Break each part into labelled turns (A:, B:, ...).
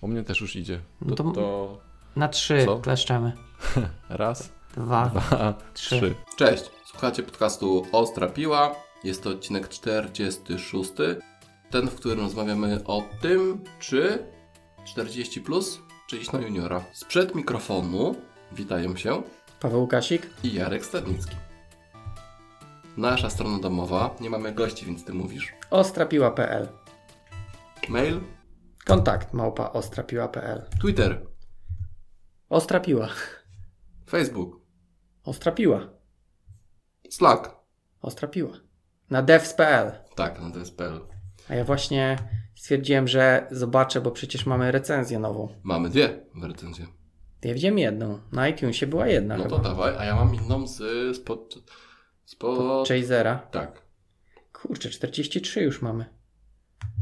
A: U mnie też już idzie.
B: No
A: To,
B: to-
A: to
B: Na trzy
A: Co?
B: kleszczemy.
A: raz,
B: Dwa.
A: dwa,
B: Trzy.
A: trzy.
C: Cześć, słuchacie podcastu Ostra Piła. Jest to odcinek 46, ten, w którym rozmawiamy o tym, czy 40 plus, czy iść na juniora. Sprzed mikrofonu witają się
D: Paweł Kasik?
C: i Jarek Stadnicki. Nasza strona domowa, nie mamy gości, więc ty mówisz.
D: Ostrapiła.pl
C: Mail,
D: Kontakt małpa ostrapiła.pl
C: Twitter,
D: Ostrapiła.
C: Facebook,
D: Ostrapiła.
C: Slack.
D: Ostrapiła. Na devs.pl
C: Tak, no to jest PL.
D: A ja właśnie stwierdziłem, że zobaczę, bo przecież mamy recenzję nową.
C: Mamy dwie w recenzie.
D: Ja widziałem jedną. Na iTunesie była jedna
C: No to
D: chyba.
C: dawaj, a ja mam inną z spod... spod...
D: Chasera.
C: Tak.
D: Kurczę, 43 już mamy.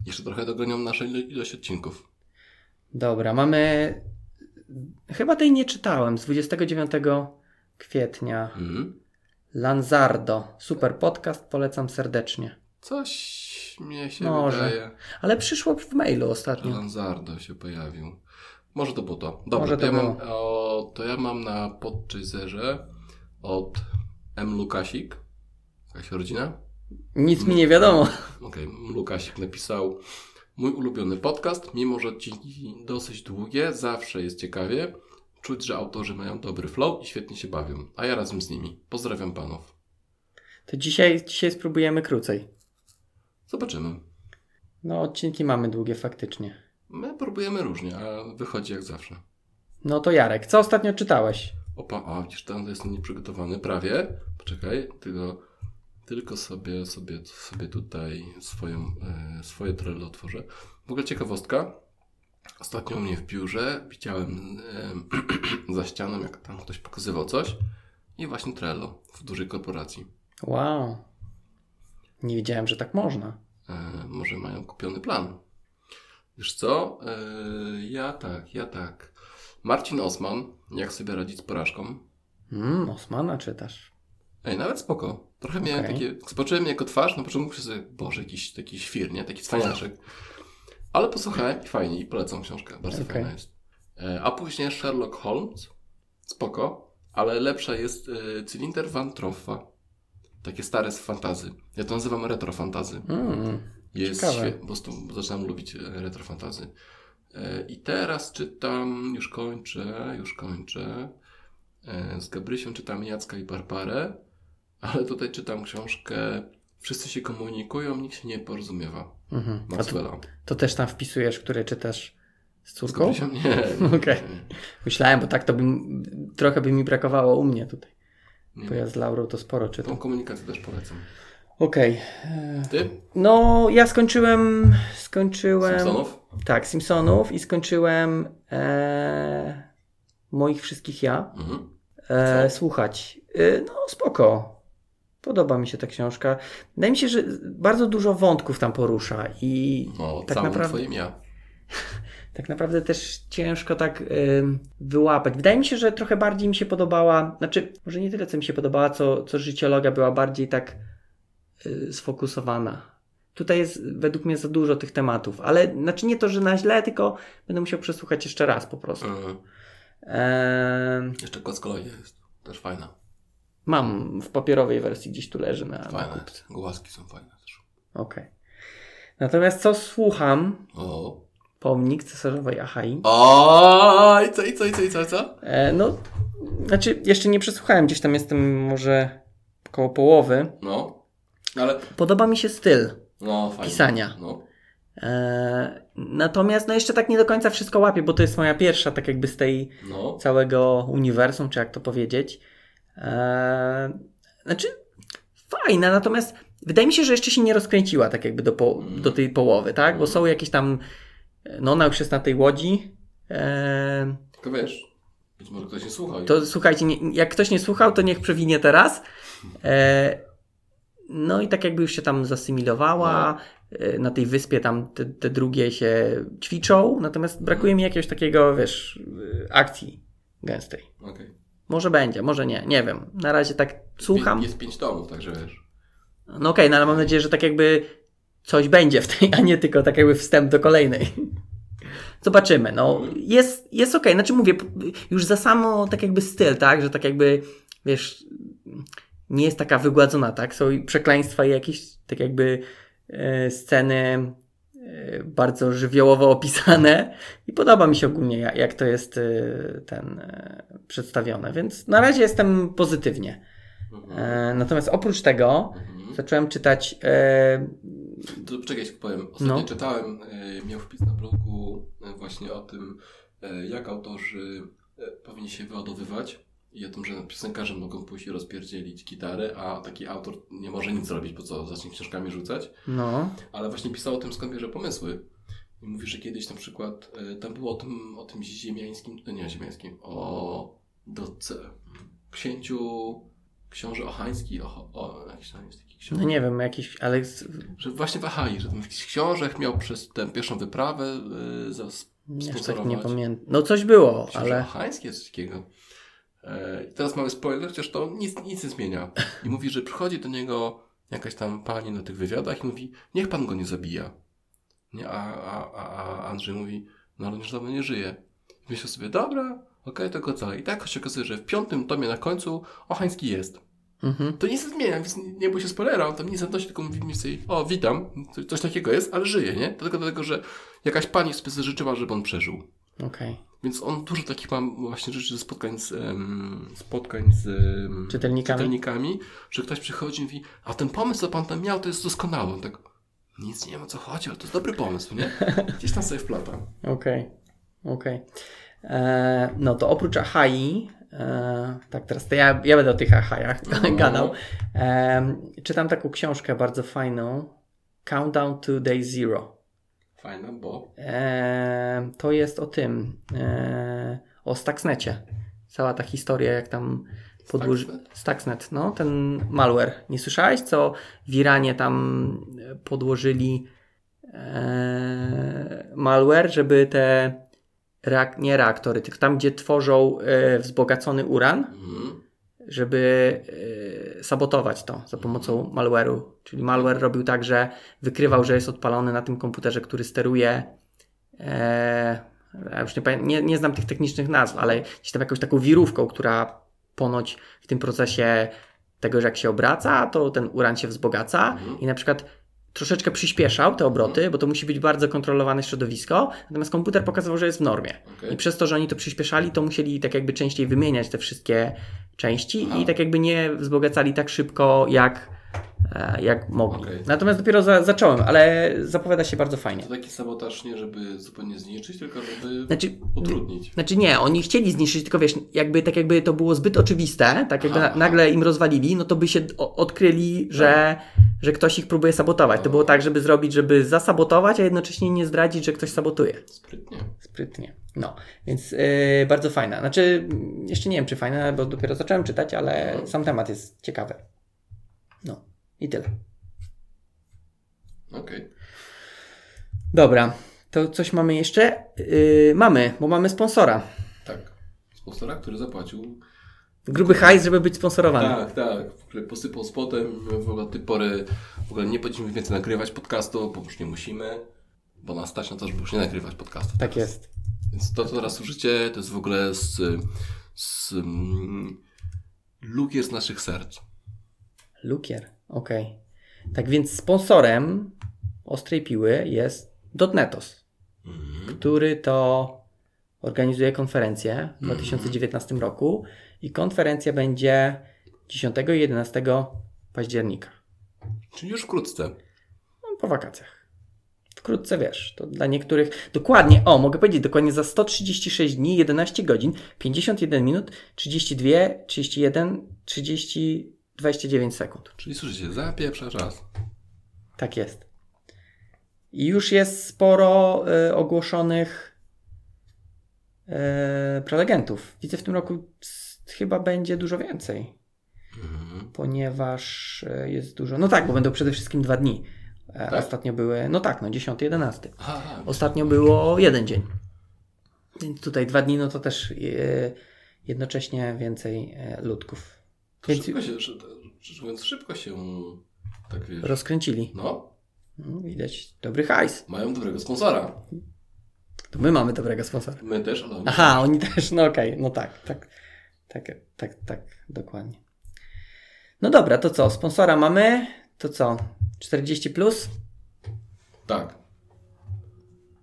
C: Jeszcze trochę dogonią naszą ilo- ilość odcinków.
D: Dobra, mamy... Chyba tej nie czytałem. Z 29 kwietnia.
C: Mhm.
D: Lanzardo. Super podcast, polecam serdecznie.
C: Coś mi się
D: Może.
C: wydaje,
D: Ale przyszło w mailu
C: że
D: ostatnio.
C: Lanzardo się pojawił. Może to było to. Dobra,
D: Może
C: to, ja
D: to
C: mam,
D: było.
C: o, to ja mam na podczyzerze od M. Lukasik. Jakaś rodzina?
D: Nic mi nie wiadomo.
C: Okej, M. Lukasik napisał Mój ulubiony podcast, mimo że odcinki dosyć długie, zawsze jest ciekawie. Czuć, że autorzy mają dobry flow i świetnie się bawią, a ja razem z nimi. Pozdrawiam panów.
D: To dzisiaj, dzisiaj spróbujemy krócej.
C: Zobaczymy.
D: No, odcinki mamy długie faktycznie.
C: My próbujemy różnie, a wychodzi jak zawsze.
D: No to Jarek, co ostatnio czytałeś?
C: Opa, a widzisz, tam jestem nieprzygotowany prawie. Poczekaj, tylko, tylko sobie, sobie, sobie tutaj swoją, e, swoje trele otworzę. W ogóle ciekawostka. Ostatnio u mnie w biurze widziałem e, za ścianą, jak tam ktoś pokazywał coś i właśnie Trello w dużej korporacji.
D: Wow. Nie wiedziałem, że tak można.
C: E, może mają kupiony plan. Wiesz co? E, ja tak, ja tak. Marcin Osman, jak sobie radzić z porażką?
D: Mm, Osmana czytasz.
C: Ej, nawet spoko. Trochę miałem
D: Okej.
C: takie. Zobaczyłem jego twarz, no na początku myślałem sobie, boże, jakiś taki świr, nie? Taki cwaniaczek. Ale posłuchałem i fajnie, i polecam książkę. Bardzo
D: Okej.
C: fajna jest. E, A później Sherlock Holmes. Spoko, ale lepsza jest e, Cylinder Van Troffa. Takie stare z fantazy. Ja to nazywam retro fantazy.
D: Mm.
C: Jest
D: Ciekawe.
C: świetne, po prostu zaczynam lubić e, retro fantazy. E, I teraz czytam, już kończę, już kończę. E, Z Gabrysiem czytam Jacka i Barbarę, ale tutaj czytam książkę Wszyscy się komunikują, nikt się nie porozumiewa.
D: Mhm. A to,
C: Maxwella.
D: to też tam wpisujesz, które czytasz z
C: Z
D: córką?
C: Gabrysiem? Nie. nie, nie.
D: Okej. Myślałem, bo tak to bym, trochę by mi brakowało u mnie tutaj.
C: Nie.
D: Bo ja z Laurą to sporo
C: Tą
D: czytam.
C: komunikację też polecam.
D: Okej. e,
C: Ty?
D: No, ja skończyłem... Skończyłem...
C: Simpsonów?
D: Tak, Simpsonów i skończyłem e, moich wszystkich ja.
C: Mhm.
D: e, słuchać. E, no spoko. Podoba mi się ta książka. Wydaje mi się, że bardzo dużo wątków tam porusza i
C: No,
D: tak
C: całą
D: naprawdę,
C: twoim ja.
D: tak naprawdę też ciężko tak em, wyłapać. Wydaje mi się, że trochę bardziej mi się podobała, znaczy może nie tyle co mi się podobała, co, co życiologia była bardziej tak y, sfokusowana. Tutaj jest według mnie za dużo tych tematów, ale znaczy nie to, że na źle, tylko będę musiał przesłuchać jeszcze raz po prostu.
C: Mhm.
D: Em,
C: Jeszcze Kocko jest też fajna.
D: mam w papierowej wersji gdzieś tu leży na, na
C: Fajne.
D: kupce.
C: Głaski są fajne też.
D: Okej. Natomiast co słucham?
C: O.
D: Pomnik cesarzowej Achai.
C: O, i co, i co, i co, i co, i co?
D: E, no, znaczy jeszcze nie przesłuchałem, gdzieś tam jestem może koło połowy.
C: No, ale.
D: Podoba mi się styl.
C: No, fajnie.
D: Pisania.
C: No.
D: E, natomiast no jeszcze tak nie do końca wszystko łapię, bo to jest moja pierwsza tak jakby z tej
C: No.
D: całego uniwersum, czy jak to powiedzieć. E, znaczy fajna, natomiast wydaje mi się, że jeszcze się nie rozkręciła tak jakby do, po, do tej połowy, tak? Bo są jakieś tam, no ona już jest na tej łodzi. E,
C: Tylko wiesz, być może ktoś nie słucha. i-
D: to słuchajcie, nie, jak ktoś nie słuchał, to niech przewinie teraz. E, no i tak jakby już się tam zasymilowała, e, na tej wyspie tam te, te drugie się ćwiczą, natomiast brakuje mi jakiegoś takiego, wiesz, e, akcji gęstej.
C: Okej.
D: Może będzie, może nie, nie wiem. Na razie tak słucham.
C: Pię- Jest pięć tomów, także wiesz.
D: No okej, no ale mam nadzieję, że tak jakby coś będzie w tej, a nie tylko tak jakby wstęp do kolejnej. Zobaczymy. No, jest, jest okej. Znaczy mówię, p- już za samo tak jakby styl, tak? Że tak jakby, wiesz, nie jest taka wygładzona, tak? Są i przekleństwa i jakieś tak jakby e, sceny e, bardzo żywiołowo opisane i podoba mi się ogólnie jak, jak to jest e, ten e, przedstawione, więc na razie jestem pozytywnie. E, natomiast oprócz tego
C: Mhm.
D: zacząłem czytać e,
C: To czekaj, się powiem. Ostatnio
D: No.
C: czytałem, e, miał wpis na blogu e, właśnie o tym, e, jak autorzy e, powinni się wyładowywać i o tym, że piosenkarze mogą pójść i rozpierdzielić gitarę, a taki autor nie może nic zrobić, bo co, zacznie książkami rzucać.
D: no,
C: Ale właśnie pisał o tym, skąd bierze pomysły. I mówi, że kiedyś na przykład e, tam było o tym, o tym ziemiańskim, no nie ziemiańskim, o drodce, księciu, książę Ochański, o, o, jakiś tam jest taki książę
D: no nie wiem, jakiś, ale z-
C: że właśnie wahali, że tam jakiś książek miał przez tę pierwszą wyprawę y, za
D: Nie, aż tak nie
C: sponsorować.
D: pamiętam. No coś było,
C: książę
D: ale
C: Hańskie, coś takiego. E, I teraz mamy spoiler, chociaż to nic, nic nie zmienia. I mówi, że przychodzi do niego jakaś tam pani na tych wywiadach i mówi, niech pan go nie zabija. Nie, a, a, a, a Andrzej mówi, no ale on już dawno nie żyje. I myślę sobie, dobra, okej, to go co? I tak się okazuje, że w piątym tomie na końcu Ochański jest.
D: mhm.
C: To nic nie zmienia, więc nie- nie bój się spoilera, on tam nic nie zanosi, tylko mówi mi sobie, o witam, co- coś takiego jest, ale żyje, nie? To Tylko dlatego, że jakaś pani sobie życzyła, żeby on przeżył.
D: okej.
C: Więc on dużo takich mam właśnie rzeczy ze spotkań z, em, spotkań z em,
D: Czytelnikami.
C: czytelnikami, że ktoś przychodzi i mówi, a ten pomysł, co pan tam miał, to jest doskonały. On tak, nic nie wiem o co chodzi, ale to jest dobry pomysł, nie? Gdzieś tam sobie wplata.
D: Okej, okej. E, No to oprócz Ahai, e, tak teraz to ja, ja będę o tych Ahajach
C: No.
D: Tak, gadał. E, czytam taką książkę bardzo fajną, Countdown to Day Zero.
C: Fajne, bo...
D: E, to jest o tym, e, o Stuxnecie. Cała ta historia, jak tam podłuży...
C: Stuxnet?
D: Stuxnet, no, ten malware. Nie słyszałeś, co w Iranie tam e, podłożyli e, malware, żeby te reak- nie reaktory, tylko tam, gdzie tworzą e, wzbogacony uran,
C: Mhm.
D: żeby e, sabotować to za pomocą malware'u. Czyli malware robił tak, że wykrywał, że jest odpalony na tym komputerze, który steruje. E, ja już nie, pamię- nie, nie znam tych technicznych nazw, ale gdzieś tam jakąś taką wirówką, która ponoć w tym procesie tego, że jak się obraca, to ten uran się wzbogaca
C: Mhm.
D: i na przykład troszeczkę przyspieszał te obroty, bo to musi być bardzo kontrolowane środowisko, natomiast komputer pokazywał, że jest w normie.
C: Okej.
D: I przez to, że oni to przyspieszali, to musieli tak jakby częściej wymieniać te wszystkie części
C: Aha.
D: i tak jakby nie wzbogacali tak szybko, jak, e, jak mogli.
C: Okej.
D: Natomiast dopiero za, zacząłem, ale zapowiada się bardzo fajnie.
C: To taki sabotaż nie, żeby zupełnie zniszczyć, tylko żeby
D: Znaczy,
C: utrudnić.
D: znaczy nie, oni chcieli zniszczyć, tylko wiesz, jakby tak jakby to było zbyt oczywiste, tak jakby
C: Aha,
D: na,
C: aha.
D: nagle im rozwalili, no to by się o, odkryli, że,
C: Tak.
D: że ktoś ich próbuje sabotować. To było tak, żeby zrobić, żeby zasabotować, a jednocześnie nie zdradzić, że ktoś sabotuje.
C: Sprytnie.
D: Sprytnie. No, więc yy, bardzo fajna. Znaczy, mm, jeszcze nie wiem, czy fajna, bo dopiero zacząłem czytać, ale
C: Mhm.
D: sam temat jest ciekawy. No, i tyle.
C: Okej.
D: Dobra, to coś mamy jeszcze? Yy, mamy, bo mamy sponsora.
C: Tak. Sponsora, który zapłacił.
D: Gruby hajs, żeby być sponsorowany.
C: Tak, tak. W ogóle posypał spotem. W ogóle od tej pory w ogóle nie będziemy więcej nagrywać podcastu, bo już nie musimy. Bo nas stać na to, żeby już nie nagrywać podcastu.
D: Tak jest.
C: Więc to, co teraz słyszycie, to jest w ogóle z, z mm, lukier z naszych serc.
D: Lukier, okej. Tak więc sponsorem Ostrej Piły jest Dotnetos,
C: Mhm.
D: który to organizuje konferencję w 2019 roku i konferencja będzie 10 i 11 października,
C: Czyli już wkrótce.
D: no, po wakacjach. Wkrótce wiesz, to dla niektórych dokładnie, o mogę powiedzieć, dokładnie za 136 dni, 11 godzin, 51 minut, 32, 31, 30, 29 sekund.
C: Czyli słyszycie, za pierwszy raz.
D: Tak jest. I już jest sporo e, ogłoszonych e, prelegentów. Widzę w tym roku s- chyba będzie dużo więcej,
C: Mhm.
D: ponieważ e, jest dużo. No tak, bo będą przede wszystkim dwa dni. E,
C: Tak?
D: Ostatnio były, no tak, no 10, 11.
C: Aha,
D: Ostatnio było jeden dzień. Więc tutaj dwa dni, no to też e, jednocześnie więcej e, ludków.
C: to
D: Więc
C: szybko się, że- rzecz mówiąc, szybko się tak wiesz.
D: rozkręcili.
C: No,
D: No, widać, dobry hajs.
C: mają dobrego sponsora.
D: To my mamy dobrego sponsora.
C: My też, ale oni
D: Aha, oni też, no okej, no tak, tak, tak, tak, tak, dokładnie. No dobra, to co? Sponsora mamy, to co? 40 plus?
C: Tak.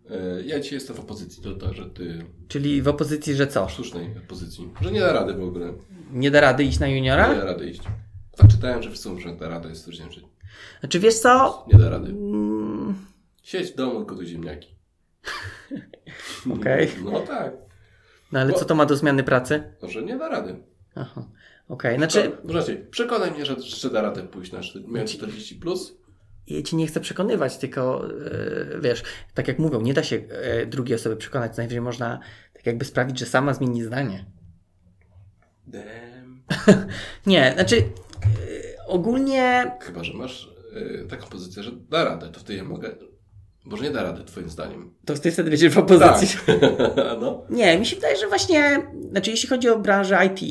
C: E, Ja dzisiaj jestem w opozycji do to, że ty
D: Czyli w opozycji, że co?
C: sztucznej opozycji, że nie da rady w ogóle. Nie
D: Nie da rady iść na juniora?
C: da rady iść. Tak czytałem, że w sumie, że da rada jest stwierdziłem, że
D: Znaczy wiesz co?
C: nie da rady.
D: Mm,
C: Siedź w domu, gotuj ziemniaki.
D: Okej.
C: No tak,
D: No ale co to ma do zmiany pracy?
C: no, że nie da rady.
D: Aha, okej, znaczy
C: To, raczej, przekonaj mnie, że, że da radę pójść na czty- miałem 40 plus.
D: ja ci nie chcę przekonywać, tylko e, wiesz, tak jak mówią, nie da się e, drugiej osoby przekonać, najwyżej można tak jakby sprawić, że sama zmieni zdanie.
C: Damn.
D: Nie, znaczy e, ogólnie
C: Chyba, że masz y, taką pozycję, że da radę, to wtedy ja mogę. Boże, nie da rady, twoim zdaniem.
D: To ty wtedy będziesz w opozycji.
C: no.
D: Nie, mi się wydaje, że właśnie, znaczy jeśli chodzi o branżę IT,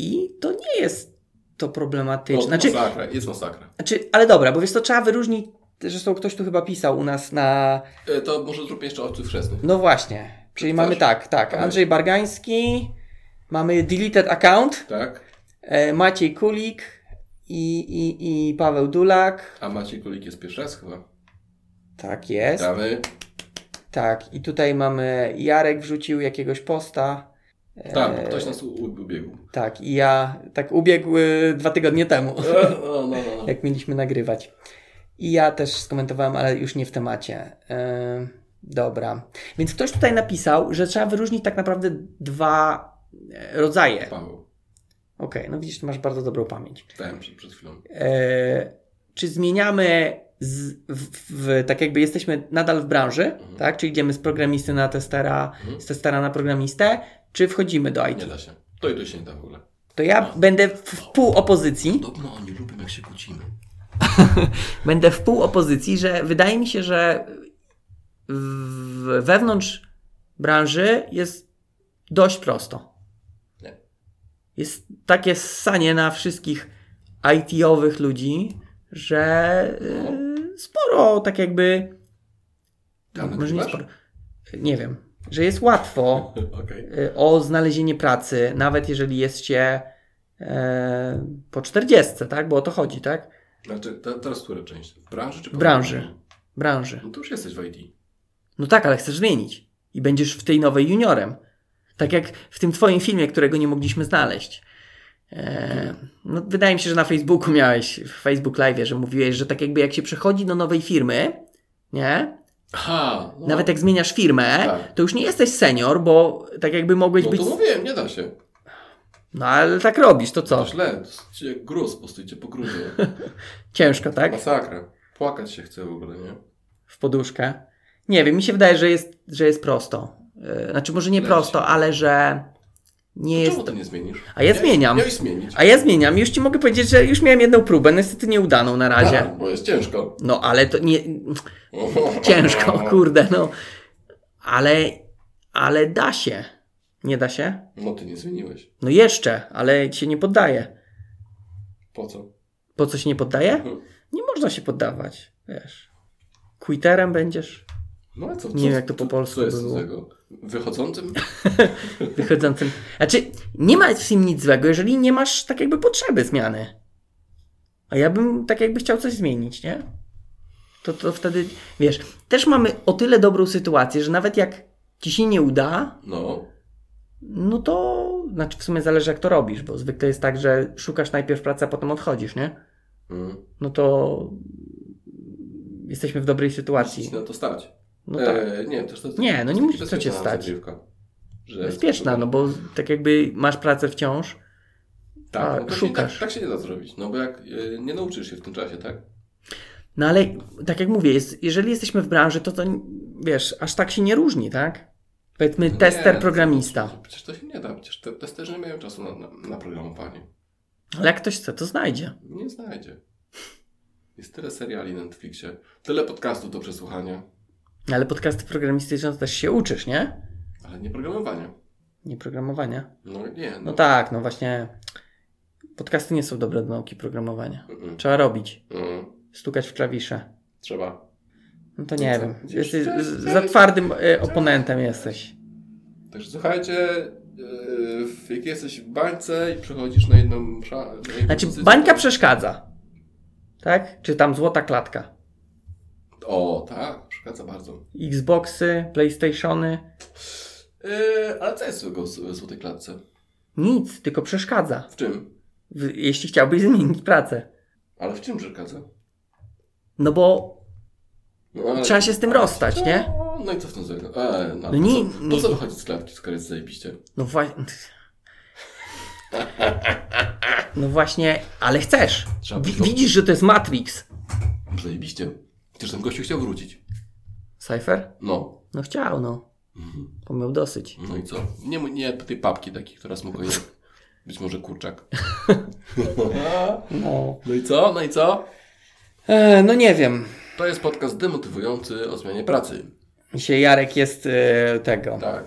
D: to nie jest to problematyczne.
C: Jest
D: Znaczy,
C: masakra, jest masakra.
D: znaczy, ale dobra, bo wiesz, to trzeba wyróżnić, zresztą ktoś tu chyba pisał u nas na,
C: Y, To może zróbmy jeszcze ojców chrzestnych.
D: no właśnie, czyli
C: Chcesz?
D: mamy tak, tak,
C: Dawaj.
D: Andrzej Bargański, mamy deleted account,
C: Tak?
D: e, Maciej Kulik i, i, i Paweł Dulak,
C: A Maciej Kulik jest pierwszy raz chyba.
D: tak jest,
C: Damy.
D: tak, i tutaj mamy Jarek wrzucił jakiegoś posta. E,
C: Tak, bo ktoś nas u- u- ubiegł.
D: Tak, i ja tak ubiegł y, dwa tygodnie temu,
C: E, No, no, no.
D: jak mieliśmy nagrywać. I ja też skomentowałem, ale już nie w temacie. Ym, dobra. Więc ktoś tutaj napisał, że trzeba wyróżnić tak naprawdę dwa e, rodzaje. Okej,
C: Paweł,
D: no widzisz, ty masz bardzo dobrą pamięć.
C: czytałem przed, przed chwilą.
D: E, czy zmieniamy z, w, w, tak jakby jesteśmy nadal w branży,
C: Mhm.
D: tak? Czy idziemy z programisty na testera,
C: Mhm.
D: z testera na programistę, czy wchodzimy do IT?
C: Nie da się. To i to się nie da w ogóle.
D: To ja będę w, w pół opozycji.
C: Podobno oni lubią, jak się
D: No,
C: kłócimy.
D: będę w pół opozycji, że wydaje mi się, że w, wewnątrz branży jest dość prosto.
C: Nie.
D: Jest takie ssanie na wszystkich IT-owych ludzi, że y, sporo tak jakby.
C: Dane
D: może nie
C: masz?
D: sporo. Nie wiem, że jest łatwo
C: Okej.
D: y, o znalezienie pracy, nawet jeżeli jest się e, po 40, tak? Bo o to chodzi, tak?
C: Znaczy, te- teraz która część? W branży czy
D: W branży. Branży.
C: No to już jesteś w IT.
D: No tak, ale chcesz zmienić. I będziesz w tej nowej juniorem. Tak jak w tym twoim filmie, którego nie mogliśmy znaleźć. E, no, wydaje mi się, że na Facebooku miałeś, w Facebook Live, że mówiłeś, że tak jakby jak się przechodzi do nowej firmy, nie?
C: Aha. No.
D: Nawet jak zmieniasz firmę,
C: Tak.
D: to już nie jesteś senior, bo tak jakby mogłeś
C: No
D: być.
C: to mówiłem, nie da się.
D: No ale tak robisz, to
C: To
D: co?
C: źle. To jest jak gruz, po prostu idzie po gruzie.
D: Ciężko, tak?
C: Masakra. Płakać się chce w ogóle, nie?
D: W poduszkę. Nie wiem, mi się wydaje, że jest, że jest prosto. E, znaczy, może nie
C: Leci.
D: prosto, ale że nie jest.
C: Czemu ty nie zmienisz?
D: A ja
C: Miałeś-
D: zmieniam.
C: Miałeś zmienić.
D: A ja zmieniam. Już ci mogę powiedzieć, że już miałem jedną próbę, no niestety nieudaną na razie.
C: Tak, bo jest ciężko.
D: No ale to nie. Ciężko, kurde, no. Ale. Ale da się. Nie da się?
C: No ty nie zmieniłeś.
D: No jeszcze, ale się nie poddaje.
C: Po co?
D: Po co się nie poddaje?
C: Mhm.
D: Nie można się poddawać, wiesz. Quiterem będziesz,
C: No ale co?
D: Nie
C: co-
D: wiem, jak to po polsku
C: Co jest
D: było.
C: z tego? Wychodzącym?
D: wychodzącym. Znaczy, nie ma w tym nic złego, jeżeli nie masz tak jakby potrzeby zmiany. A ja bym tak jakby chciał coś zmienić, nie? To, to wtedy, wiesz, też mamy o tyle dobrą sytuację, że nawet jak ci się nie uda,
C: No.
D: no to, znaczy w sumie zależy jak to robisz, bo zwykle jest tak, że szukasz najpierw pracy, a potem odchodzisz, nie?
C: Mm.
D: No to jesteśmy w dobrej sytuacji.
C: Ci na to stać.
D: No tak.
C: E, nie, też to jest
D: Nie, no nie
C: to
D: musisz-
C: jest
D: co cię
C: bezpieczna
D: stać?
C: zagrywka. Że-
D: Bezpieczna, no bo tak jakby masz pracę wciąż,
C: Tak, no
D: a,
C: to się,
D: szukasz.
C: tak, tak się nie da zrobić. No bo jak e, nie nauczysz się w tym czasie, tak?
D: No ale tak jak mówię, jest, jeżeli jesteśmy w branży, to to wiesz, aż tak się nie różni, tak? Powiedzmy
C: No
D: tester,
C: nie,
D: programista.
C: Przecież to się nie da. Przecież te testerzy nie mają czasu na, na, na programowanie.
D: Ale jak ktoś chce, to znajdzie.
C: Nie znajdzie. Jest tyle seriali na Netflixie, tyle podcastów do przesłuchania,
D: No, Ale podcasty programistyczne to też się uczysz, nie?
C: ale nie programowania.
D: Nie programowania.
C: No nie, no.
D: No tak, no właśnie. Podcasty nie są dobre do nauki programowania.
C: Mm,
D: Trzeba robić.
C: mm.
D: Stukać w klawisze.
C: Trzeba.
D: No to nie
C: No co?
D: wiem. Jesteś
C: Cześć,
D: z-
C: cześć.
D: za twardym e, oponentem jesteś.
C: Także słuchajcie, yy, jak jesteś w bańce i przechodzisz na jedną szalę.
D: Znaczy, bańka przeszkadza. Tak? Czy tam złota klatka.
C: O, tak, przeszkadza bardzo.
D: Xboxy, PlayStationy.
C: Yy, ale co jest złego z- w złotej klatce?
D: Nic, tylko przeszkadza.
C: W czym?
D: W, jeśli chciałbyś zmienić pracę.
C: Ale w czym przeszkadza?
D: No bo
C: No, ale...
D: trzeba się z tym rozstać, nie?
C: No, no i co w tym złego? E, no,
D: No nie-
C: po, co, po
D: nie-
C: co wychodzić z klatki, skoro jest zajebiście?
D: No właśnie. No właśnie, ale chcesz.
C: Trzeba
D: Wi-
C: by to-
D: widzisz, że to jest Matrix.
C: Zajebiście. Przecież ten gościu chciał wrócić.
D: Cypher?
C: No.
D: No chciał, no.
C: Mhm.
D: Bo miał dosyć.
C: No i co? Nie, mu- nie tej papki takiej, która smukuje. Być może kurczak.
D: No.
C: no i co? No i co?
D: E, no nie wiem.
C: To jest podcast demotywujący o zmianie pracy.
D: Dzisiaj Jarek jest e, tego.
C: Tak.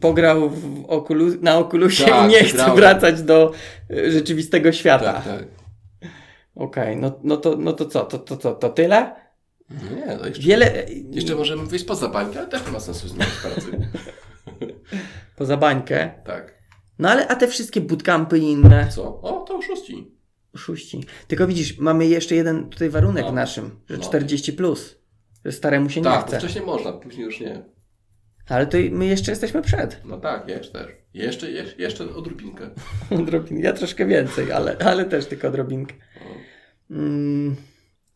D: Pograł w okulu- na okulusie
C: Tak,
D: i nie chce
C: grałem.
D: wracać do e, rzeczywistego świata.
C: Tak, tak.
D: Okej, no, no, to, no to co? To, to, to, to tyle?
C: No nie, to jeszcze,
D: Wiele. e,
C: jeszcze możemy wyjść poza bańkę, ale też nie ma sensu zmieniać pracy.
D: Poza bańkę.
C: Tak.
D: No ale a te wszystkie bootcampy i inne.
C: Co? O, to oszuści.
D: Oszuści. Tylko widzisz, mamy jeszcze jeden tutaj warunek
C: No.
D: w naszym, że
C: No.
D: 40 plus. Że staremu się nie
C: Tak, bo
D: chce.
C: wcześniej można, później już nie.
D: Ale to i- my jeszcze jesteśmy przed.
C: No tak, jeszcze też. Jeszcze, jeszcze, jeszcze odrobinkę.
D: Odrobinę. Ja troszkę więcej, ale, ale też tylko odrobinkę.
C: No.
D: Mm.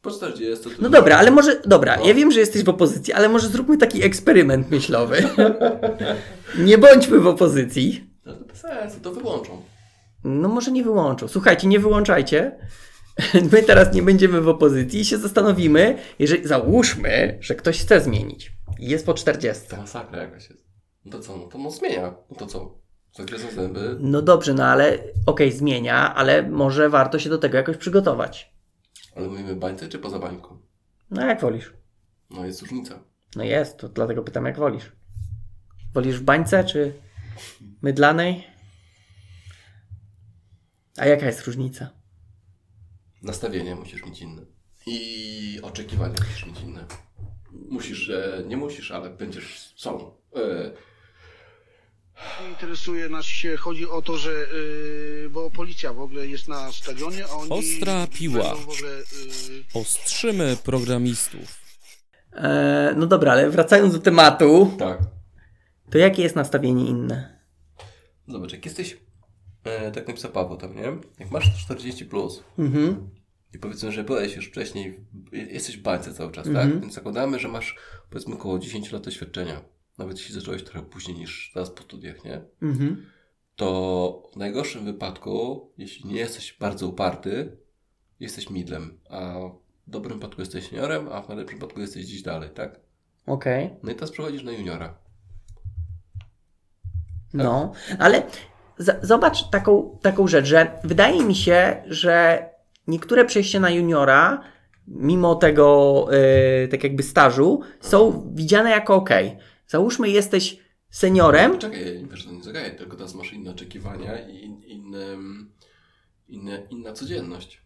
C: Po 40 to...
D: No dobra, ale może. Dobra,
C: No.
D: ja wiem, że jesteś w opozycji, ale może zróbmy taki eksperyment myślowy. nie bądźmy w opozycji.
C: No to bez sensu, to wyłączą.
D: No może nie wyłączą. Słuchajcie, nie wyłączajcie. My teraz nie będziemy w opozycji i się zastanowimy, jeżeli załóżmy, że ktoś chce zmienić. I Jest po 40.
C: To masakra jakaś jest. No to co, no to mu zmienia. No to co? Zagryzą zęby.
D: No dobrze, no ale okej, zmienia, ale może warto się do tego jakoś przygotować.
C: Ale mówimy bańce czy poza bańką?
D: No jak wolisz.
C: No jest różnica.
D: No jest, to dlatego pytam, jak wolisz. Wolisz w bańce czy mydlanej? A jaka jest różnica?
C: Nastawienie musisz mieć inne. I oczekiwania musisz mieć inne. Musisz, e, nie musisz, ale będziesz są. E,
B: Interesuje nas się, chodzi o to, że y, bo policja w ogóle jest na stadionie, a oni
E: Ostra piła.
B: będą W ogóle, y,
E: Ostrzymy programistów.
D: Eee, no dobra, ale wracając do tematu,
C: tak.
D: to jakie jest nastawienie inne?
C: Zobacz, jak jesteś, e, tak napisał Paweł tam, nie? Jak masz 40 plus
D: Mhm.
C: i powiedzmy, że byłeś już wcześniej, w- jesteś w bańce cały czas,
D: Mhm.
C: tak? Więc zakładamy, że masz powiedzmy około 10 lat doświadczenia. Nawet jeśli zacząłeś trochę później niż teraz po studiach, nie?
D: Mhm.
C: to w najgorszym wypadku, jeśli nie jesteś bardzo uparty, jesteś midlem, a w dobrym wypadku jesteś seniorem, a w najlepszym wypadku jesteś gdzieś dalej, tak?
D: Okej.
C: No i teraz przechodzisz na juniora.
D: No, ale z- zobacz taką, taką rzecz, że wydaje mi się, że niektóre przejście na juniora, mimo tego yy, tak jakby stażu, są widziane jako ok. Załóżmy, jesteś seniorem.
C: Czekaj, wiesz, to nie zagaję, tylko teraz masz inne oczekiwania i in, inne, inne, inna codzienność.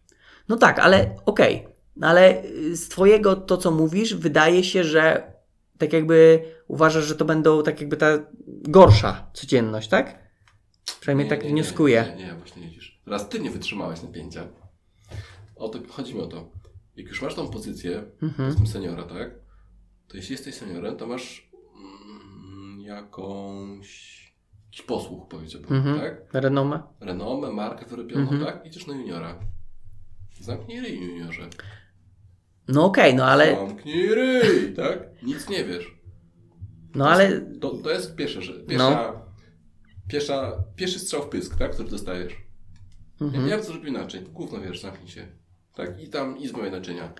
D: No tak, ale okej. No ale y, z twojego to, co mówisz, wydaje się, że tak jakby uważasz, że to będą tak jakby ta gorsza codzienność, tak? Przynajmniej tak wnioskuję.
C: Nie, nie, nie, właśnie widzisz. Teraz ty nie wytrzymałeś napięcia. O to, chodzi mi o to. Jak już masz tą pozycję,
D: Mhm.
C: powiedzmy seniora, tak? To jeśli jesteś seniorem, to masz mm, jakąś jakiś posłuch, powiedziałbym,
D: Mhm.
C: tak?
D: Renomę?
C: Renomę, markę wyrobioną,
D: Mhm.
C: tak? Idziesz na juniora. Zamknij ryj, juniorze.
D: No okej, no ale...
C: Zamknij ryj, tak? Nic nie wiesz.
D: No ale... No.
C: To, to jest pierwsza rzecz. Pierwsza, pierwsza, pierwszy strzał w pysk, tak? Który dostajesz. Ja
D: Mhm.
C: nie wiem, co zrobił inaczej. Gówno wiesz, zamknij się. Tak? I tam, i zmyłaj naczynia.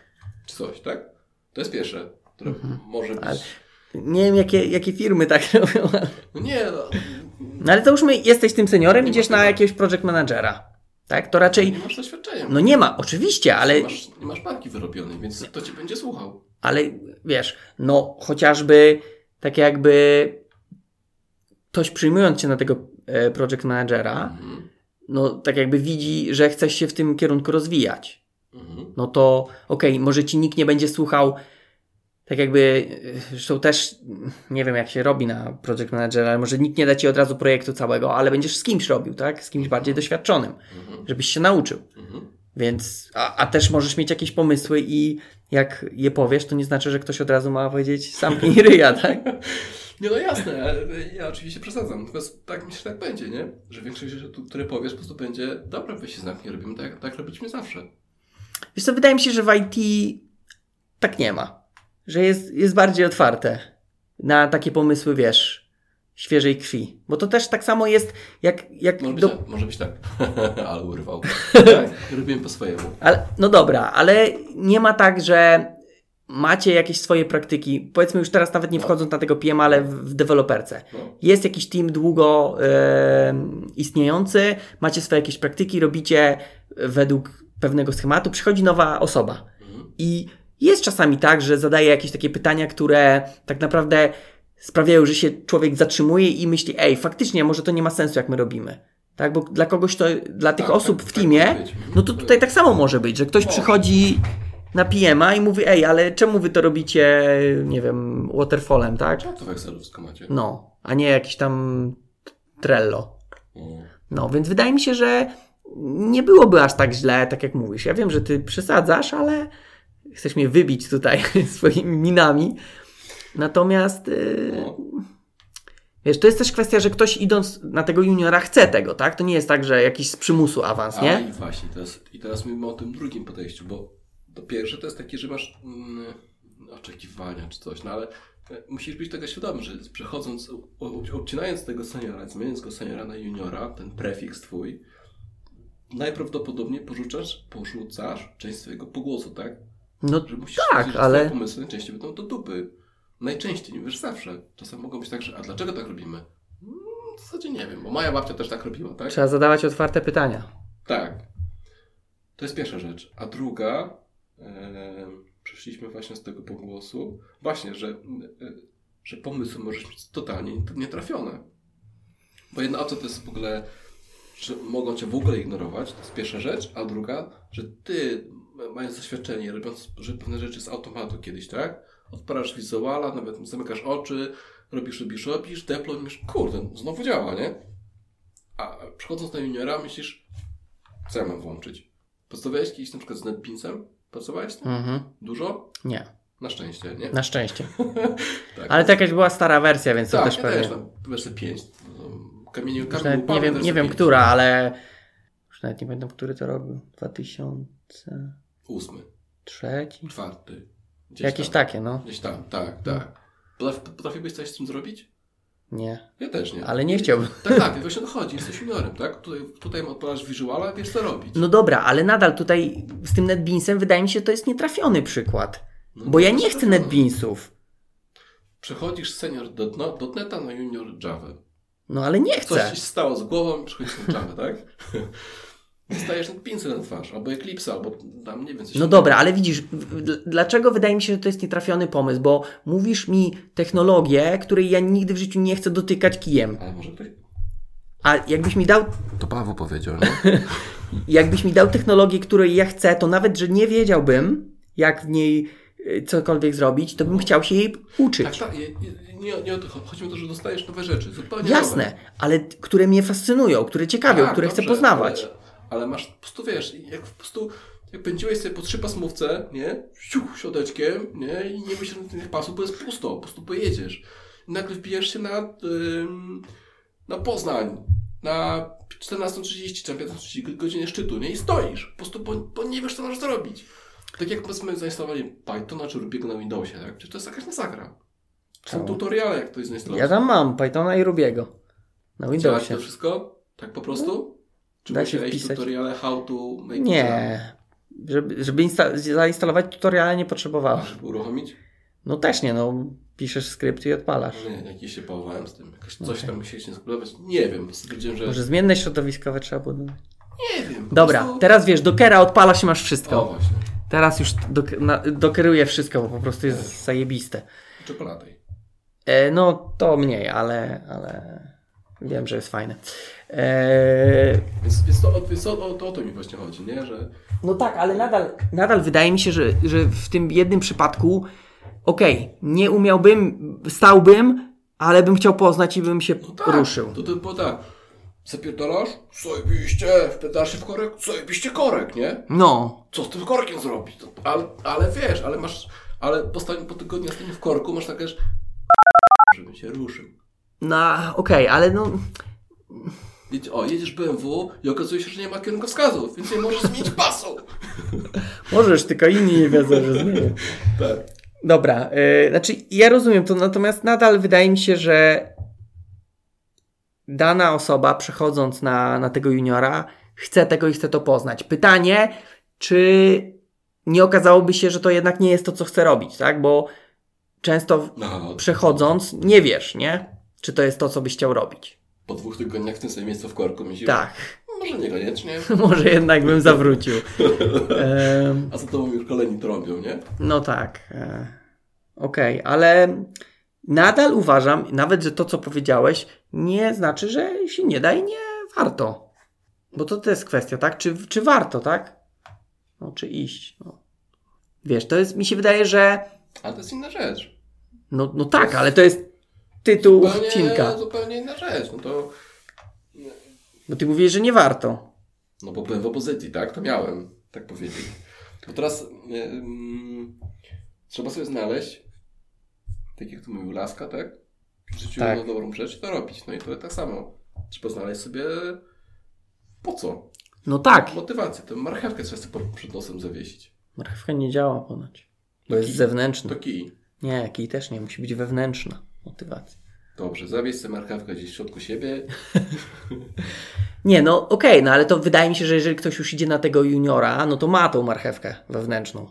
C: Czy coś, tak? To jest pierwsze, które może być...
D: Mhm. Ale- Nie wiem, jakie, jakie firmy tak robią. ale-
C: No nie, no,
D: No ale załóżmy, jesteś tym seniorem,
C: Nie
D: idziesz
C: ma
D: na
C: tego.
D: jakiegoś project managera. Tak? To raczej.
C: Nie masz doświadczenia.
D: No nie ma, oczywiście, ale,
C: Nie masz, nie masz marki wyrobionej, więc to cię będzie słuchał.
D: ale wiesz, no chociażby tak jakby ktoś przyjmując cię na tego e, project managera,
C: Mhm.
D: no tak jakby widzi, że chcesz się w tym kierunku rozwijać.
C: Mhm.
D: No to okej, może ci nikt nie będzie słuchał tak jakby, y, zresztą też mm, nie wiem jak się robi na project managera, ale może nikt nie da ci od razu projektu całego, ale będziesz z kimś robił, tak? Z kimś bardziej doświadczonym, żebyś się nauczył.
C: mhm.
D: Więc, a, a też możesz mieć jakieś pomysły i jak je powiesz, to nie znaczy, że ktoś od razu ma powiedzieć zamknij ryja, tak?
C: Nie no jasne, ale ja oczywiście przesadzam, natomiast tak myślę, że tak będzie, nie? Że większość rzeczy, tu- które powiesz, po prostu będzie, dobra, wy się znaki robimy, tak, tak robiliśmy zawsze.
D: Wiesz co, wydaje mi się, że w IT tak nie ma. Że jest, jest bardziej otwarte na takie pomysły, wiesz, świeżej krwi. Bo to też tak samo jest, jak... jak
C: Może być,
D: do-
C: tak, może być tak, ale urwał. Tak, robimy po swojemu.
D: Ale, no dobra, ale nie ma tak, że macie jakieś swoje praktyki, powiedzmy już teraz nawet nie wchodząc na tego PM, ale w, w deweloperce.
C: No.
D: Jest jakiś team długo em, istniejący, macie swoje jakieś praktyki, robicie według pewnego schematu, przychodzi nowa osoba.
C: Mhm.
D: I jest czasami tak, że zadaje jakieś takie pytania, które tak naprawdę sprawiają, że się człowiek zatrzymuje i myśli, ej, faktycznie może to nie ma sensu, jak my robimy. Tak, bo dla kogoś to, dla tych
C: Tak,
D: osób
C: tak,
D: w
C: tak
D: teamie,
C: może być.
D: no to tutaj tak samo może być, że ktoś
C: Może.
D: przychodzi na PM-a i mówi, ej, ale czemu wy to robicie, nie wiem, waterfallem, tak?
C: Czemu to w Excelu wszystko macie?
D: No, a nie jakiś tam trello.
C: No.
D: No, więc wydaje mi się, że nie byłoby aż tak źle, tak jak mówisz. Ja wiem, że ty przesadzasz, ale chcesz mnie wybić tutaj swoimi minami. Natomiast, yy,
C: No.
D: wiesz, to jest też kwestia, że ktoś idąc na tego juniora chce tego, tak? To nie jest tak, że jakiś z przymusu awans,
C: A
D: nie?
C: i właśnie, teraz, i teraz mówimy o tym drugim podejściu, bo to pierwsze to jest takie, że masz mm, oczekiwania czy coś, no ale e, musisz być tego świadomy, że przechodząc, u- u- obcinając tego seniora, zmieniając go z seniora na juniora, ten prefiks twój, najprawdopodobniej porzucasz, porzucasz część swojego pogłosu, tak?
D: No
C: Że musisz
D: tak,
C: wiedzieć, że
D: ale-
C: twoje pomysły najczęściej będą do dupy. Najczęściej, nie wiesz zawsze. Czasem mogą być tak, że a dlaczego tak robimy? Mm, W zasadzie nie wiem, bo moja babcia też tak robiła, tak?
D: trzeba zadawać otwarte pytania.
C: Tak. To jest pierwsza rzecz. A druga, e, przeszliśmy właśnie z tego pogłosu, właśnie, że, e, że pomysły możesz mieć totalnie nietrafione. Bo jedna opcja to jest w ogóle, że mogą cię w ogóle ignorować, to jest pierwsza rzecz, a druga, że ty, mając doświadczenie, robiąc że pewne rzeczy z automatu kiedyś, tak? Odparasz wizuala, nawet zamykasz oczy, robisz, robisz, robisz, deploy, myślisz, kurde, znowu działa, nie? A przychodząc na juniora, myślisz, co ja mam włączyć? Pracowałeś kiedyś na przykład z NetBeansem? Pracowałeś tam?
D: Mhm.
C: Dużo?
D: Nie,
C: Na szczęście, nie?
D: na szczęście.
C: Tak.
D: No, Ale to jakaś była stara wersja, więc to
C: tak,
D: też
C: ja
D: pewnie.
C: też tam wersja 5. um, Kamieniu kamieniu
D: Już nawet nie
C: upadł,
D: wiem,
C: wersja
D: nie wiem
C: 5.
D: która, ale już nawet nie pamiętam, który to rok był. 2003?
C: Ósmy, czwarty. Gdzieś
D: Jakieś
C: tam.
D: takie, no.
C: Gdzieś tam, tak, tak. Potraf, potrafiłbyś coś z tym zrobić?
D: Nie,
C: Ja też nie.
D: ale nie chciałbym.
C: Tak, tak, właśnie o to chodzi, jesteś juniorem, tak? Tutaj, tutaj odpalasz wizuala, wiesz co robić.
D: No dobra, ale nadal tutaj z tym NetBeansem wydaje mi się, to jest nietrafiony przykład.
C: No
D: Bo
C: to
D: ja nie
C: jest
D: chcę
C: tak.
D: NetBeansów.
C: Przechodzisz senior dot, no, dotneta na junior Java.
D: No ale nie
C: Coś
D: chcę.
C: ci stało z głową i przychodzisz na Java, tak? Dostajesz ten pincel na twarz, albo Eclipse, albo tam nie wiem. Coś
D: No dobra, ale widzisz, w- dl- dlaczego wydaje mi się, że to jest nietrafiony pomysł? Bo mówisz mi technologię, której ja nigdy w życiu nie chcę dotykać kijem.
C: Ale może ktoś...
D: A jakbyś mi dał
C: To Paweł powiedział, nie?
D: jakbyś mi dał technologię, której ja chcę, to nawet, że nie wiedziałbym, jak w niej y, cokolwiek zrobić, to bym chciał się jej
C: tak,
D: uczyć.
C: tak. je- je- Nie, nie o to chodzi. Chodzi mi o to, że dostajesz nowe rzeczy. Zupełnie
D: Jasne,
C: nowe.
D: ale t- które mnie fascynują, które ciekawią,
C: Tak,
D: które chcę
C: dobrze,
D: poznawać.
C: Ale, ale masz, po prostu wiesz, jak po prostu jak pędziłeś sobie po trzy pasmówce, nie? Siuch, siodeczkiem, nie? I nie myślisz na tych pasów, bo jest pusto. Po prostu pojedziesz. I nagle wbijasz się na, ym, na Poznań. Na 14.30 czy na 15.30 godzinie szczytu, nie? I stoisz. Po prostu, bo, bo nie wiesz, co masz zrobić. Tak jak powiedzmy zainstalowali Pythona czy Rubiego na Windowsie, tak? Przecież to jest jakaś masakra. Są
D: Czemu?
C: tutoriale, jak to jest zainstalować.
D: Tak. Ja tam mam Pythona i Rubiego na
C: Działa
D: Windowsie.
C: to wszystko? Tak po prostu? Czy
D: da się
C: musiałeś
D: wpisać.
C: tutoriale how to make it
D: Nie, żeby, żeby insta- zainstalować tutoriale nie
C: up,
D: potrzebowałem.
C: Żeby uruchomić? No
D: No też nie, no piszesz skrypt i odpalasz.
C: Nie, jakiś się połowałem z tym. Jakoś coś
D: Okej.
C: tam musieliście skulować. Nie wiem, stwierdziłem, że
D: Może zmienne środowiskowe trzeba budować.
C: nie wiem. po
D: Dobra,
C: prostu-
D: teraz wiesz, dokera odpalasz i masz
C: O
D: wszystko.
C: właśnie,
D: Teraz już dok- na- dokeruję wszystko, bo po prostu jest zajebiste.
C: czekoladej.
D: E, no to mniej, ale, ale wiem, że jest fajne. E,
C: Więc, więc, to, więc to, o, to o to mi właśnie chodzi, nie? Że
D: no tak, ale nadal, nadal wydaje mi się, że, że w tym jednym przypadku okej, nie umiałbym, stałbym, ale bym chciał poznać i bym się
C: tak.
D: ruszył.
C: No To to było tak. Zapierdalasz? Zajebiście. Wpytasz się w korek? Zajebiście korek, nie?
D: No,
C: Co z tym korkiem zrobić? To- Ale, ale wiesz, ale masz... Ale po, staniu, po tygodniu stanie w korku masz takie, że... Żebym się ruszył.
D: no okej, ale no,
C: Jedzie, o, jedziesz BMW i okazuje się, że nie ma kierunkowskazów, więc nie możesz zmienić pasu.
D: Możesz, tylko inni nie wiedzą, że zmienię.
C: Tak.
D: Dobra, y, znaczy ja rozumiem to, natomiast nadal wydaje mi się, że dana osoba przechodząc na, na tego juniora chce tego i chce to poznać. Pytanie, czy nie okazałoby się, że to jednak nie jest to, co chce robić, tak? Bo często
C: No,
D: przechodząc nie wiesz, nie? Czy to jest to, co byś chciał robić.
C: po dwóch tygodniach w tym samym miejscu w korku myślisz,
D: Tak,
C: może niekoniecznie,
D: może jednak bym zawrócił. Em,
C: a za tobą już kolejni trąbią, nie?
D: No tak. e, Okej, ale nadal uważam, nawet że to, co powiedziałeś, nie znaczy, że się nie da i nie warto. Bo to, to jest kwestia, tak? Czy, czy warto, tak? No, czy iść. No. Wiesz, to jest, mi się wydaje, że.
C: Ale to jest inna rzecz.
D: No, no tak, ale to jest tytuł
C: Zupełnie-
D: odcinka.
C: Zupełnie inna rzecz, no to...
D: Bo ty mówisz, że nie warto.
C: No bo byłem w opozycji, tak? To miałem, tak powiedzieć. Bo teraz y, mm, trzeba sobie znaleźć, tak jak tu mówił Laska, tak? W życiu
D: Tak.
C: jedną dobrą rzecz i to robić. No i to tak samo. Trzeba znaleźć sobie po co?
D: No tak.
C: Motywację. Tę marchewkę trzeba sobie po- przed nosem zawiesić.
D: Marchewka nie działa ponoć. Bo
C: To
D: jest
C: kij.
D: zewnętrzna.
C: To kij.
D: Nie, kij też nie, musi być wewnętrzna motywacja.
C: Dobrze, zawieź sobie marchewkę gdzieś w środku siebie.
D: Nie, no okej, no ale to wydaje mi się, że jeżeli ktoś już idzie na tego juniora, no to ma tą marchewkę wewnętrzną.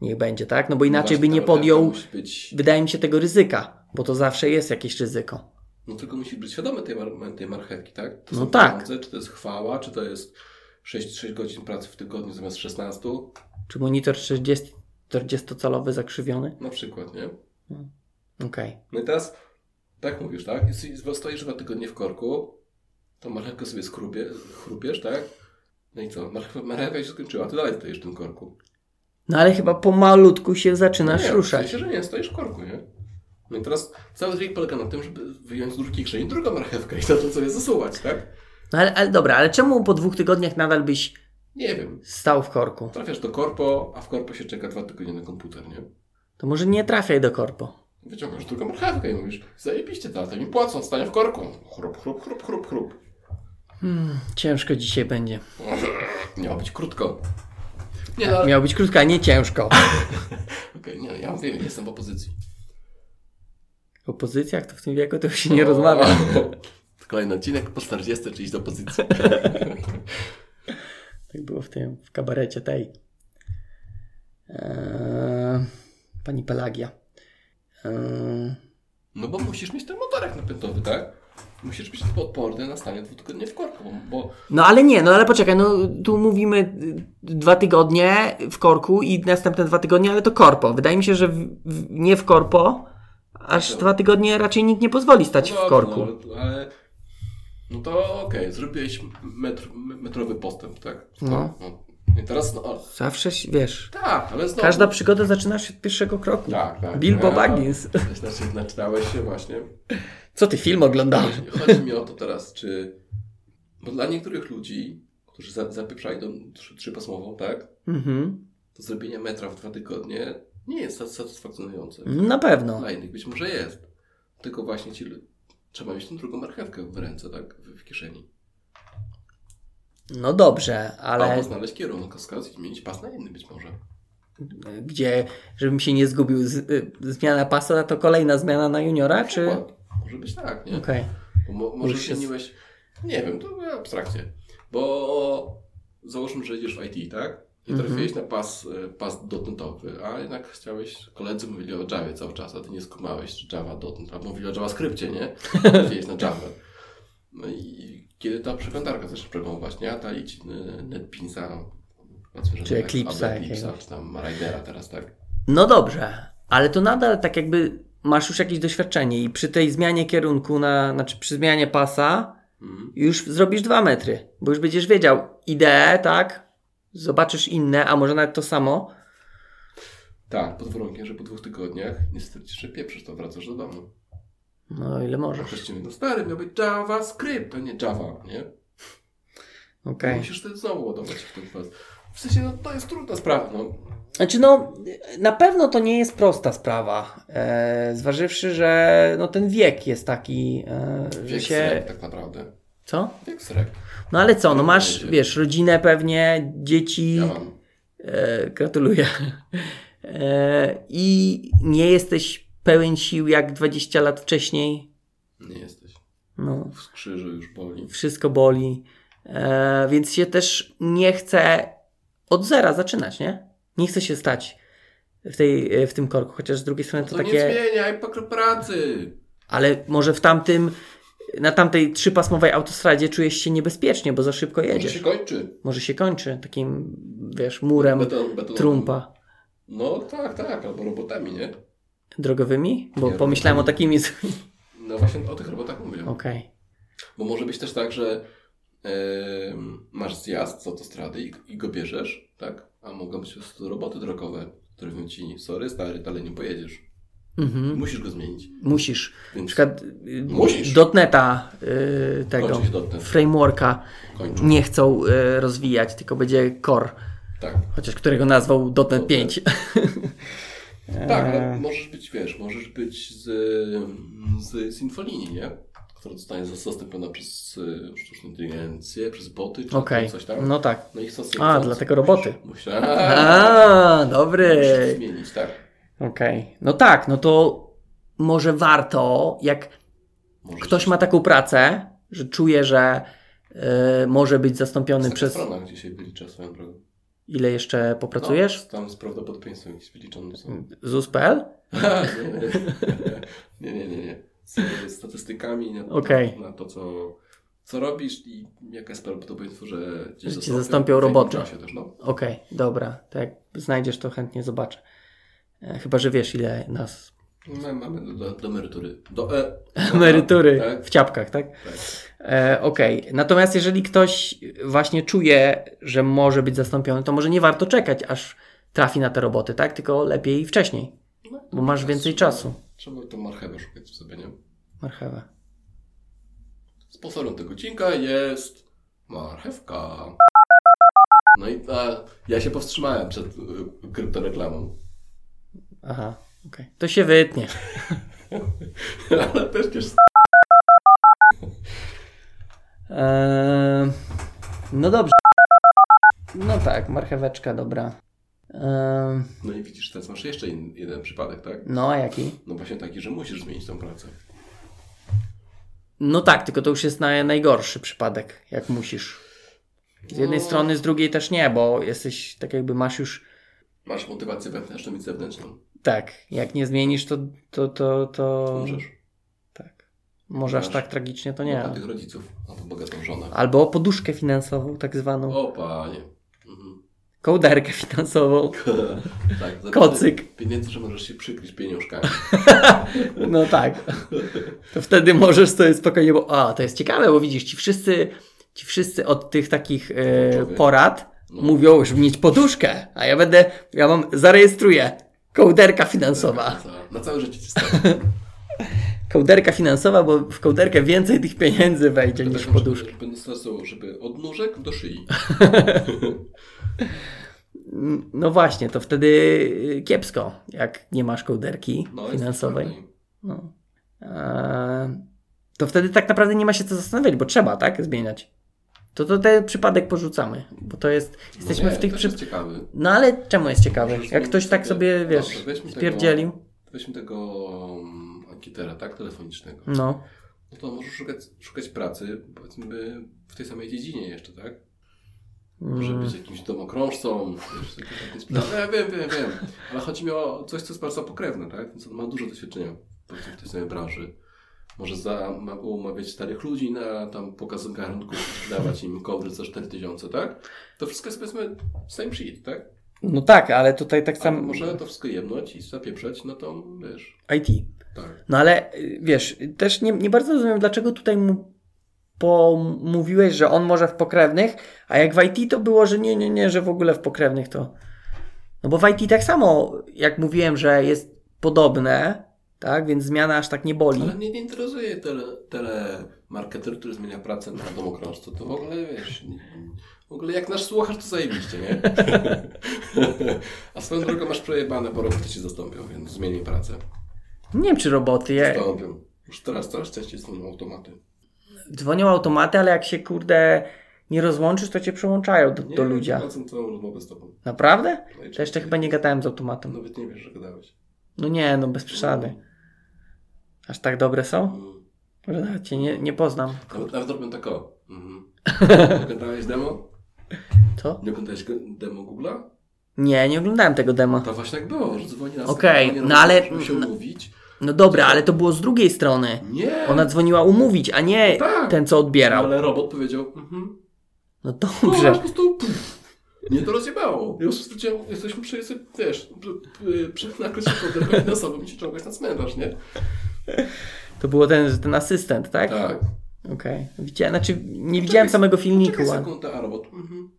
D: Niech będzie, tak? No bo inaczej
C: Właśnie
D: by
C: ta
D: nie
C: marchewka
D: podjął,
C: Musi być,
D: wydaje mi się, tego ryzyka, bo to zawsze jest jakieś ryzyko.
C: no tylko musi być świadomy tej, mar- tej marchewki, tak? To
D: No
C: są
D: tak.
C: Pieniądze, czy to jest chwała, czy to jest 6, 6 godzin pracy w tygodniu zamiast 16.
D: Czy monitor 40, 40-calowy zakrzywiony?
C: Na przykład, nie?
D: Okej.
C: No i teraz, tak mówisz, tak? Jesteś- Stoisz dwa tygodnie w korku, tą marchewkę sobie skrubie, chrupiesz, tak? No i co? Marchewka, marchewka się skończyła, ty dalej stoisz w tym korku.
D: No ale chyba pomalutku się
C: No
D: zaczynasz
C: nie,
D: ruszać.
C: się, że nie, stoisz w korku, nie? No i teraz cały dźwięk polega na tym, żeby wyjąć z drugiej kieszeni drugą marchewkę i zacząć sobie zasuwać, tak?
D: No ale, ale dobra, ale czemu po dwóch tygodniach nadal byś
C: Nie wiem.
D: stał w korku?
C: Trafiasz do korpo, a w korpo się czeka dwa tygodnie na komputer, nie?
D: To może nie trafiaj do korpo.
C: Wyciągasz drugą marchewkę i mówisz, zajebiście, tata, mi płacą, stanie w korku. Chrup, chrup, chrup, chrup, chrup.
D: Hmm, ciężko dzisiaj będzie.
C: Miało być krótko. Nie, no, ale
D: Miało być krótka, nie ciężko.
C: Okej, nie, no, ja mówię, jestem w opozycji.
D: Opozycja, kto w tym wieku, to już się
C: No,
D: nie rozmawia.
C: Kolejny odcinek po 40, czyli iść do opozycji.
D: Tak było w tym, w kabarecie tej. Eee, pani Pelagia. Eee,
C: No bo musisz mieć ten motorek napędowy, tak? Musisz być odporny na stanie dwutygodnie w korku, bo
D: no ale nie, no ale poczekaj, no tu mówimy y, dwa tygodnie w korku i następne dwa tygodnie, ale to korpo. Wydaje mi się, że w, w, nie w korpo, aż
C: No.
D: dwa tygodnie raczej nikt nie pozwoli stać
C: No
D: w korku.
C: dobrze, No, ale... No to okej, zrobiłeś metr, metrowy postęp, tak?
D: No.
C: I teraz, no, o,
D: Zawsze, się- wiesz,
C: tak, ale znowu...
D: każda przygoda zaczyna się od pierwszego kroku.
C: Tak, tak.
D: Bilbo
C: Ja-
D: Baggins.
C: Znaczy, naczytałeś się właśnie.
D: Co ty film oglądałeś?
C: Chodzi- Chodzi mi o to teraz, czy... Bo dla niektórych ludzi, którzy za, zapieprzają tą trzy, trzypasmową, tak?
D: Mhm.
C: to zrobienie metra w dwa tygodnie nie jest sat- satysfakcjonujące.
D: No, Na pewno.
C: Dla No, innych być może jest. Tylko właśnie ci lu- trzeba mieć tą drugą marchewkę w ręce, tak? W, w kieszeni.
D: No dobrze, ale...
C: Albo znaleźć kierunkowskaz i zmienić pas na inny być może.
D: gdzie, żebym się nie zgubił, z, y, zmiana pasa to kolejna zmiana na juniora, czy... Okej.
C: Przykład. Może być tak, No, nie? Bo mo- może
D: Już się-
C: zmieniłeś... Nie wiem, to abstrakcje. Bo załóżmy, że idziesz w IT, tak? I
D: Mhm.
C: trafiłeś na pas, e, pas dotnetowy, a jednak chciałeś, koledzy mówili o Javie cały czas, a ty nie skumałeś czy Java dotnet, a mówili o JavaScripcie, nie? Trafiłeś na Java. No i kiedy ta przeglądarka zaczyna programować, nie? A ta idź y, NetBeansa, powiedzmy, że
D: Czy
C: tak,
D: Eclipse'a
C: albo Eclipse'a,
D: jakiegoś.
C: czy tam Raidera teraz, tak?
D: No dobrze, ale to nadal tak jakby masz już jakieś doświadczenie i przy tej zmianie kierunku, na, znaczy przy zmianie pasa
C: Mhm.
D: już zrobisz dwa metry, bo już będziesz wiedział ideę, tak? Zobaczysz inne, a może nawet to samo.
C: Tak, pod warunkiem, że po dwóch tygodniach nie stwierdzisz, że pieprzysz, to wracasz do domu.
D: No ile
C: A
D: możesz.
C: ktoś ci mówi, no stary, miał być JavaScript, a nie Java, nie?
D: Okej.
C: Musisz ty znowu ładować w ten pas. W sensie, no to jest trudna sprawa, no.
D: Znaczy, no, na pewno to nie jest prosta sprawa. E, zważywszy, że no, ten wiek jest taki, e, że
C: Wiek
D: się.
C: srek tak naprawdę.
D: Co?
C: Wiek srek.
D: No ale co, no masz,
C: Będzie.
D: wiesz, rodzinę pewnie, dzieci.
C: Ja mam.
D: E, gratuluję. E, I nie jesteś pełen sił jak 20 lat wcześniej.
C: Nie jesteś.
D: No,
C: W skrzyżu już boli.
D: wszystko boli. E, więc się też nie chce od zera zaczynać, nie? Nie chce się stać w, tej, e, w tym korku. Chociaż z drugiej strony
C: No
D: to,
C: to
D: takie.
C: nie zmieniaj, po pracy!
D: Ale może w tamtym, na tamtej trzypasmowej autostradzie czujesz się niebezpiecznie, bo za szybko
C: Może się
D: jedziesz.
C: kończy.
D: Może się kończy takim, wiesz, murem
C: Beton, beton.
D: trumpa
C: No tak, tak, albo robotami, nie?
D: drogowymi, bo
C: Nie,
D: pomyślałem o
C: robotami.
D: takim i... z-
C: No właśnie o tych robotach mówię.
D: Okej.
C: Bo może być też tak, że em, masz zjazd z autostrady i, i go bierzesz, tak? A mogą być po prostu roboty drogowe, które mówią ci, sorry stary, dalej nie pojedziesz.
D: Mhm.
C: Musisz go zmienić.
D: Musisz. Na
C: Więc
D: przykład y,
C: Musisz.
D: dotneta y, tego,
C: kończy się dotnet.
D: frameworka
C: Kończy.
D: nie chcą y, rozwijać, tylko będzie core,
C: Tak.
D: chociaż którego nazwał dotnet E,
C: Dotnet.
D: 5.
C: Tak,
D: Eee.
C: ale możesz być, wiesz, możesz być z, z Sinfolinii, nie? Która zostanie zastąpiona przez y, sztuczną inteligencję, przez boty, czy
D: Okej,
C: coś tam. Tak.
D: no tak.
C: No i chcą sobie
D: A,
C: chcąc-
D: dlatego roboty.
C: Musiałem.
D: A, dobry.
C: Musisz zmienić, tak.
D: Okej. No tak, no to może warto, jak
C: Możesz
D: ktoś ma taką pracę, że czuje, że y, może być zastąpiony
C: przez...
D: przez.
C: stronach dzisiaj wylicza swoją drogę.
D: Ile jeszcze popracujesz?
C: No, tam z prawdopodobieństwem jakieś wyliczone
D: Hmm.
C: są.
D: ZUS.pl?
C: nie, nie, nie, nie. Z statystykami na,
D: Okej.
C: na to, co, co robisz i jakie jest prawdopodobieństwo, że cię
D: Że cię zastąpią
C: W jakim
D: roboty.
C: czasie też, no.
D: Okej, dobra. To jak znajdziesz, to chętnie zobaczę. E, Chyba, że wiesz, ile nas.
C: No, mamy do, do, do emerytury. Do e,
D: Emerytury
C: Tak,
D: w ciapkach, tak?
C: tak.
D: E, Okej. Natomiast jeżeli ktoś właśnie czuje, że może być zastąpiony, to może nie warto czekać, aż trafi na te roboty, tak? Tylko lepiej wcześniej,
C: No,
D: bo masz
C: teraz
D: więcej
C: trzeba-
D: czasu.
C: Trzeba tą marchewę szukać w sobie, nie?
D: Marchewa.
C: Sponsorem tego odcinka jest marchewka. No i a, ja się powstrzymałem przed y, kryptoreklamą.
D: Aha, okej. To się wytnie.
C: Ale też też
D: Eee, no dobrze. No tak, marcheweczka, dobra. Eee,
C: No i widzisz, teraz masz jeszcze in, jeden przypadek, tak?
D: no a jaki?
C: No właśnie taki, że musisz zmienić tą pracę.
D: No tak, tylko to już jest naj, najgorszy przypadek, jak musisz. Z jednej
C: No.
D: strony, z drugiej też nie, bo jesteś tak jakby masz już.
C: Masz motywację wewnętrzną i zewnętrzną.
D: Tak, jak nie zmienisz, to. to, to, to
C: Możesz.
D: Tak. Może aż
C: Możesz.
D: tak tragicznie to nie.
C: Bogatych rodziców albo bogatą żonę.
D: Albo poduszkę finansową, tak zwaną.
C: O panie. Mhm.
D: Kołderkę finansową.
C: tak, za
D: Kocyk.
C: Pieniędzy, że możesz się przykryć pieniążkami.
D: No tak. To wtedy możesz sobie spokojnie, bo a, to jest ciekawe, bo widzisz, ci wszyscy, ci wszyscy od tych takich e,
C: Kluczowych.
D: porad
C: No.
D: mówią, żeby mieć poduszkę, a ja będę, ja mam, zarejestruję. Kołderka finansowa.
C: Na, ca- na całe życie ci stanie.
D: Kołderka finansowa, bo w kołderkę więcej tych pieniędzy wejdzie niż w poduszkę.
C: Tak, Żeby, będę stosował, żeby od nóżek do szyi.
D: Mm, No właśnie, to wtedy y, kiepsko, jak nie masz kołderki
C: No, jest
D: finansowej.
C: tak,
D: No. Eee, to wtedy tak naprawdę nie ma się co zastanawiać, bo trzeba, tak? Zmieniać. To, to ten przypadek porzucamy, bo to jest.
C: no.
D: Jesteśmy
C: No nie,
D: w tych
C: też
D: przy...
C: jest ciekawy.
D: No ale czemu jest ciekawy?
C: Możesz
D: Jak
C: zmienić
D: ktoś tak sobie, wiesz,
C: Dobrze, weźmy
D: spierdzielił.
C: Tego, weźmy tego um, ankietera, tak? Telefonicznego.
D: No.
C: No to możesz szukać, szukać pracy, powiedzmy, w tej samej dziedzinie jeszcze, tak? Może
D: Mm.
C: być jakimś domokrążcą. Wiesz, jakieś takie sprawy. no, ja wiem, wiem, wiem. Ale chodzi mi o coś, co jest bardzo pokrewne, tak? Więc on ma dużo doświadczenia powiedzmy, w tej samej branży. Może za, ma, umawiać starych ludzi na tam pokazy garnków, dawać im kowry za 4000, tak? To wszystko jest powiedzmy same shit, tak?
D: No tak, ale tutaj tak
C: A
D: samo.
C: może to wszystko jemnąć i zapieprzeć na tą, wiesz,
D: IT.
C: tak.
D: No ale y, wiesz, też nie, nie bardzo rozumiem, dlaczego tutaj mu pomówiłeś, że on może w pokrewnych, a jak w IT to było, że nie, nie, nie, że w ogóle w pokrewnych to. No bo w IT tak samo, jak mówiłem, że jest podobne, tak, więc zmiana aż tak nie boli.
C: Ale mnie No, nie interesuje tele, telemarketer, który zmienia pracę na domokrążcu. To w ogóle wiesz. Nie, w ogóle jak nasz słuchasz, to zajebiście, nie? A swoją drogą masz przejebane, bo roboty ci zastąpią, więc zmieni pracę.
D: Nie wiem, czy roboty. Ja...
C: Zastąpią. Już teraz coraz częściej są automaty.
D: Dzwonią automaty, ale jak się kurde nie rozłączysz, to cię przełączają do,
C: Nie, no
D: do ludzia.
C: Prowadzą całą rozmowę z tobą.
D: Naprawdę?
C: No i
D: To jeszcze
C: czy-
D: chyba nie gadałem z automatem.
C: Nawet nie wiesz, że gadałeś.
D: No nie, no bez przesady. Aż tak dobre są?
C: Mm.
D: Że nawet cię nie, nie poznam.
C: Nawet, nawet robią tak o. Mhm. Oglądałeś demo?
D: Co?
C: Nie oglądałeś go- demo Google'a?
D: Nie, nie oglądałem tego dema.
C: To właśnie tak było, że dzwoni nas.
D: Okej,
C: nie
D: no
C: rozumiem,
D: ale-
C: żeby się
D: no-
C: umówić.
D: No dobra, ale to było z drugiej strony.
C: Nie!
D: Ona dzwoniła umówić, a nie
C: tak.
D: ten, co odbierał.
C: Ale robot powiedział, mhm.
D: No
C: Dobrze. Po
D: dobrze.
C: prostu pff, mnie to rozjebało. Ja już stwierdziłem, jesteśmy przy, jesteśmy, wiesz, przy- przy nakreśleniu podległej na sobą i się czołgać na cmentarz, nie?
D: To było ten, ten asystent, tak?
C: Tak. No
D: Okej. Widziałem, znaczy nie widziałem samego filmiku,
C: Czekaj
D: ale-
C: sekundę, a robot, mhm.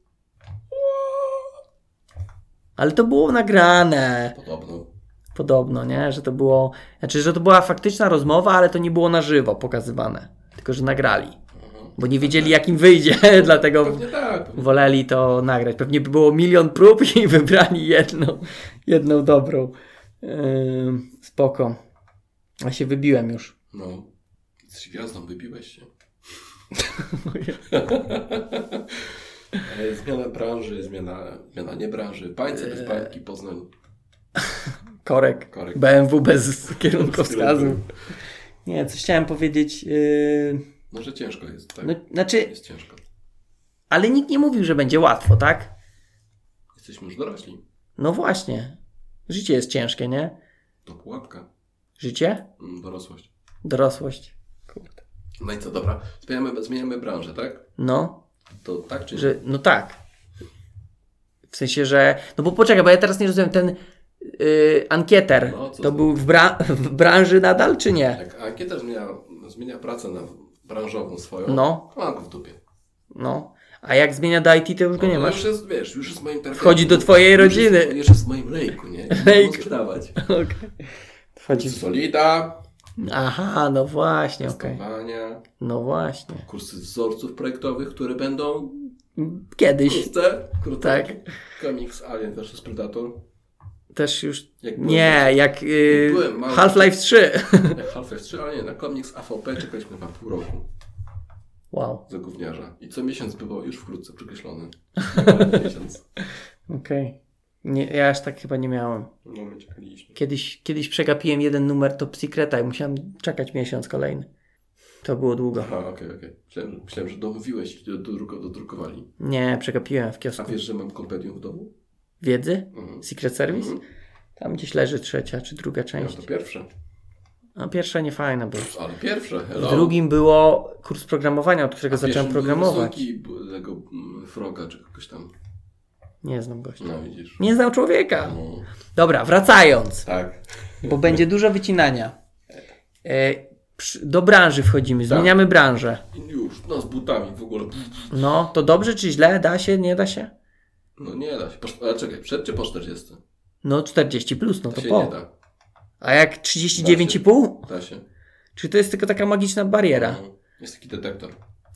D: ale to było nagrane.
C: Podobno.
D: Podobno, nie? Że to było. Znaczy, że to była faktyczna rozmowa, ale to nie było na żywo pokazywane. Tylko, że nagrali.
C: Aha.
D: Bo nie wiedzieli, jak im wyjdzie, dlatego
C: Pewnie tak.
D: woleli to nagrać. Pewnie by było milion prób i wybrani jedną, jedną dobrą. Ym, spoko. A się wybiłem już.
C: No. Z gwiazdą wybiłeś się. E, Zmiana branży, zmiana, zmiana nie branży. Pańce
D: E.
C: bez bańki, Poznań.
D: Korek.
C: Korek.
D: BMW bez kierunkowskazu. Nie, coś chciałem powiedzieć. Yy,
C: No, że ciężko jest, tak?
D: no, znaczy,
C: Jest ciężko.
D: ale nikt nie mówił, że będzie łatwo, tak?
C: Jesteśmy już dorośli.
D: No właśnie. Życie jest ciężkie, nie?
C: To pułapka.
D: Życie?
C: Mm, Dorosłość.
D: Dorosłość. Kurde.
C: No i co, dobra. Zmieniamy, zmieniamy branżę, tak?
D: No,
C: To tak czy nie?
D: że, no tak. W sensie, że. No bo poczekaj, bo ja teraz nie rozumiem, ten yy, ankieter
C: No, co
D: to
C: za-
D: był w, bra- w branży nadal, czy nie?
C: Jak ankieta zmienia, zmienia pracę na branżową swoją,
D: No,
C: to mam go w dupie.
D: no. A jak zmienia do IT, to już go nie
C: No,
D: masz.
C: Już jest, wiesz, już jest w moim terenie.
D: Wchodzi do twojej
C: Już
D: rodziny.
C: Jest, już jest w moim lejku, nie?
D: Lejku.
C: Lejku. sprzedawać.
D: Okej. Wchodzi.
C: Solida,
D: Aha, no właśnie, okej.
C: testowania,
D: No właśnie.
C: kursy wzorców projektowych, które będą
D: Kiedyś
C: wkrótce. Krótko.
D: Tak.
C: Comics Alien vs Predator.
D: też już.
C: Jak byłem-
D: Nie, jak yy,
C: Byłem mały.
D: Half-Life 3.
C: Jak Half-Life 3, ale nie, na Comics AVP czekaliśmy na pół roku
D: Wow,
C: za gówniarza. I co miesiąc bywał już wkrótce przekreślony. miesiąc.
D: okej. Nie, Ja aż tak chyba nie miałem.
C: No my czekaliśmy.
D: Kiedyś, kiedyś przegapiłem jeden numer Top Secreta i musiałem czekać miesiąc kolejny. To było długo.
C: Aha, okej, okej. Myślałem, myślałem, że domówiłeś i dodruko- dodrukowali.
D: Nie, przegapiłem w
C: A
D: kiosku.
C: wiesz, że mam kompendium w domu?
D: Wiedzy?
C: Mhm.
D: Secret Service? Tam gdzieś leży trzecia czy druga
C: Ja
D: część.
C: to pierwsze.
D: A pierwsza nie fajna była.
C: Ale pierwsze, hello.
D: W drugim było kurs programowania, od którego
C: No. A pierwszym
D: zacząłem
C: były
D: programować.
C: rysunki b- tego mm, froga czy kogoś tam.
D: Nie znam gościa.
C: No widzisz.
D: Nie znam człowieka.
C: No,
D: Dobra, wracając,
C: tak.
D: bo będzie dużo wycinania. E, przy- Do branży wchodzimy,
C: Tak.
D: zmieniamy branżę.
C: I już, no z butami w ogóle.
D: No, to dobrze czy źle? Da się, nie da się?
C: No nie da się. Po, ale czekaj, przed czy po 40? To,
D: No 40 plus, no to
C: się
D: po.
C: nie da.
D: A jak 39,5?
C: Da się.
D: Czy to jest tylko taka magiczna bariera?
C: No, jest taki detektor.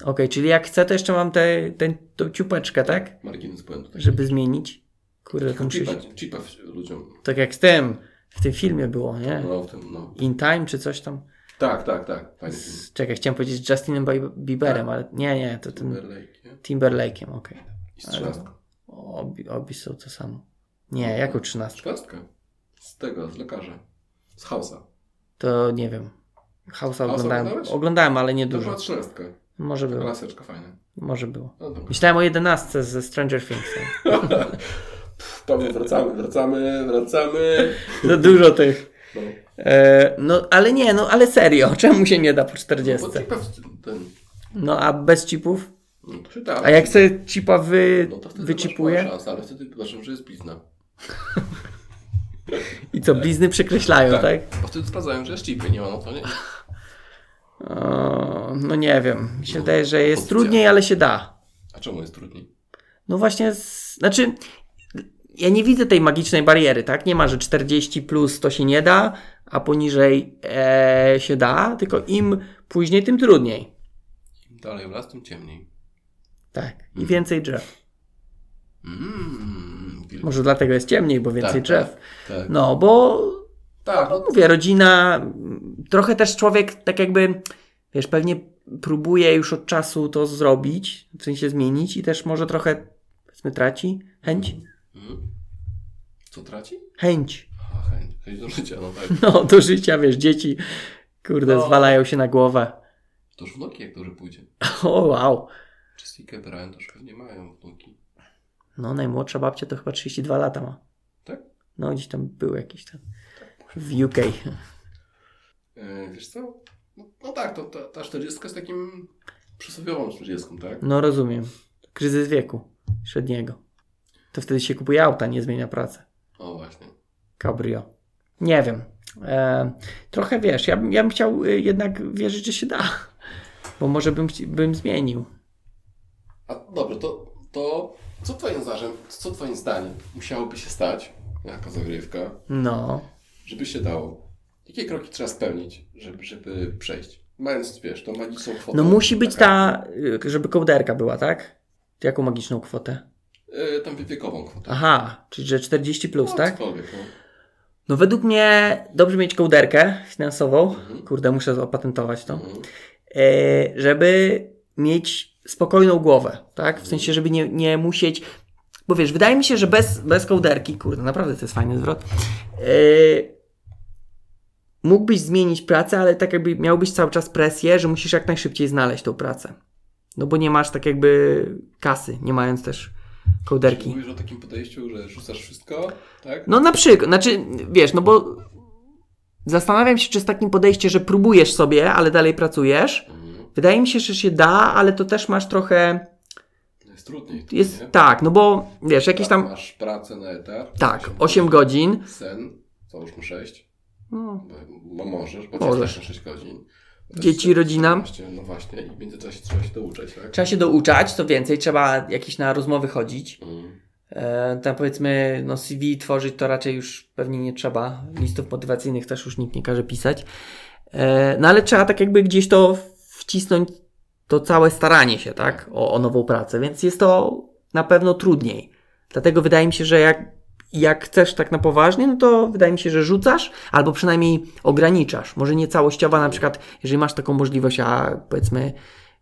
D: Okej, czyli jak chcę, to jeszcze mam tę te, te, tą ciupeczkę, tak?
C: Margines błędu. Taki.
D: Żeby zmienić. Kurde, to muszę
C: Chipa,
D: się...
C: chipa w- ludziom.
D: Tak jak z tym, w tym filmie było, nie?
C: No w tym, no.
D: In Time czy coś tam.
C: Tak, tak, tak. Fajnie.
D: Z, czekaj, chciałem powiedzieć z Justinem Bi-
C: Tak.
D: Bieberem, ale nie, nie, to tym
C: Timberlake, nie?
D: Timberlake'iem, okej.
C: I strzelastka.
D: Obi, obi są to samo. Nie, jako 13?
C: Trzynastkę. Z tego, z lekarza. Z hausa.
D: To nie wiem. House'a oglądałem,
C: oglądałeś?
D: oglądałem, ale nie
C: To była
D: dużo. No.
C: trzynastka.
D: Może
C: Taka
D: było,
C: laseczka fajna.
D: może było.
C: No dobra.
D: Myślałem o 11 ze Stranger Things.
C: Dobra, wracamy, wracamy, wracamy.
D: To dużo tych.
C: No.
D: E, no ale nie, no ale serio, czemu się nie da po 40?
C: No, Bo chipa w ten...
D: No a bez chipów?
C: No to się da.
D: A jak sobie chipa wy,
C: No to wtedy masz
D: wychipuje?
C: małe szanse, ale wtedy uważam, że jest blizna.
D: I co, blizny przekreślają, tak?
C: Bo wtedy sprawdzają, że jest chipy, nie ma no to nie.
D: O, no nie wiem. Mi się
C: No,
D: wydaje, że jest
C: oddział.
D: trudniej, ale się da.
C: A czemu jest trudniej?
D: No właśnie, z, znaczy ja nie widzę tej magicznej bariery, tak? Nie ma, że 40 plus to się nie da, a poniżej e, się da, tylko im później, tym trudniej.
C: Im dalej w las, tym ciemniej.
D: Tak.
C: Mhm.
D: I więcej drzew.
C: Mm, wilk.
D: Może dlatego jest ciemniej, bo więcej
C: Tak,
D: drzew.
C: Tak,
D: No, bo
C: tak. no,
D: mówię, rodzina, mm, trochę też człowiek tak jakby, wiesz, pewnie próbuje już od czasu to zrobić, w sensie zmienić i też może trochę, powiedzmy, traci chęć.
C: Mm. Co traci?
D: Chęć,
C: A, chęć, chęć do życia, no tak.
D: no, do życia, wiesz, dzieci, kurde,
C: No.
D: zwalają się na głowę.
C: To już wnuki jak dobrze pójdzie.
D: O, wow.
C: Czy Stikę Brian to już pewnie mają wnuki.
D: No, najmłodsza babcia to chyba 32 lata ma.
C: Tak?
D: No, gdzieś tam był jakiś tam w UK.
C: E, wiesz co? No, no tak, to, to, ta 40 jest takim przysłowiową 40, tak?
D: No, rozumiem. Kryzys wieku średniego. To wtedy się kupuje auta, nie zmienia pracy.
C: O właśnie.
D: Cabrio. Nie wiem. E, trochę wiesz, ja, bym- ja bym chciał y, jednak wierzyć, że się da. Bo może bym, chci- bym zmienił.
C: A dobrze, to, to co twoim zdaniem, co twoim zdaniem musiałoby się stać, jaka zagrywka,
D: No.
C: żeby się dało? Jakie kroki trzeba spełnić, żeby, żeby przejść? Mając, wiesz, tą magiczną kwotę.
D: No musi być
C: taka-
D: ta, y, żeby kołderka była, tak? Jaką magiczną kwotę?
C: Y, tam wiekową kwotę.
D: Aha, czyli że 40 plus,
C: No,
D: tak?
C: cokolwiek, no.
D: No według mnie dobrze mieć kołderkę finansową.
C: Mhm.
D: Kurde, muszę opatentować to.
C: Mhm.
D: E, żeby mieć spokojną głowę, tak? W sensie, żeby nie, nie musieć. Bo wiesz, wydaje mi się, że bez, bez kołderki, kurde, naprawdę to jest fajny zwrot. E, mógłbyś zmienić pracę, ale tak jakby miałbyś cały czas presję, że musisz jak najszybciej znaleźć tą pracę. No bo nie masz tak jakby kasy, nie mając też
C: Czyli
D: kołderki.
C: Mówisz o takim podejściu, że rzucasz wszystko, tak?
D: No na przykład, znaczy, wiesz, no bo zastanawiam się, czy z takim podejściem, że próbujesz sobie, ale dalej pracujesz.
C: Mhm.
D: Wydaje mi się, że się da, ale to też masz trochę.
C: Jest trudniej. tu,
D: Jest
C: nie?
D: tak, no bo wiesz, jakieś
C: Tak,
D: tam.
C: Masz pracę na etat.
D: Tak, 8 godzin.
C: Sen, załóżmy 6.
D: No,
C: Bo, bo możesz, bo
D: Możesz.
C: możesz. 6 godzin. Też
D: Dzieci,
C: tak,
D: rodzina.
C: Właśnie, no właśnie, i w międzyczasie trzeba się douczać, tak?
D: Trzeba się douczać, co więcej, trzeba jakieś na rozmowy chodzić.
C: Mm.
D: E, tam powiedzmy, no CV tworzyć to raczej już pewnie nie trzeba. Listów motywacyjnych też już nikt nie każe pisać. E, no ale trzeba tak jakby gdzieś to wcisnąć, to całe staranie się, tak, o, o nową pracę, więc jest to na pewno trudniej. Dlatego wydaje mi się, że jak, jak chcesz tak na poważnie, no to wydaje mi się, że rzucasz albo przynajmniej ograniczasz. Może nie całościowa, na przykład, jeżeli masz taką możliwość, a powiedzmy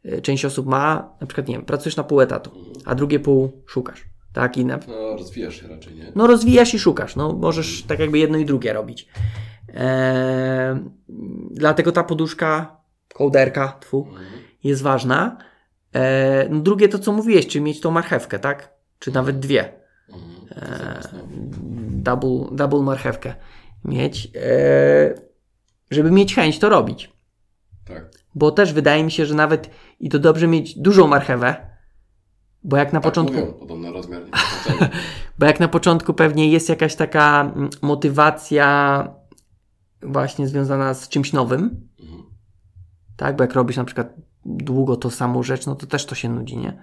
D: y, część osób ma, na przykład, nie wiem, pracujesz na pół etatu, a drugie pół szukasz, tak, i na,
C: mm. No, rozwijasz się raczej, nie?
D: no rozwijasz i szukasz. No możesz tak jakby jedno i drugie robić. Eee, dlatego ta poduszka, kołderka, tfu,
C: Mhm.
D: jest ważna. Eee, no drugie to, co mówiłeś, czy mieć tą marchewkę, tak? Czy nawet dwie.
C: Mhm.
D: Eee,
C: Zamiast, no.
D: double, double marchewkę mieć. Eee, żeby mieć chęć to robić.
C: Tak.
D: Bo też wydaje mi się, że nawet i to dobrze mieć dużą marchewę, bo jak na
C: tak
D: początku...
C: Mówią, podobno rozmiar nie znaczenia.
D: Bo jak na początku pewnie jest jakaś taka mm, motywacja właśnie związana z czymś nowym,
C: Mhm.
D: tak? Bo jak robisz na przykład długo tą samą rzecz, no to też to się nudzi, nie?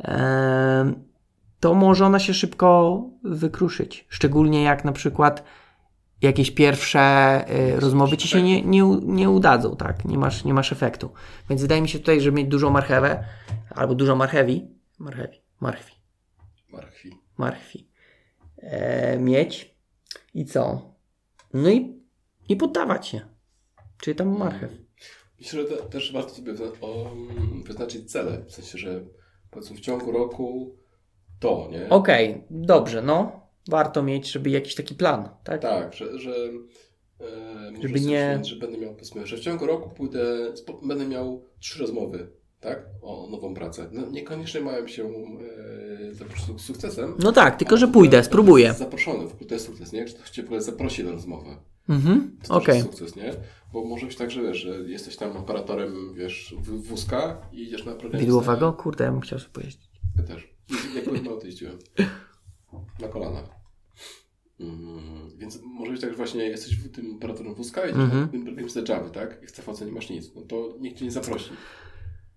C: Mhm.
D: Em, To może ona się szybko wykruszyć. Szczególnie jak na przykład jakieś pierwsze y, rozmowy ci się nie, nie, u- nie udadzą, tak? Nie masz, nie masz efektu. Więc wydaje mi się tutaj, żeby mieć dużą marchewę albo dużo marchewi, marchewi, marchwi,
C: Marchwi.
D: marchwi e, mieć i co? No i nie poddawać się. Czyli tam marchew.
C: Mm. Myślę, że te, też warto sobie wza- o, mm, wyznaczyć cele. W sensie, że powiedzmy w ciągu roku to, nie?
D: Okej, dobrze, no. Warto mieć, żeby jakiś taki plan, tak?
C: Tak, że, że e, muszę
D: Żeby
C: sobie
D: nie-
C: przyjąć, że będę miał powiedzmy, że w ciągu roku pójdę, spo, będę miał trzy rozmowy, tak? O nową pracę. No, niekoniecznie mają się e, zaprosić z sukcesem.
D: No tak, tylko
C: ale
D: że
C: w ogóle
D: pójdę,
C: będę
D: spróbuję.
C: Zaproszony, w ogóle to jest sukces, nie? Czy ktoś cię w ogóle zaprosi na rozmowę.
D: Mhm,
C: To też
D: okej.
C: jest sukces, nie? Bo może być tak, że wiesz, że jesteś tam operatorem, wiesz, w- wózka i idziesz na program.
D: Widłowego? Kurde, ja bym chciał sobie pojeździć.
C: Ja też. Jak byłem mały, to jeździłem. Na kolanach. Mm, więc może być tak, że właśnie jesteś w- tym operatorem wózka i
D: Mhm.
C: mm-hmm. tym z Java, tak? I w CFOC nie masz nic. No to nikt cię nie zaprosi.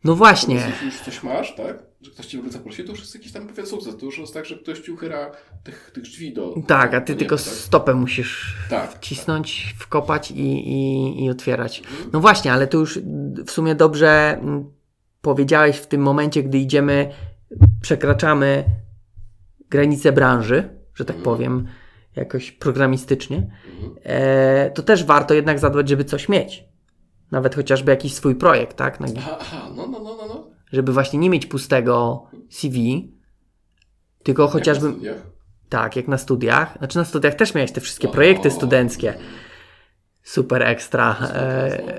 D: No właśnie.
C: Jeśli już coś masz, tak? Że ktoś cię w ogóle zaprosi, to już jest jakiś tam pewien sukces. To już jest tak, że ktoś ci uchyla tych, tych drzwi do.
D: Tak, a
C: do
D: ty
C: nieba,
D: tylko
C: tak?
D: stopę musisz
C: Tak,
D: wcisnąć, wkopać i, i, i otwierać. No właśnie, ale tu już w sumie dobrze mm, powiedziałeś w tym momencie, gdy idziemy, przekraczamy granice branży, że tak
C: Mhm.
D: powiem, jakoś programistycznie,
C: Mhm.
D: e, to też warto jednak zadbać, żeby coś mieć. Nawet chociażby jakiś swój projekt, tak? Na,
C: Aha, aha, no, no, no, no. no.
D: żeby właśnie nie mieć pustego CV, tylko chociażby.
C: Jak na studiach.
D: Tak, jak na studiach. Znaczy na studiach też miałeś te wszystkie
C: O,
D: projekty
C: o, o.
D: studenckie. Super ekstra.
C: Super,
D: E,
C: no.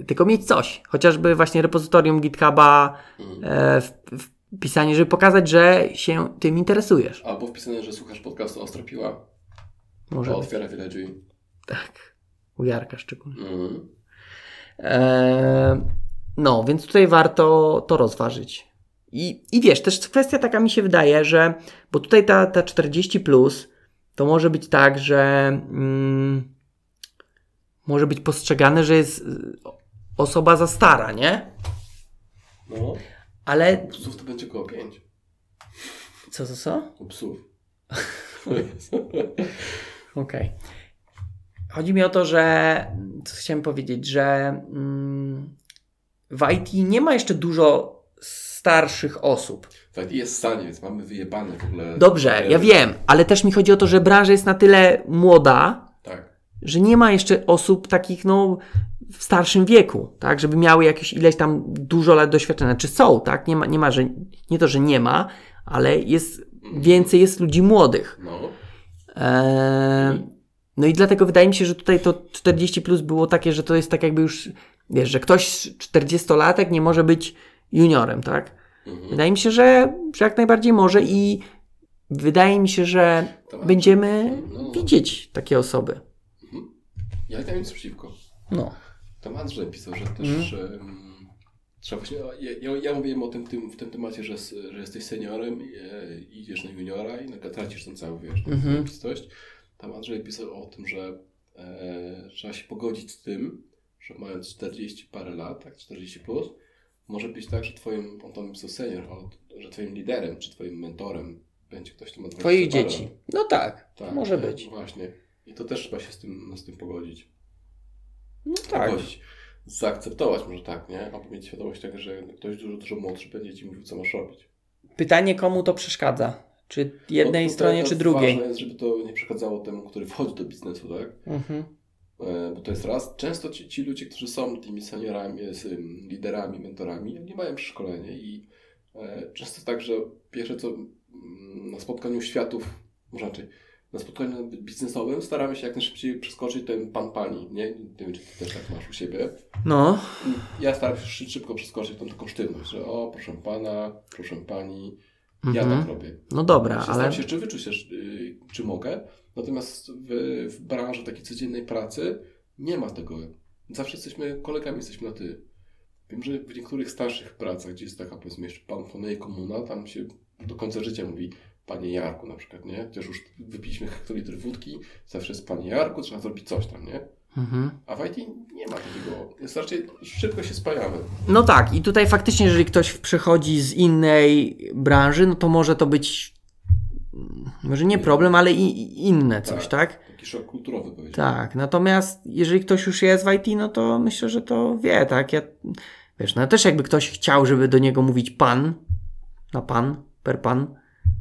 D: e, tylko mieć coś. Chociażby właśnie repozytorium GitHuba,
C: Mhm.
D: e, w, wpisanie, żeby pokazać, że się tym interesujesz.
C: Albo wpisane, że słuchasz podcastu Ostra Piła,
D: Może
C: to
D: być.
C: otwiera wiele drzwi.
D: Tak. U Jarka szczególnie.
C: Mhm.
D: E, no, więc tutaj warto to rozważyć. I, I wiesz, też kwestia taka mi się wydaje, że bo tutaj ta, ta 40 plus to może być tak, że mm, może być postrzegane, że jest y, osoba za stara, nie?
C: No,
D: Ale
C: u psów to będzie koło 5.
D: co, co, co?
C: U psów.
D: Okej. Chodzi mi o to, że co chciałem powiedzieć, że mm, w IT nie ma jeszcze dużo starszych osób.
C: Fakt, Tak, jest sanie, więc mamy wyjebane w ogóle.
D: Dobrze, ja
C: Ery.
D: wiem, ale też mi chodzi o to, że branża jest na tyle młoda,
C: Tak.
D: że nie ma jeszcze osób takich, no, w starszym wieku, tak, żeby miały jakieś ileś tam dużo lat doświadczenia. Czy są, tak? Nie ma, nie ma, że nie to, że nie ma, ale jest
C: Mhm.
D: więcej jest ludzi młodych.
C: No.
D: Eee, no i dlatego wydaje mi się, że tutaj to 40 plus było takie, że to jest tak jakby już, wiesz, że ktoś 40-latek nie może być juniorem, tak?
C: Mhm.
D: Wydaje mi się, że, że jak najbardziej może i wydaje mi się, że
C: Tak.
D: będziemy
C: No.
D: widzieć takie osoby.
C: Ja nie mam nic przeciwko.
D: No.
C: Tam Andrzej pisał, że też
D: Mhm.
C: że, mm, trzeba właśnie. Ja, ja, ja mówiłem o tym, tym w tym temacie, że, s- że jesteś seniorem, e, idziesz na juniora i nagle tracisz ten cały wiesz, tą
D: Mhm.
C: rzeczywistość. Tam Andrzej pisał o tym, że e, trzeba się pogodzić z tym, że mając 40 parę lat, tak, 40 plus, może być tak, że twoim, on tam pisał senior, ale że twoim liderem czy twoim mentorem będzie ktoś, kto ma 20
D: Twoich
C: parę
D: dzieci.
C: lat.
D: No tak,
C: Tak,
D: może
C: e,
D: być.
C: Właśnie. I to też trzeba się z tym, z tym pogodzić
D: No tak.
C: pogodzić. Zaakceptować może tak, nie? Albo mieć świadomość tego, że ktoś dużo, dużo młodszy będzie ci mówił, co masz robić.
D: Pytanie, komu to przeszkadza? Czy
C: No
D: jednej
C: tutaj
D: stronie,
C: to
D: czy drugiej?
C: Ważne jest, żeby to nie przeszkadzało temu, który wchodzi do biznesu, tak?
D: Mhm.
C: E, Bo to jest raz. Często ci, ci ludzie, którzy są tymi seniorami, e, z, ym, liderami, mentorami, oni mają przeszkolenie i e, często tak, że pierwsze co mm, na spotkaniu światów, może raczej na spotkaniu biznesowym staramy się jak najszybciej przeskoczyć ten pan pani, nie? Nie wiem, czy ty też tak masz u siebie.
D: No,
C: Ja staram się szy- szybko przeskoczyć tą taką sztywność, że o, proszę pana, proszę pani, ja
D: Mhm.
C: tak robię.
D: no dobra,
C: Staram
D: ale
C: się czy wyczuć też, y, czy mogę. Natomiast w, w branży takiej codziennej pracy nie ma tego. Zawsze jesteśmy kolegami, jesteśmy na ty. Wiem, że w niektórych starszych pracach, gdzie jest taka powiedzmy jeszcze pan Fonej Komuna, tam się do końca życia mówi panie Jarku na przykład, nie? Chociaż już wypiliśmy hektolitr wódki, zawsze jest panie Jarku, trzeba zrobić coś tam, nie?
D: mhm.
C: A w IT nie ma takiego. Jest raczej szybko się spajamy.
D: no tak. I tutaj faktycznie, jeżeli ktoś przychodzi z innej branży, no to może to być mm, może nie problem, ale i, i inne coś, tak?
C: Taki szok kulturowy powiedział.
D: Tak, natomiast jeżeli ktoś już jest w IT, no to myślę, że to wie, tak? Ja, wiesz, no też jakby ktoś chciał, żeby do niego mówić pan, na pan, per pan,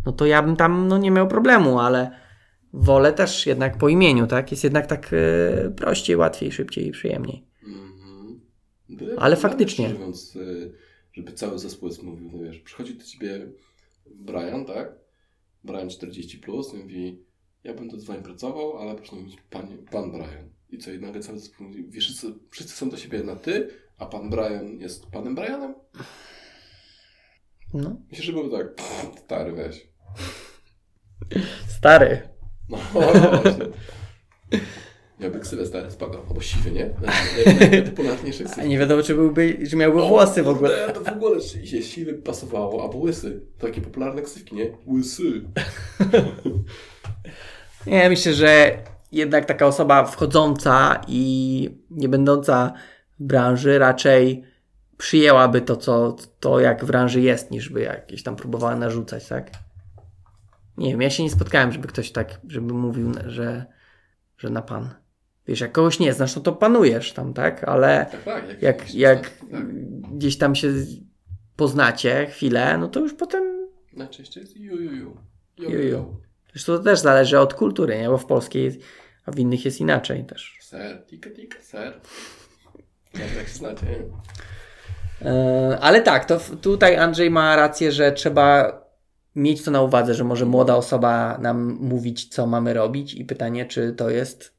D: no to ja bym tam no, nie miał problemu, ale wolę też jednak po imieniu, tak? Jest jednak tak e, prościej, łatwiej, szybciej i przyjemniej.
C: Mhm. Byłem
D: Ale
C: podobny,
D: faktycznie.
C: szczerze Mówiąc, y, żeby cały zespół jest mówił, no wiesz, przychodzi do ciebie Brian, tak? Brian 40 plus, i mówi, ja będę z wami pracował, ale proszę mówić panie, pan Brian. I co, i nagle cały zespół mówi, wiesz, wszyscy, wszyscy są do siebie na ty, a pan Brian jest panem Brianem?
D: No.
C: Myślę, że byłby tak, pff, stary weź.
D: Stary.
C: No właśnie. Miałby ksywę stary spadał, albo siwy, nie? Najpopularniejsze ksywy.
D: A nie wiadomo, czy byłby, że miałby
C: O,
D: włosy w
C: kurde,
D: ogóle.
C: To w ogóle się- się siwy pasowało, albo łysy. Takie popularne ksywki, nie? Łysy.
D: Nie, myślę, że jednak taka osoba wchodząca i nie będąca w branży raczej przyjęłaby to, co, to jak w ranży jest, niż by jakieś tam próbowała narzucać, tak? Nie wiem, ja się nie spotkałem, żeby ktoś tak, żeby mówił, że, że na pan. Wiesz, jak kogoś nie znasz, no to panujesz tam, tak? Ale
C: Tak, tak. Jak,
D: jak, jak
C: tak.
D: gdzieś tam się poznacie chwilę, no to już potem
C: Najczęściej jest ju, ju, ju. Ju,
D: Ju,
C: ju,
D: ju.
C: ju.
D: Zresztą to też zależy od kultury, nie? Bo w polskiej, jest- a w innych jest inaczej też.
C: Ser, tika, tika, ser. Tak, tak się znacie. nie?
D: E, ale tak, to w, tutaj Andrzej ma rację, że trzeba mieć to na uwadze, że może młoda osoba nam mówić, co mamy robić i pytanie, czy to jest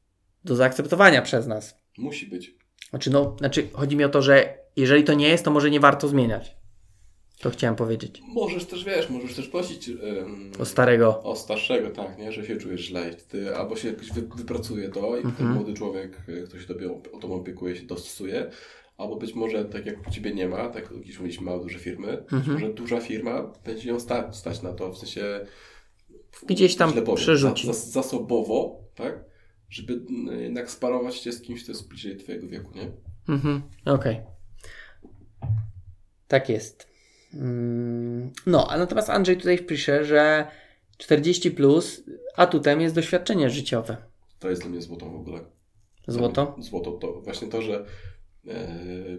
D: do zaakceptowania przez nas.
C: Musi być.
D: Znaczy, no, znaczy chodzi mi o to, że jeżeli to nie jest, to może nie warto zmieniać. To chciałem powiedzieć.
C: Możesz też, wiesz, możesz też prosić em,
D: O starego.
C: o starszego, tak, nie? Że się czujesz źle i ty, albo się jakoś wy, wypracuje to i ten
D: Mhm.
C: młody człowiek, y, kto się tobie op- o to opiekuje, się dostosuje. Albo być może, tak jak u ciebie nie ma, tak jak mówiliśmy, małe, duże firmy,
D: Mhm.
C: że duża firma będzie ją sta- stać na to, w sensie
D: Gdzieś tam
C: źle powiem,
D: przerzuci.
C: za- za- zasobowo, tak? Żeby y, jednak sparować się z kimś, kto jest bliżej twojego wieku, nie?
D: Mhm, okej. Tak jest. Mm, No, a natomiast Andrzej tutaj pisze, że 40 plus atutem jest doświadczenie życiowe.
C: To jest dla mnie złoto w ogóle.
D: Złoto.
C: Złoto to właśnie to, że e,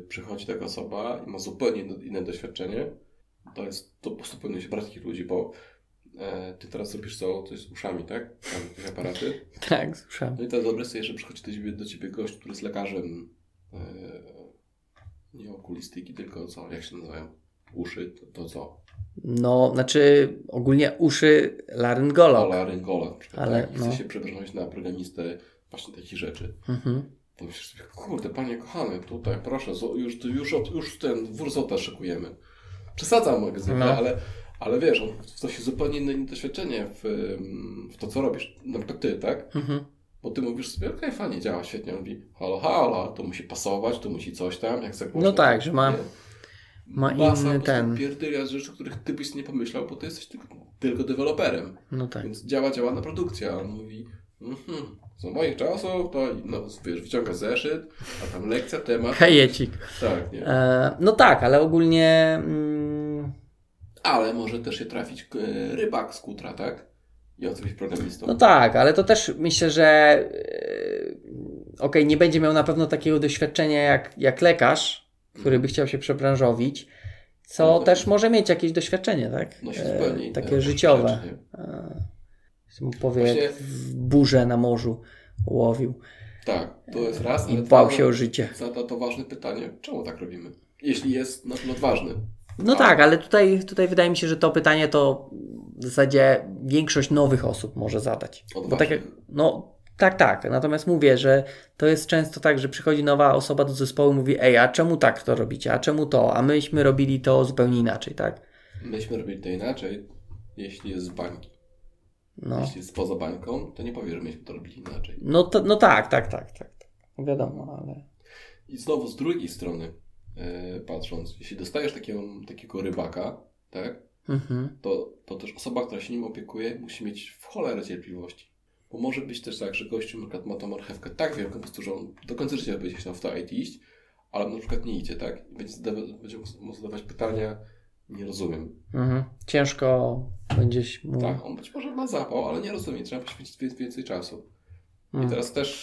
C: przychodzi taka osoba i ma zupełnie inne, inne doświadczenie, to jest to po prostu powinno się brać takich ludzi, bo e, ty teraz robisz co, coś z uszami, tak? Tam jakieś aparaty.
D: Tak, słyszałem.
C: No i teraz wyobraź sobie, że przychodzi do ciebie, do ciebie gość, który jest lekarzem e, nie okulistyki, tylko co, jak się nazywają? Uszy, to, to co?
D: No, znaczy ogólnie uszy laryngolog.
C: Olaryngola na przykład,
D: Ale,
C: Ale, tak? I chce
D: no.
C: się przebrnąć na programistę właśnie takich rzeczy.
D: Mhm.
C: To myślisz sobie, kurde, panie kochany, tutaj, proszę, zo- już, tu- już, od- już ten wór zota szykujemy. Przesadzam jak zwykle,
D: No.
C: ale, ale wiesz, on- w to się zupełnie inne doświadczenie w, ym, w to, co robisz. Na przykład ty, tak?
D: Mhm.
C: Bo ty mówisz sobie, okej, fajnie, działa, świetnie. On mówi, halo, halo, to musi pasować, to musi coś tam, jak zagłośno.
D: No tak, że ma- ma inny ten.
C: Pierdylia z rzeczy, których ty byś nie pomyślał, bo ty jesteś tylko, tylko deweloperem.
D: No tak.
C: Więc działa, działa na produkcja. On mówi, mhm, za moich czasów to, no, wiesz, wyciąga zeszyt, a tam lekcja, temat.
D: Kajecik.
C: Tak, nie.
D: E, no tak, ale ogólnie. Mm,
C: Ale może też się trafić e, rybak z kutra, tak? I on chce być programistą.
D: No tak, ale to też myślę, że yy, okej, nie będzie miał na pewno takiego doświadczenia jak, jak lekarz, który by chciał się przebranżowić, co
C: No tak.
D: też może mieć jakieś doświadczenie, tak?
C: No się
D: E,
C: zupełnie inne
D: takie życiowe.
C: rzeczy, nie?
D: E, mu powie,
C: Właśnie-
D: jak w burzę na morzu łowił
C: Tak, to jest raz.
D: i
C: ale
D: bał
C: dwa,
D: się o życie.
C: Zada to ważne pytanie, czemu tak robimy? Jeśli jest na przykład ważny.
D: No
C: A-
D: tak, ale tutaj, tutaj wydaje mi się, że to pytanie to w zasadzie większość nowych osób może zadać. Bo tak, jak,
C: Odważnych.
D: no tak, tak. Natomiast mówię, że to jest często tak, że przychodzi nowa osoba do zespołu i mówi, ej, a czemu tak to robicie, a czemu to, a myśmy robili to zupełnie inaczej, tak?
C: Myśmy robili to inaczej, jeśli jest z bańki.
D: No,
C: Jeśli jest poza bańką, to nie powiesz, że myśmy to robili inaczej.
D: no, to, no tak, tak, tak, tak. tak. No Wiadomo, ale...
C: I znowu z drugiej strony, e, patrząc, jeśli dostajesz takiego, takiego rybaka, tak,
D: Mhm.
C: to, to też osoba, która się nim opiekuje, musi mieć w cholerę cierpliwości. Bo może być też tak, że gościu na przykład ma tą marchewkę tak wielką, po prostu, że on do końca życia będzie chciał w to IT iść, ale na przykład nie idzie, tak? I Będzie, zadawa- będzie mógł zadawać pytania, nie rozumiem.
D: Mhm. Ciężko będzieś mu...
C: Tak, on być może ma zapał, ale nie rozumie, trzeba poświęcić więcej, więcej czasu. I
D: Mm.
C: teraz też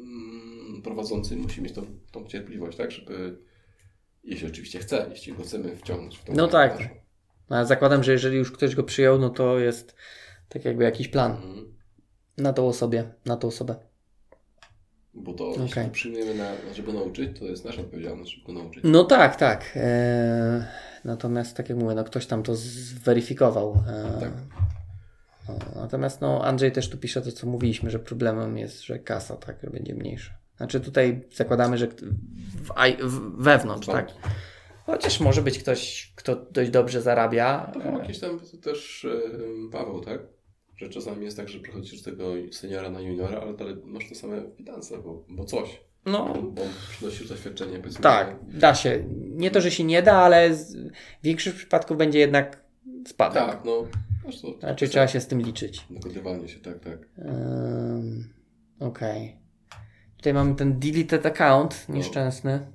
C: mm, prowadzący musi mieć tą, tą cierpliwość, tak? Żeby, jeśli oczywiście chce, jeśli go chcemy wciągnąć w tą
D: No tak.
C: naszą.
D: No, ale zakładam, że jeżeli już ktoś go przyjął, no to jest tak jakby jakiś plan
C: Mhm.
D: na tą osobę, na tą osobę.
C: Bo to, jeśli
D: Okej.
C: to przyjmiemy, na, żeby nauczyć, to jest nasza odpowiedzialność, żeby go nauczyć.
D: No tak, tak. Eee, natomiast tak jak mówię, no ktoś tam to zweryfikował. Eee,
C: Tak.
D: no, natomiast no Andrzej też tu pisze to, co mówiliśmy, że problemem jest, że kasa tak że będzie mniejsza. Znaczy tutaj zakładamy, że kt- w, aj- w, wewnątrz, tak. Chociaż może być ktoś, kto dość dobrze zarabia.
C: To chyba jakieś tam też em, Paweł, tak? Że czasami jest tak, że przechodzisz z tego seniora na juniora, ale dalej masz te same finanse, bo, bo coś.
D: No,
C: Bo, bo przynosisz doświadczenie. powiedzmy,
D: tak, da się. Nie to, że się nie da, ale z, w większość przypadków będzie jednak
C: że-
D: spadek.
C: Tak, no. Zresztą,
D: Raczej Znaczy, trzeba się z tym liczyć.
C: Dogadywanie się, tak, tak.
D: Um, Okej. Tutaj mamy ten deleted account nieszczęsny.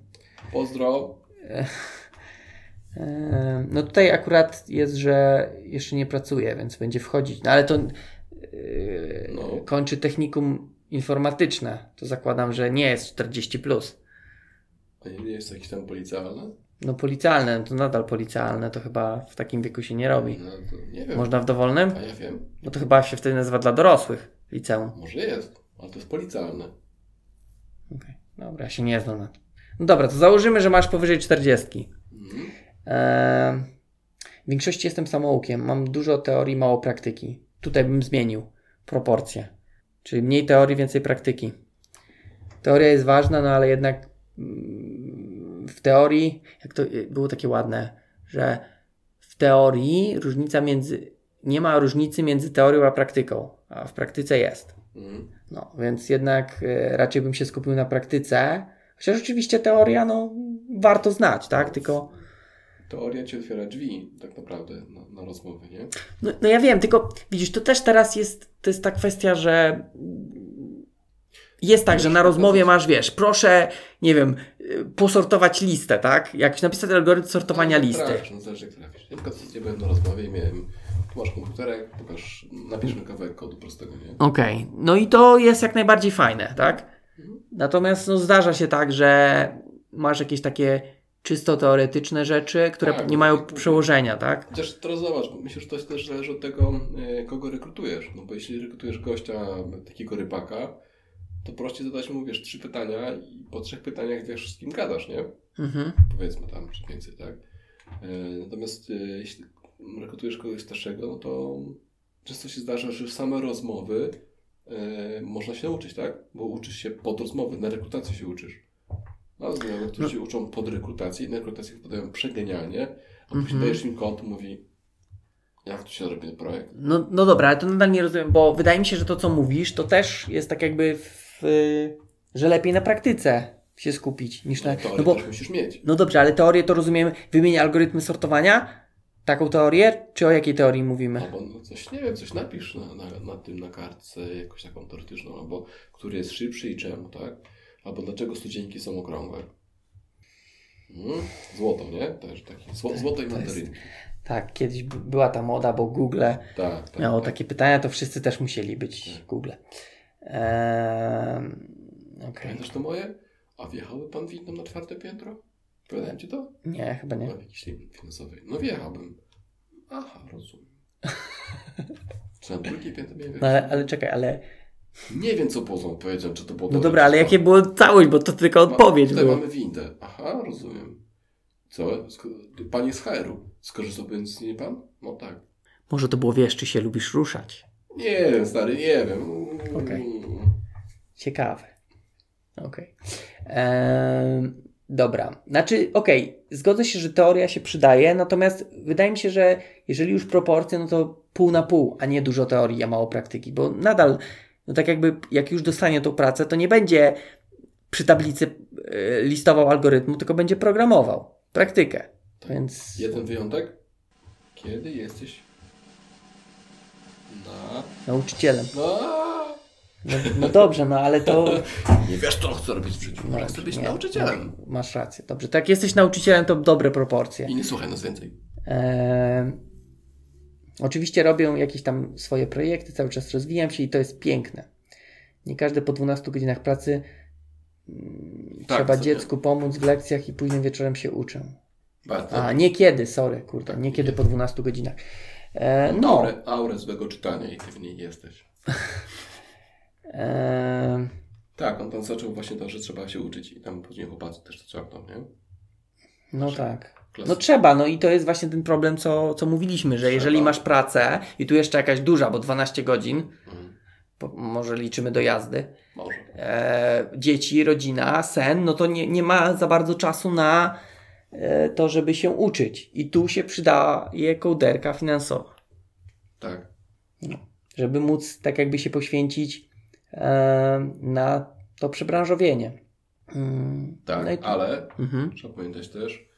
C: Pozdro.
D: E, No tutaj akurat jest, że jeszcze nie pracuje, więc będzie wchodzić. No ale to e,
C: No.
D: kończy technikum informatyczne. To zakładam, że nie jest 40 plus.
C: A nie nie jest jakiś tam policjalny?
D: No policjalne, no to nadal policjalne, to chyba w takim wieku się nie robi.
C: No, to nie wiem.
D: Można w dowolnym?
C: A ja wiem.
D: No to chyba się wtedy nazywa dla dorosłych liceum.
C: Może jest, ale to jest policjalne.
D: Okej. Dobra, ja się nie znam na tym. No dobra, to założymy, że masz powyżej 40.
C: Mhm.
D: Eee, w większości jestem samoukiem. Mam dużo teorii, mało praktyki. Tutaj bym zmienił proporcje. Czyli mniej teorii, więcej praktyki. Teoria jest ważna, no ale jednak mm, w teorii, jak to y, było takie ładne, że w teorii różnica między, nie ma różnicy między teorią a praktyką, a w praktyce jest.
C: Mhm.
D: No, więc jednak y, raczej bym się skupił na praktyce, chociaż oczywiście teoria, no, warto znać, tak? Tylko
C: Teoria ci otwiera drzwi tak naprawdę na, na rozmowy, nie?
D: No, no ja wiem, tylko widzisz, to też teraz jest, to jest ta kwestia, że jest tak, że na rozmowie masz, wiesz, proszę, nie wiem, y, posortować listę, tak? Jakoś napisać algorytm sortowania
C: Ale
D: listy.
C: Trafisz, no zależy jak trafisz. Ja na przykład z- ja byłem na rozmowie i miałem, tu masz komputerek, pokaż, napisz mi kawałek kodu prostego, nie?
D: Okej, no i to jest jak najbardziej fajne, tak? Natomiast no, zdarza się tak, że masz jakieś takie czysto teoretyczne rzeczy, które
C: Tak,
D: nie mają
C: tak.
D: przełożenia, tak?
C: Chociaż teraz zobacz, bo myślę, że to jest też zależy od tego, e, kogo rekrutujesz. No bo jeśli rekrutujesz gościa, takiego rybaka, to prościej zadać mu, wiesz, trzy pytania i po trzech pytaniach wiesz, z kim gadasz, nie?
D: Mhm.
C: Powiedzmy tam, czy więcej, tak? E, Natomiast e, jeśli rekrutujesz kogoś starszego, no to często się zdarza, że same rozmowy e, można się nauczyć, tak? Bo uczysz się pod rozmowy, na rekrutacji się uczysz. A znajomy,
D: No.
C: którzy się uczą pod rekrutacji, na rekrutację wypadają przegenialnie, a później
D: Mhm.
C: dajesz im kod, mówi jak tu się robi ten projekt.
D: No, no dobra, ale to nadal nie rozumiem, bo wydaje mi się, że to, co mówisz, to też jest tak jakby, w, y, że lepiej na praktyce się skupić niż na...
C: No, to
D: No, bo,
C: też musisz mieć.
D: no dobrze, ale teorię to rozumiemy, wymień algorytmy sortowania, taką teorię, czy o jakiej teorii mówimy?
C: Albo no coś, nie wiem, coś napisz na, na, na tym, na kartce, jakąś taką teoretyczną, albo który jest szybszy i czemu, tak? Albo dlaczego studzienki są okrągłe. Mm? Złoto, nie? Też taki. Zło, złoto i
D: to jest-
C: mandarynki.
D: Tak, kiedyś b- była ta moda, bo Google
C: Tak, tak.
D: miało
C: tak.
D: takie pytania, to wszyscy też musieli być Google. Ehm, Okej,
C: Pamiętasz to moje? A wjechałby pan windą na czwarte piętro? Powiadałem ci to?
D: nie, chyba nie.
C: Chyba w jakiejś linii finansowej. No wjechałbym. Aha, rozumiem. Czy na drugie piętro miałem
D: No, ale,
C: wjechać?
D: ale czekaj, ale...
C: Nie wiem, co pozą powiedziałem, czy to było
D: No
C: dobre,
D: dobra,
C: czy
D: ale
C: złe.
D: jakie było całość, bo to tylko odpowiedź
C: Tutaj
D: była.
C: mamy windę. Aha, rozumiem. Co? Sk- Pan jest z HR-u. Skorzystałby z niej pan? No tak.
D: Może to było, wiesz, czy się lubisz ruszać.
C: Nie wiem, stary, nie wiem. Mm.
D: Okej. Ciekawe. Okej. Em, Dobra. Znaczy, okej, zgodzę się, że teoria się przydaje, natomiast wydaje mi się, że jeżeli już proporcje, no to pół na pół, a nie dużo teorii, a mało praktyki, bo nadal, no tak jakby, jak już dostanie tą pracę, to nie będzie przy tablicy e, listował algorytmu, tylko będzie programował praktykę.
C: Tak.
D: Więc.
C: Jeden wyjątek? Kiedy jesteś na...
D: Nauczycielem.
C: na...
D: No, no dobrze, no ale to.
C: Nie wiesz, co chcę robić w życiu.
D: No,
C: No, chcę być
D: nie,
C: nauczycielem.
D: no, Masz rację, dobrze. Tak, jak jesteś nauczycielem, to dobre proporcje.
C: I nie słuchaj nas więcej.
D: Em, Oczywiście robię jakieś tam swoje projekty, cały czas rozwijam się i to jest piękne. Nie każdy po 12 godzinach pracy mm,
C: Tak,
D: trzeba
C: to-
D: dziecku pomóc w lekcjach i późnym wieczorem się uczę.
C: Bardzo.
D: A, niekiedy, sorry, kurde,
C: Tak,
D: niekiedy
C: niekiedy.
D: po 12 godzinach. E, no,
C: Aurę, aurę złego czytania i ty w niej jesteś.
D: em,
C: Tak, on tam zaczął właśnie to, że trzeba się uczyć i tam później chłopacy też to ciągną, nie?
D: no tak. No
C: Klasyka.
D: trzeba, no i to jest właśnie ten problem, co, co mówiliśmy, że jeżeli
C: Trzeba.
D: masz pracę i tu jeszcze jakaś duża, bo 12 godzin,
C: Mhm.
D: bo może liczymy do jazdy,
C: Może.
D: e, dzieci, rodzina, sen, no to nie, nie ma za bardzo czasu na e, to, żeby się uczyć. I tu się przydaje kołderka finansowa,
C: Tak.
D: żeby móc tak jakby się poświęcić e, na to przebranżowienie. Mm,
C: Tak,
D: no i tu-
C: ale
D: Mhm.
C: trzeba pamiętać też,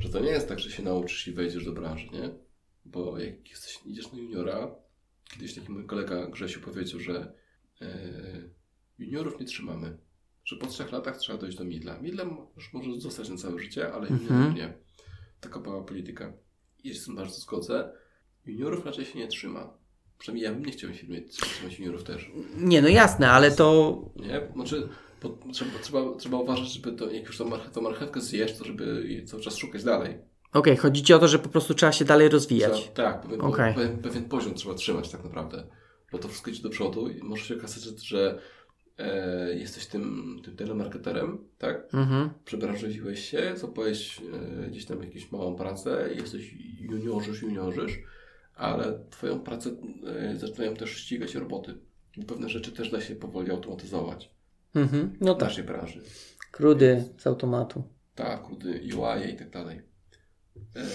C: że to nie jest tak, że się nauczysz i wejdziesz do branży, nie? Bo jak jesteś, idziesz na juniora, kiedyś taki mój kolega Grzesiu powiedział, że e, juniorów nie trzymamy. że po trzech latach trzeba dojść do midla. Midlem już możesz zostać na całe życie, ale
D: Mhm.
C: juniorem nie. Taka była polityka. I z tym bardzo zgodzę. Juniorów raczej się nie trzyma. Przynajmniej ja bym nie chciał się mieć, trzymać juniorów też.
D: Nie, no jasne, ale to
C: Nie? Znaczy, bo, trzeba, trzeba, trzeba uważać, żeby to, jak już tą, marche, tą marchewkę zjesz, to żeby jej cały czas szukać dalej.
D: Okej, chodzi ci o to, że po prostu trzeba się dalej
C: Trzeba,
D: rozwijać.
C: tak, pewien,
D: Okej.
C: pewien, pewien poziom trzeba trzymać tak naprawdę. Bo to wszystko idzie do przodu i może się okazać, że e, jesteś tym, tym telemarketerem, tak?
D: Mhm.
C: Przebranżyłeś się, złapałeś e, gdzieś tam jakąś małą pracę, jesteś juniorzysz, juniorzysz, ale twoją pracę e, zaczynają też ścigać roboty. Bo pewne rzeczy też da się powoli automatyzować
D: Mhm. No
C: w
D: tak.
C: naszej branży.
D: Krudy z automatu.
C: Tak, kudy, UI i tak dalej. Em,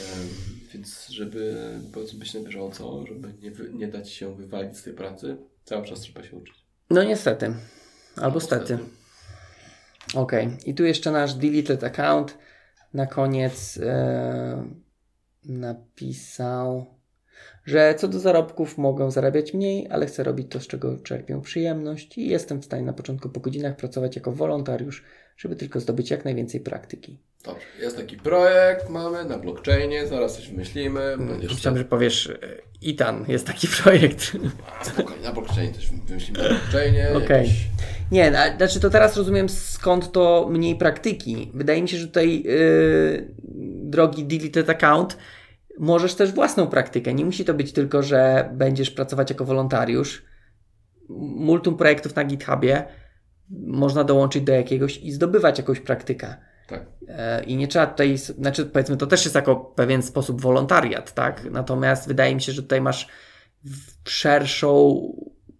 C: Więc żeby powiedzmy być na bieżąco, żeby nie, wy- nie dać się wywalić z tej pracy, cały czas trzeba się uczyć.
D: No niestety. Albo stety. Okej. I tu jeszcze nasz deleted account na koniec e, napisał, że co do zarobków mogę zarabiać mniej, ale chcę robić to, z czego czerpię przyjemność i jestem w stanie na początku po godzinach pracować jako wolontariusz, żeby tylko zdobyć jak najwięcej praktyki.
C: Dobrze, jest taki projekt, mamy na blockchainie, zaraz coś wymyślimy.
D: Mm,
C: Będziesz
D: Myślałem, że powiesz, e, Itan, jest taki projekt.
C: A, spokojnie, na blockchainie coś wymyślimy na blockchainie.
D: Okej.
C: jakiś-
D: Nie, no, ale znaczy to teraz rozumiem skąd to mniej praktyki. Wydaje mi się, że tutaj yy, drogi deleted account możesz też własną praktykę. Nie musi to być tylko, że będziesz pracować jako wolontariusz. Multum projektów na GitHubie można dołączyć do jakiegoś i zdobywać jakąś praktykę.
C: Tak.
D: E, I nie trzeba tutaj, s- znaczy powiedzmy, to też jest jako pewien sposób wolontariat, tak? Natomiast wydaje mi się, że tutaj masz w- szerszą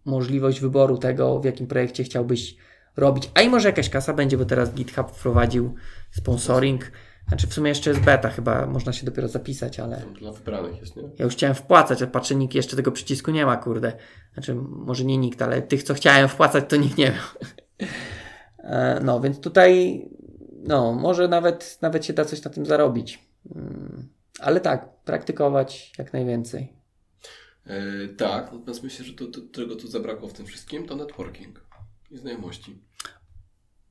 D: możliwość wyboru tego, w jakim projekcie chciałbyś robić. A i może jakaś kasa będzie, bo teraz GitHub wprowadził sponsoring. Znaczy w sumie jeszcze jest beta, chyba można się dopiero zapisać, ale
C: To Dla wybranych jest, nie?
D: ja już chciałem wpłacać, a patrzę, nikt jeszcze tego przycisku nie ma, kurde. Znaczy może nie nikt, ale tych, co chciałem wpłacać, to nikt nie miał. E, No, więc tutaj no, może nawet, nawet się da coś na tym zarobić. Mm, Ale tak, praktykować jak najwięcej.
C: E, tak, natomiast myślę, że to, to, czego tu zabrakło w tym wszystkim, to networking i znajomości.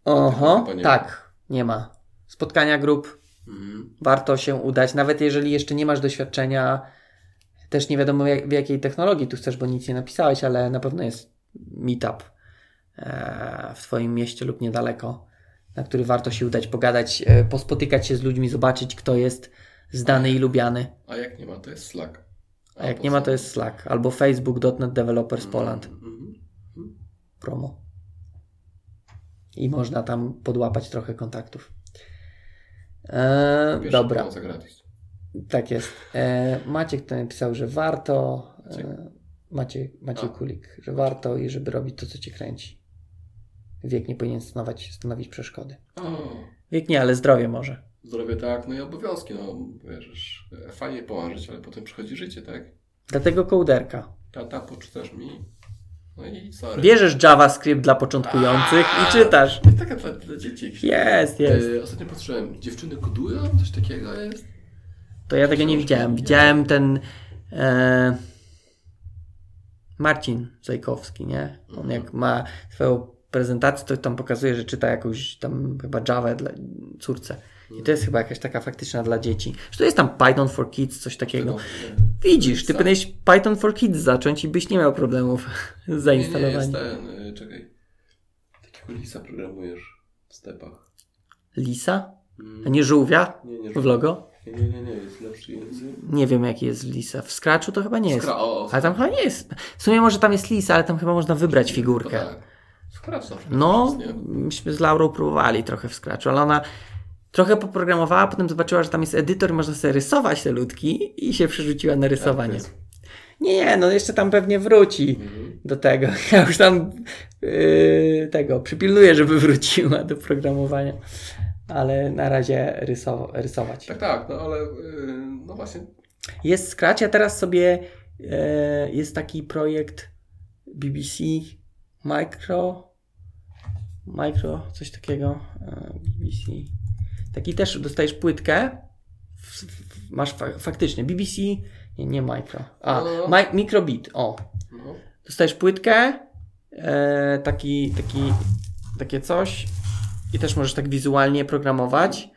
D: Oho,
C: chyba nie
D: tak, nie ma. Spotkania grup,
C: Mhm.
D: warto się udać, nawet jeżeli jeszcze nie masz doświadczenia, też nie wiadomo jak, w jakiej technologii tu chcesz, bo nic nie napisałeś, ale na pewno jest meetup e, w Twoim mieście lub niedaleko, na który warto się udać, pogadać, e, pospotykać się z ludźmi, zobaczyć kto jest znany i lubiany.
C: A jak nie ma, to jest Slack.
D: A jak nie ma, to jest Slack albo facebook.net developers Poland
C: Mhm.
D: promo. I można tam podłapać trochę kontaktów. E,
C: Pierwszy
D: dobra,
C: błąd za gratis.
D: tak jest. E, Maciek to napisał, że warto.
C: Maciek?
D: E, Maciek, Maciek
C: A.
D: Kulik, że warto i żeby robić to, co cię kręci. Wiek nie powinien stanować, stanowić przeszkody.
C: O,
D: Wiek nie, ale zdrowie może.
C: zdrowie tak, no i obowiązki, no wiesz, fajnie pomarzyć, ale potem przychodzi życie, tak?
D: Dlatego kołderka.
C: Tata, poczytasz mi? No i sorry.
D: Bierzesz JavaScript dla początkujących i czytasz.
C: Jest taka dla, dla dzieci.
D: Jest, jest.
C: Yy, ostatnio patrzyłem, dziewczyny kodują, coś takiego jest?
D: To ja tego nie
C: Książki
D: widziałem.
C: nie.
D: Widziałem ten e, Marcin Zajkowski, nie?
C: Mhm.
D: On jak ma swoją prezentację, to tam pokazuje, że czyta jakąś tam chyba Java dla córce. I to jest chyba jakaś taka faktyczna dla dzieci. Czy to jest tam Python for Kids, coś
C: No,
D: takiego? Widzisz, ty
C: Za-
D: powinieneś Python for Kids zacząć i byś nie miał problemów z
C: Nie, nie, jest
D: zainstalowaniem.
C: ten, yy, czekaj. Takiego lisa programujesz w stepach.
D: Lisa?
C: Mm.
D: A nie żółwia?
C: nie, nie,
D: W logo?
C: Nie, nie, nie, nie, jest lepszy język.
D: Nie wiem, jaki jest Lisa. W Scratchu to chyba nie jest.
C: Skra- o, o,
D: Ale tam chyba nie jest. W sumie może tam jest Lisa, ale tam chyba można wybrać figurkę.
C: Tak. Scratch zawsze
D: No,
C: tak jest, nie?
D: myśmy z Laurą próbowali trochę w Scratchu, ale ona trochę poprogramowała, potem zobaczyła, że tam jest edytor i można sobie rysować te ludki i się przerzuciła na rysowanie.
C: Tak, to jest-
D: Nie, nie, no jeszcze tam pewnie wróci
C: Mhm.
D: do tego. Ja już tam yy, tego przypilnuję, żeby wróciła do programowania, ale na razie rysow- rysować.
C: Tak, tak, no ale yy, no właśnie,
D: Jest Scratch, a teraz sobie e, jest taki projekt BBC Micro, Micro, coś takiego, e, BBC. Taki też dostajesz płytkę, w, w, masz fa- faktycznie BBC, nie, nie Micro, a
C: No, no, no.
D: mi, Microbit, o.
C: no,
D: Dostajesz płytkę, e, taki, taki, takie coś i też możesz tak wizualnie programować.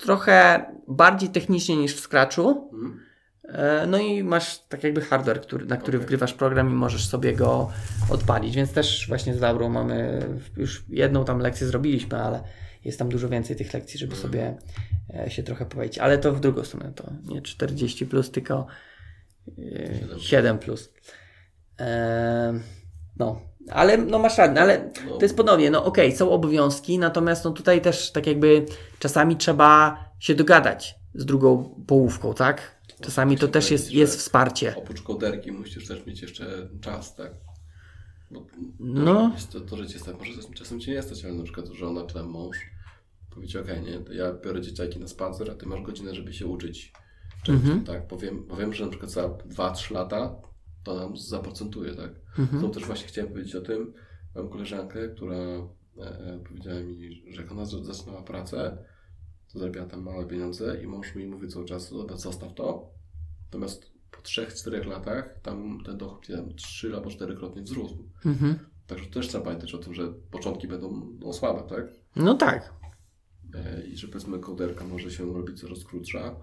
D: Trochę bardziej technicznie niż w Scratchu.
C: Mhm.
D: E, No i masz tak jakby hardware, który, na który
C: Okej.
D: wgrywasz program i możesz sobie go odpalić, więc też właśnie z Laurą mamy, już jedną tam lekcję zrobiliśmy, ale jest tam dużo więcej tych lekcji, żeby
C: Mhm.
D: sobie e, się trochę powiedzieć, ale to w drugą stronę, to nie 40 plus, tylko
C: Siedem.
D: 7, 7 plus. E, No, ale no masz radę, ale
C: No.
D: to jest podobnie, no okej, są obowiązki, natomiast no tutaj też tak jakby czasami trzeba się dogadać z drugą połówką, tak? Czasami to
C: Chciałem
D: też jest,
C: powiedzieć,
D: jest
C: że
D: wsparcie.
C: Oprócz koderki musisz też mieć jeszcze czas, tak? Bo
D: No.
C: To, że- to, to że cię stać, może czasem- czasem cię nie stać, ale na przykład żona czy tam mąż powiedzieć, okej, nie, to ja biorę dzieciaki na spacer, a ty masz godzinę, żeby się uczyć.
D: Mhm,
C: Tak, powiem, powiem że na przykład za 2-3 lata to nam zaprocentuje, tak?
D: mhm.
C: No też właśnie chciałem powiedzieć o tym. Mam koleżankę, która e, e, powiedziała mi, że jak ona z- zaczynała pracę, to zarabiała tam małe pieniądze i mąż mi mówi cały czas, "No dobra, zostaw to. Natomiast po 3-4 latach tam ten dochód nie wiem, 3 albo 4 krotnie wzrósł.
D: Mhm.
C: Także też trzeba pamiętać o tym, że początki będą no, słabe, tak?
D: No tak.
C: E, i że powiedzmy kołderka może się robić coraz krótsza.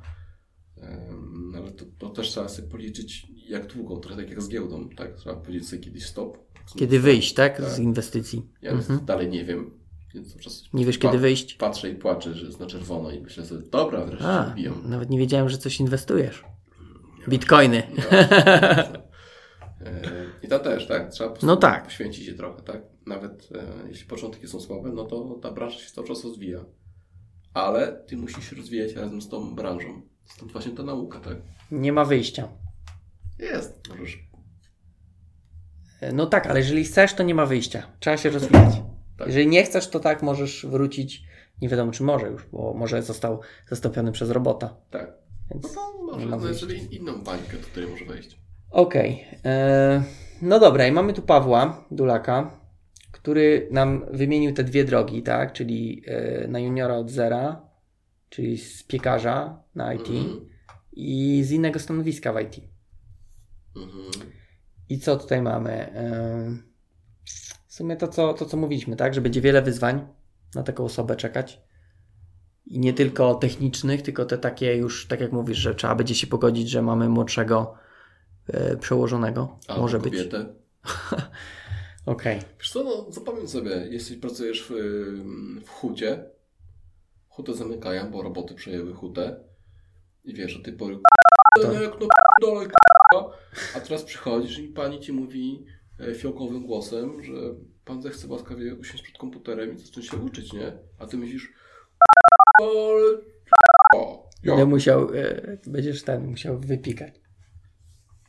C: Em, Ale to, to też trzeba sobie policzyć, jak długo, trochę tak jak z giełdą, tak? Trzeba powiedzieć sobie kiedyś stop.
D: Kiedy wyjść, tak?
C: Tak.
D: Z inwestycji.
C: Ja
D: Mhm.
C: dalej nie wiem, więc cały czas
D: Nie wiesz,
C: pa-
D: kiedy wyjść?
C: patrzę i płaczę, że jest na czerwono i myślę sobie, dobra, wreszcie
D: A,
C: A, biją.
D: nawet nie wiedziałem, że coś inwestujesz. Bitcoiny.
C: Nie ma- nie ma- No, E, I to też, tak? Trzeba po prostu
D: No tak.
C: poświęcić się trochę, tak? Nawet e, jeśli początki są słabe, no to ta branża się cały czas rozwija. Ale ty musisz się rozwijać razem z tą branżą. Stąd właśnie ta nauka, tak?
D: Nie ma wyjścia.
C: Jest. Możesz.
D: No tak, ale jeżeli chcesz, to nie ma wyjścia. Trzeba się rozwijać.
C: Tak.
D: Jeżeli nie chcesz, to tak możesz wrócić. Nie wiadomo, czy może już, bo może został zastąpiony przez robota.
C: Tak.
D: Więc...
C: No to może
D: ma
C: znaleźć
D: wyjścia.
C: sobie inną bańkę, do której może wejść.
D: Okej. e, No dobra, i mamy tu Pawła Dulaka, który nam wymienił te dwie drogi, tak? Czyli e, na juniora od zera, czyli z piekarza na IT
C: Mhm.
D: i z innego stanowiska w IT.
C: Mhm.
D: I co tutaj mamy? Em, W sumie to co, to, co mówiliśmy, tak? Że będzie wiele wyzwań na taką osobę czekać. I nie tylko technicznych, tylko te takie już, tak jak mówisz, że trzeba będzie się pogodzić, że mamy młodszego e, przełożonego.
C: Albo
D: Może być.
C: kobietę.
D: Okej.
C: Wiesz co, no, zapomnij sobie, jeśli pracujesz w, ym, w hucie, hutę zamykają, bo roboty przejęły hutę i wiesz, że ty pory
D: Tak.
C: no jak no dalej a teraz przychodzisz i pani ci mówi e, fiołkowym głosem, że pan zechce łaskawie usiąść przed komputerem i zacząć się uczyć, nie? A ty myślisz ale o,
D: Będę
C: jo.
D: musiał, e, będziesz ten, musiał wypikać.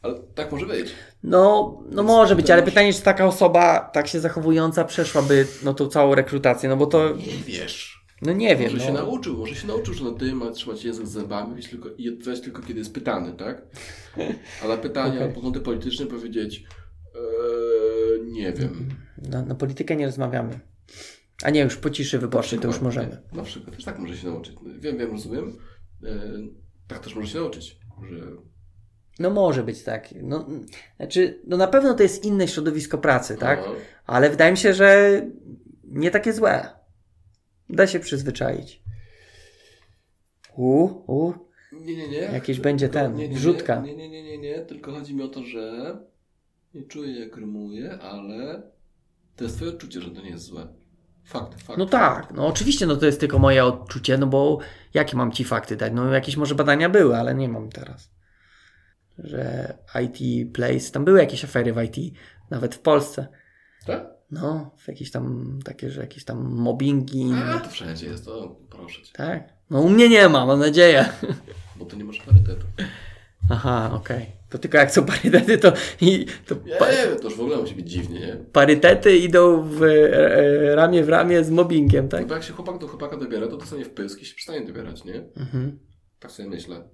C: Ale tak może być.
D: No, no
C: Więc
D: może być, ale
C: masz-
D: pytanie, czy taka osoba tak się zachowująca przeszłaby no tą całą rekrutację, no bo to,
C: Nie wiesz.
D: no nie wiem.
C: Może się
D: No.
C: nauczył, może się nauczył, że na ty ma trzymać język z zębami być tylko, i odpowiadać tylko, kiedy jest pytany, tak? A na pytania
D: Okej.
C: o poglądy polityczne powiedzieć e, nie wiem.
D: No, na politykę nie rozmawiamy. A nie, już po ciszy wyborczej to już
C: Dokładnie.
D: możemy.
C: Na przykład też tak może się nauczyć. Wiem, wiem, rozumiem. E, tak też może się nauczyć, że
D: No może być tak. No, mm, znaczy, no na pewno to jest inne środowisko pracy, tak?
C: no,
D: Ale wydaje mi się, że nie takie złe. Da się przyzwyczaić. U, u,
C: nie, nie, nie.
D: Jakiś będzie ten,
C: nie, nie,
D: wrzutka.
C: Nie, nie, nie, nie, nie, tylko chodzi mi o to, że nie czuję jak rymuję, ale to jest twoje odczucie, że to nie jest złe. Fakt, fakt.
D: No
C: fakt.
D: tak, no oczywiście, no to jest tylko moje odczucie, no bo jakie mam ci fakty dać? No jakieś może badania były, ale nie mam teraz. Że IT Place, tam były jakieś afery w IT, nawet w Polsce.
C: Tak?
D: No, jakieś tam takie, że jakieś tam mobbingi.
C: A,
D: inne.
C: to wszędzie jest, to proszę cię.
D: Tak. No u mnie nie ma, mam nadzieję.
C: Bo ty nie masz parytetu.
D: Aha, okej. To tylko jak są parytety, to, i, to
C: Nie,
D: pa,
C: to już w ogóle musi być dziwnie, nie?
D: parytety idą w, e, e, ramię w ramię z mobbingiem, tak?
C: No bo jak się chłopak do chłopaka dobiera, to dostanie w pysk i się przestanie dobierać, nie?
D: Mhm.
C: Tak sobie myślę.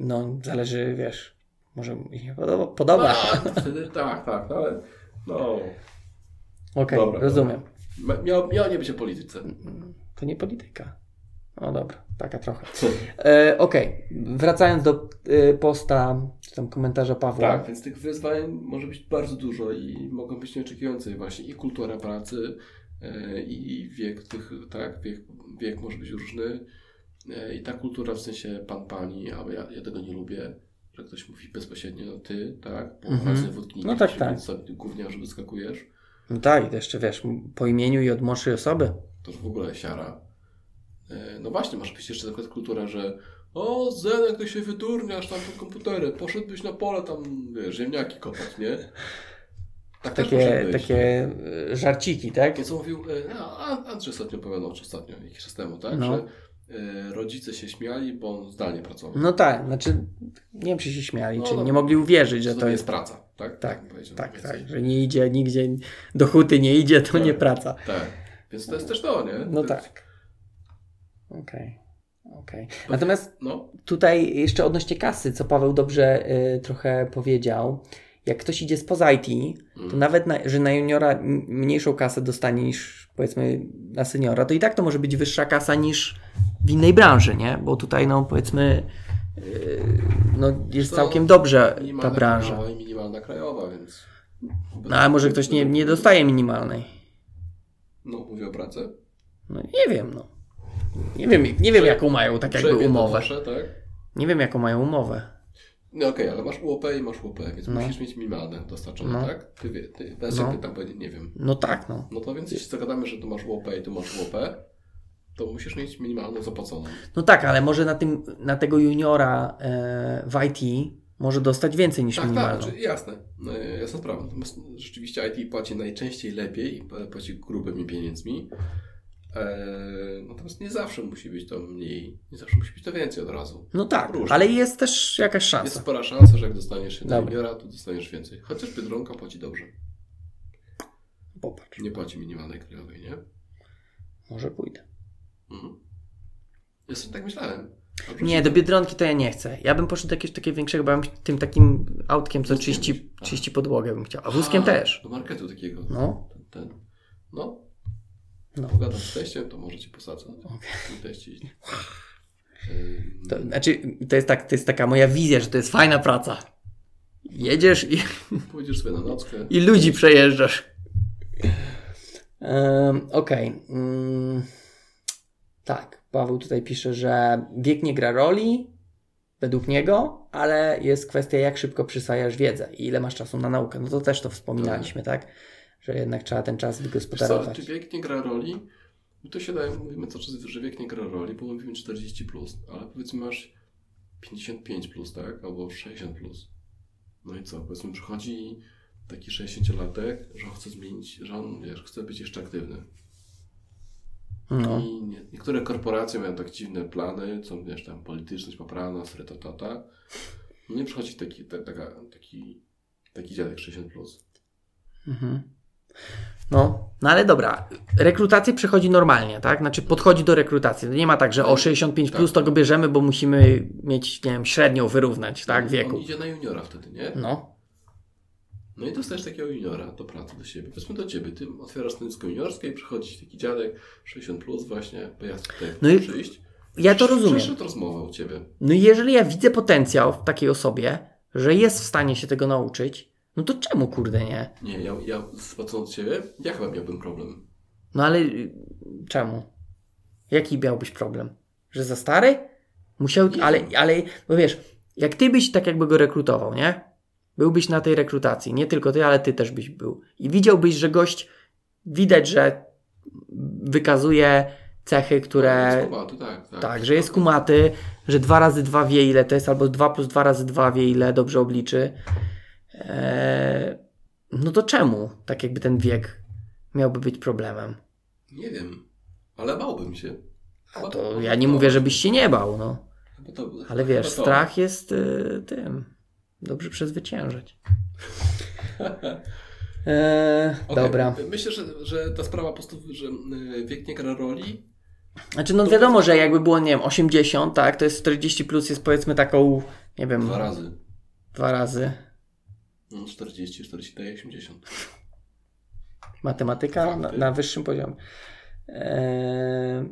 D: No, zależy, wiesz, może mi się podoba. podoba.
C: A, to wtedy tak, tak, ale no...
D: Okej,
C: Dobra,
D: rozumiem.
C: Ma- Miał, miał nie być o polityce.
D: To nie polityka. O dobra, taka trochę. E, Okej, wracając do e, posta, czy tam komentarza Pawła.
C: Tak, więc tych wyzwań może być bardzo dużo i mogą być nieoczekiwające właśnie i kultura pracy, e, i wiek tych, tak, wiek, wiek może być różny e, i ta kultura w sensie pan, pani, a ja, ja tego nie lubię, że ktoś mówi bezpośrednio ty, tak, po
D: Mhm.
C: nazwie wódki,
D: No tak, tak.
C: Gówniarz wyskakujesz,
D: No tak, i to jeszcze wiesz, m- po imieniu i od młodszej osoby.
C: to już w ogóle siara. E, No właśnie, masz być jeszcze taka kultura, że o, Zenek, ty się wydurniasz tam po komputery, poszedłbyś na pole tam, wiesz, ziemniaki kopać, nie? Tak też może
D: Takie,
C: być, nie?
D: takie e, żarciki, tak?
C: Takie co mówił, e, no, An- Andrzej ostatnio opowiadał, czy ostatnio, jakiś czas temu, tak?
D: No.
C: Że e, rodzice się śmiali, bo on zdalnie pracował.
D: No tak, znaczy nie wiem, czy się śmiali,
C: No,
D: czy
C: no.
D: nie mogli uwierzyć,
C: że
D: że to jest
C: praca, tak?
D: Tak,
C: bym powiedział
D: tak,
C: więcej.
D: tak, że nie idzie nigdzie, do huty nie idzie, to
C: Tak.
D: nie praca.
C: Tak, więc to jest też to, nie?
D: No
C: To-
D: tak. Okej. okej. Natomiast
C: No,
D: tutaj jeszcze odnośnie kasy, co Paweł dobrze y, trochę powiedział. Jak ktoś idzie spoza IT, to
C: Mm.
D: nawet na, że na juniora m- mniejszą kasę dostanie niż powiedzmy na seniora, to i tak to może być wyższa kasa niż w innej branży, nie? Bo tutaj no powiedzmy y, no, jest
C: To
D: całkiem dobrze ta
C: minimalna
D: branża.
C: krajowa i minimalna krajowa, więc...
D: No ale może ktoś nie, nie dostaje minimalnej.
C: No, mówię o pracy.
D: No nie wiem, no. Nie wiem, nie wiem jaką mają tak jakby
C: Przebieg
D: umowę.
C: donoszę, tak?
D: Nie wiem jaką mają umowę.
C: No okej, ale masz UOP i masz UOP, więc
D: No.
C: musisz mieć minimalne dostarczone,
D: No.
C: tak? Ty wie, ty, ja się
D: No.
C: pytam, bo nie, nie wiem.
D: No tak, no.
C: No to więc jeśli zagadamy, że tu masz UOP i tu masz UOP, to musisz mieć minimalną zapłaconą.
D: No tak, ale może na, tym, na tego juniora e, w IT może dostać więcej niż
C: Tak, tak,
D: minimalną.
C: czy, jasne, e, jasna sprawa. Natomiast rzeczywiście IT płaci najczęściej lepiej, e, płaci grubymi pieniędzmi. E, natomiast nie zawsze musi być to mniej, nie zawsze musi być to więcej od razu.
D: No tak,
C: Różnie.
D: ale jest też jakaś
C: Jest
D: szansa.
C: spora szansa, że jak dostaniesz się
D: Dobra.
C: juniora, to dostaniesz więcej. Chociaż Biedronka płaci dobrze.
D: Popatrz,
C: Nie płaci minimalnej krajowej, nie?
D: może pójdę.
C: Mhm. Ja sobie tak myślałem. A wróci-
D: Nie, do Biedronki to ja nie chcę. Ja bym poszedł do jakiegoś takiego większego, bo ja bym tym takim autkiem, co
C: Wózkiem
D: czyści,
C: byś. Aha.
D: czyści podłogę bym chciał. A wózkiem
C: A,
D: też.
C: Do marketu takiego.
D: No.
C: Ten, ten. No.
D: No.
C: Pogadam z teściem, to może ci posadzę. Okay. Teści. Ym,
D: To, znaczy, to jest, tak, to jest taka moja wizja, że to jest fajna praca. Jedziesz i
C: Pójdziesz sobie na nockę.
D: i ludzi przejeżdżasz. Okej. mm, Tak, Paweł tutaj pisze, że wiek nie gra roli według niego, ale jest kwestia, jak szybko przyswajasz wiedzę i ile masz czasu na naukę. No to też to wspominaliśmy, tak? Że jednak trzeba ten czas
C: Wiesz co,
D: wygospodarować.
C: czy wiek nie gra roli? My to się daje, mówimy cały czas, że wiek nie gra roli, bo mówimy 40+, plus, ale powiedzmy masz 55+, plus, tak? Albo 60+. Plus. No i co? Powiedzmy przychodzi taki 60-latek, że on chce zmienić, że on, wiesz, chce być jeszcze aktywny.
D: No,
C: I nie, niektóre korporacje mają tak dziwne plany, co wiesz, tam polityczność poprana, sretatata. No nie przychodzi taki, ta, taka, taki, taki dziadek 60+. Plus.
D: mhm. no, no ale dobra. Rekrutację przechodzi normalnie, tak? Znaczy podchodzi do rekrutacji. Nie ma tak, że o 65 plus to go bierzemy, bo musimy mieć, nie wiem, średnią wyrównać, tak?
C: On-
D: Wieku.
C: On idzie na juniora wtedy, nie?
D: No.
C: No i dostajesz takiego juniora do pracy, do siebie. Powiedzmy do ciebie, ty otwierasz stanowisko juniorskie i przychodzi taki dziadek 60+, plus właśnie, bo ja tutaj
D: No
C: muszę
D: i
C: przyjść.
D: Ja to
C: Przysz-
D: rozumiem.
C: Przyszedł rozmowa u ciebie.
D: No i jeżeli ja widzę potencjał w takiej osobie, że jest w stanie się tego nauczyć, no to czemu kurde nie?
C: Nie, ja, ja spłacąc ciebie, ja chyba miałbym problem.
D: No ale y, czemu? Jaki miałbyś problem? Że za stary? Musiał,
C: Nie
D: ale,
C: wiem.
D: ale, bo wiesz, jak ty byś tak jakby go rekrutował, nie? Byłbyś na tej rekrutacji, nie tylko ty, ale ty też byś był. I widziałbyś, że gość, widać, że wykazuje cechy, które,
C: Słowa, to tak, tak.
D: Tak, że jest kumaty, że dwa razy dwa wie ile to jest, albo dwa plus dwa razy dwa wie ile, dobrze obliczy. Eee, no to czemu tak jakby ten wiek miałby być problemem?
C: Nie wiem, ale bałbym się.
D: A
C: Chyba
D: to ja nie mówię, żebyś się nie bał, no.
C: Chyba to- chyba
D: Ale wiesz,
C: to.
D: strach jest y, tym. Dobrze przezwyciężyć. Eee,
C: Okej,
D: Dobra.
C: Myślę, że, że ta sprawa po prostu, że y, wiek nie gra roli.
D: Znaczy, no wiadomo, że jakby było, nie wiem, 80, tak, to jest 40 plus, jest powiedzmy taką, nie wiem,
C: Dwa razy.
D: dwa razy.
C: No, 40, 40, daje 80.
D: matematyka na,
C: Fakty.
D: na wyższym poziomie. Eee,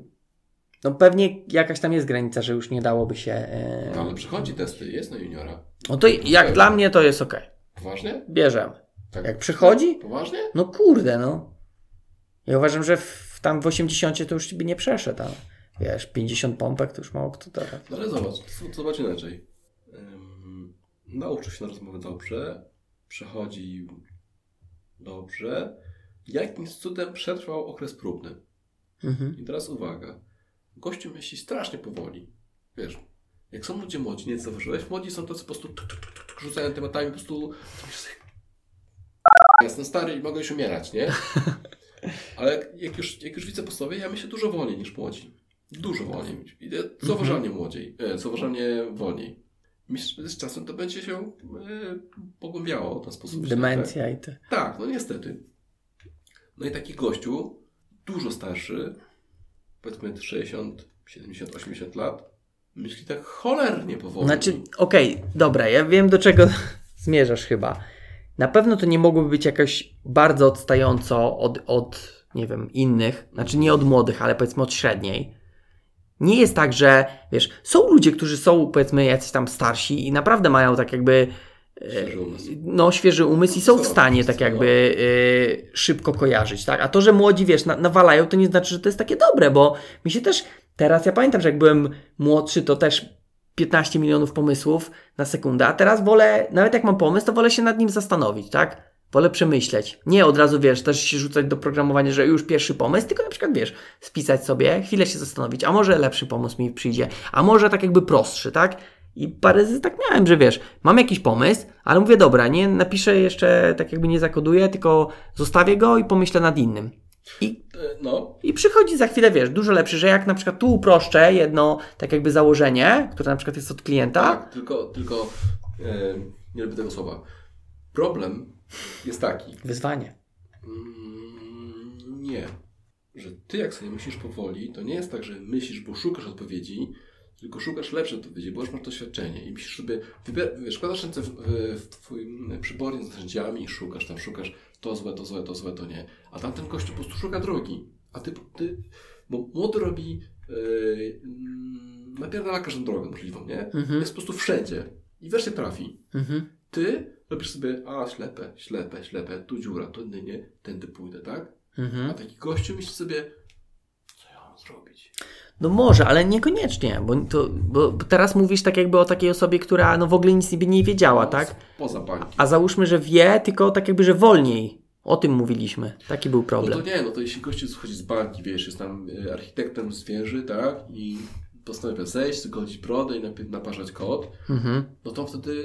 D: no pewnie jakaś tam jest granica, że już nie dałoby się. eee,
C: No, ale tak. przychodzi testy, jest na juniora.
D: No to jak dla mnie to jest ok.
C: Poważnie?
D: Bierzemy.
C: Tak.
D: Jak przychodzi?
C: Poważnie?
D: No kurde, no. Ja uważam, że w, tam w 80 to już by nie przeszedł, ale wiesz, 50 pompek to już mało kto teraz.
C: No ale zobacz, z- zobacz inaczej. Ym, nauczył się na rozmowę dobrze, przechodzi dobrze. Jakimś cudem przetrwał okres próbny.
D: Mhm.
C: I teraz uwaga. Gościu myśli strasznie powoli. Wiesz, jak są ludzie młodzi, nie zauważyłeś? Młodzi są tacy po prostu tuk, tuk, tuk, tuk, rzucają tematami, po prostu... Ja jestem stary i mogę już umierać, nie? Ale jak- jak już, jak już widzę po sobie, ja myślę dużo wolniej niż młodzi. Dużo wolniej. Idę zauważalnie młodziej, e, zauważalnie wolniej. Myślę, że z czasem to będzie się e, pogłębiało ten sposób myślenia, tak?
D: Demencja i te.
C: Tak, no niestety. No i taki gościu, dużo starszy, powiedzmy 60, 70, 80 lat, myśli tak cholernie powoli.
D: Znaczy, okej, dobra, ja wiem do czego zmierzasz chyba. Na pewno to nie mogłoby być jakoś bardzo odstająco od, od, nie wiem, innych, znaczy nie od młodych, ale powiedzmy od średniej. Nie jest tak, że, wiesz, są ludzie, którzy są, powiedzmy, jacyś tam starsi i naprawdę mają tak jakby, e,
C: Świeży umysł.
D: no, świeży umysł i są w stanie tak jakby e, szybko kojarzyć, tak? A to, że młodzi, wiesz, na, nawalają, to nie znaczy, że to jest takie dobre, bo mi się też, teraz ja pamiętam, że jak byłem młodszy, to też 15 milionów pomysłów na sekundę, a teraz wolę, nawet jak mam pomysł, to wolę się nad nim zastanowić, tak? Wolę przemyśleć. Nie od razu, wiesz, też się rzucać do programowania, że już pierwszy pomysł, tylko na przykład, wiesz, spisać sobie, chwilę się zastanowić, a może lepszy pomysł mi przyjdzie, a może tak jakby prostszy, tak? I parę razy tak miałem, że wiesz, mam jakiś pomysł, ale mówię, dobra, nie napiszę jeszcze, tak jakby nie zakoduję, tylko zostawię go i pomyślę nad innym.
C: E, No,
D: I przychodzi za chwilę, wiesz, dużo lepszy, że jak na przykład tu uproszczę jedno, tak jakby założenie, które na przykład jest od klienta,
C: tak, tylko, tylko e, nie lubię tego słowa. Problem jest taki.
D: Wyzwanie.
C: Mm, nie. Że ty jak sobie myślisz powoli, to nie jest tak, że myślisz, bo szukasz odpowiedzi, tylko szukasz lepszej odpowiedzi, bo już masz doświadczenie i myślisz sobie, wybier- wiesz, kładasz ręce w, w, w twój przybornik z narzędziami i szukasz, tam szukasz to złe, to złe, to złe, to nie. A tamten gościu po prostu szuka drogi. A ty, ty bo młody robi, yy, mm, napierdala każdą drogę możliwą, nie?
D: Mhm.
C: Jest po prostu wszędzie i wreszcie trafi.
D: Mhm.
C: Ty robisz sobie, a ślepe, ślepe, ślepe, tu dziura, tu nie, nie, tędy pójdę, tak? A
D: Mhm.
C: taki gościu myśli sobie, co ja mam zrobić?
D: No może, ale niekoniecznie, bo, to, bo teraz mówisz tak jakby o takiej osobie, która no w ogóle nic niby nie wiedziała, tak?
C: Poza bankiem.
D: A załóżmy, że wie, tylko tak jakby, że wolniej. O tym mówiliśmy. Taki był
C: No to
D: problem.
C: nie, no to jeśli gościu schodzi z banki, wiesz, jest tam e, architektem z wieży, tak? I postanawia zejść, zgodzić brodę i napi- naparzać kod,
D: Mhm.
C: no to wtedy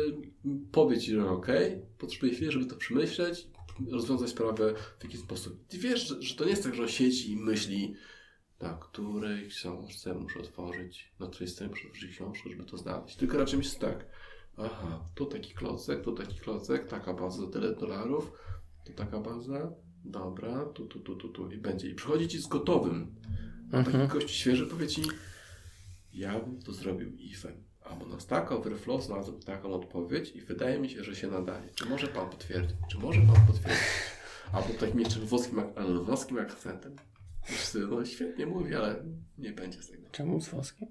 C: powie ci, że okej, potrzebuję chwili, żeby to przemyśleć, rozwiązać sprawę w jakiś sposób. Ty wiesz, że, że to nie jest tak, że on siedzi i myśli, na której książce muszę otworzyć, na której stronie muszę otworzyć książkę, żeby to znaleźć. Tylko raczej myślisz tak, aha, tu taki klocek, tu taki klocek, taka baza za tyle dolarów, tu taka baza, dobra, tu, tu, tu, tu, tu i będzie. I przychodzi ci z gotowym. A taki
D: Mhm.
C: gość świeży powie ci, ja bym to zrobił ifem. Albo na Stack Overflow znalazłem taką odpowiedź i wydaje mi się, że się nadaje. Czy może pan potwierdzić? Czy może pan potwierdzić? Albo takim jeszcze włoskim, ak- ale włoskim akcentem. Wszyscy, No świetnie mówi, ale nie będzie z tego.
D: Czemu z włoskiem?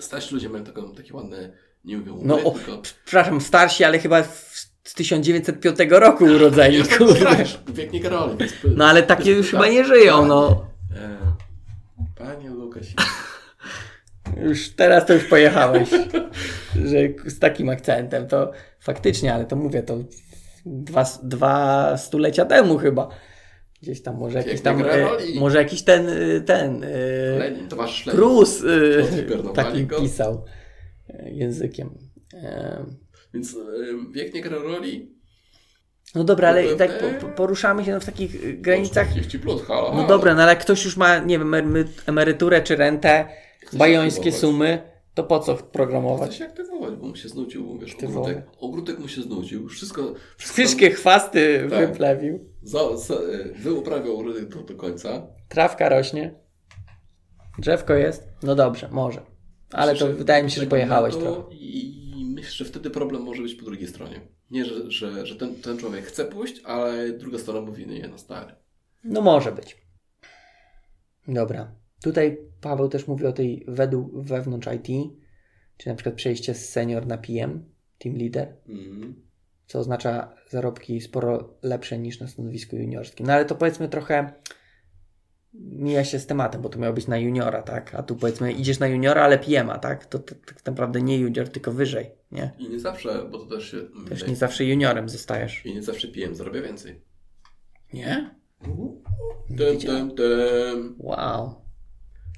C: Starsi ludzie mają taką, takie ładne, nie mówią
D: No,
C: umy,
D: o,
C: tylko...
D: przepraszam, starsi, ale chyba w- z 1905 roku urodzeni,
C: Wiesz, tak
D: kurwa.
C: potrafisz, Wiek nie karoli. to jest-
D: No ale takie już chyba nie żyją, no.
C: E, Panie Lukasie,
D: Już teraz to już pojechałeś. że z takim akcentem to faktycznie, ale to mówię, to dwa, dwa stulecia temu chyba. Gdzieś tam może jakiś tam.
C: Pięknie
D: e,
C: grali.
D: może jakiś ten. e, ten e,
C: Lenin, towarzysz Lenin.
D: Prus e,
C: Odhipernowali
D: takim
C: go.
D: pisał e, językiem. E,
C: Więc e, wiek nie gra roli.
D: no dobra, ale
C: Potem,
D: tak
C: e,
D: po, po- poruszamy się no, w takich e, granicach.
C: 40 plus, halo,
D: No
C: halo.
D: dobra, no ale jak ktoś już ma, nie wiem, emery- emeryturę czy rentę,
C: Chce się
D: bajońskie
C: aktywować.
D: sumy, to po co
C: Chce
D: programować?
C: się aktywować, bo mu się znudził, bo wiesz,
D: Aktywować.
C: ogródek, ogródek mu się znudził, wszystko, wszystko
D: Wszystkie chwasty
C: Tak.
D: wyplewił.
C: za, za, e, wyuprawiał ogródek do, do końca.
D: Trawka rośnie. Drzewko jest. No dobrze, może. Ale
C: Myślę, tak
D: to wydaje mi się, że
C: tego
D: pojechałeś
C: tematu
D: trochę.
C: I myślę, że wtedy problem może być po drugiej stronie. Nie, że, że, że ten, ten człowiek chce pójść, ale druga strona mówi, nie, no stary.
D: No może być. Dobra. Tutaj Paweł też mówił o tej według, wewnątrz IT, czy na przykład przejście z senior na PM, team leader,
C: Mhm.
D: co oznacza zarobki sporo lepsze niż na stanowisku juniorskim. No ale to powiedzmy trochę mija się z tematem, bo to miało być na juniora, tak? A tu powiedzmy idziesz na juniora, ale pijema, tak? To to- tak naprawdę nie junior, tylko wyżej, nie?
C: I nie zawsze, bo to też się...
D: Też nie zawsze juniorem zostajesz.
C: I nie zawsze pijem, zarabia więcej.
D: Nie? Mhm.
C: Tym, tym, tym.
D: Wow.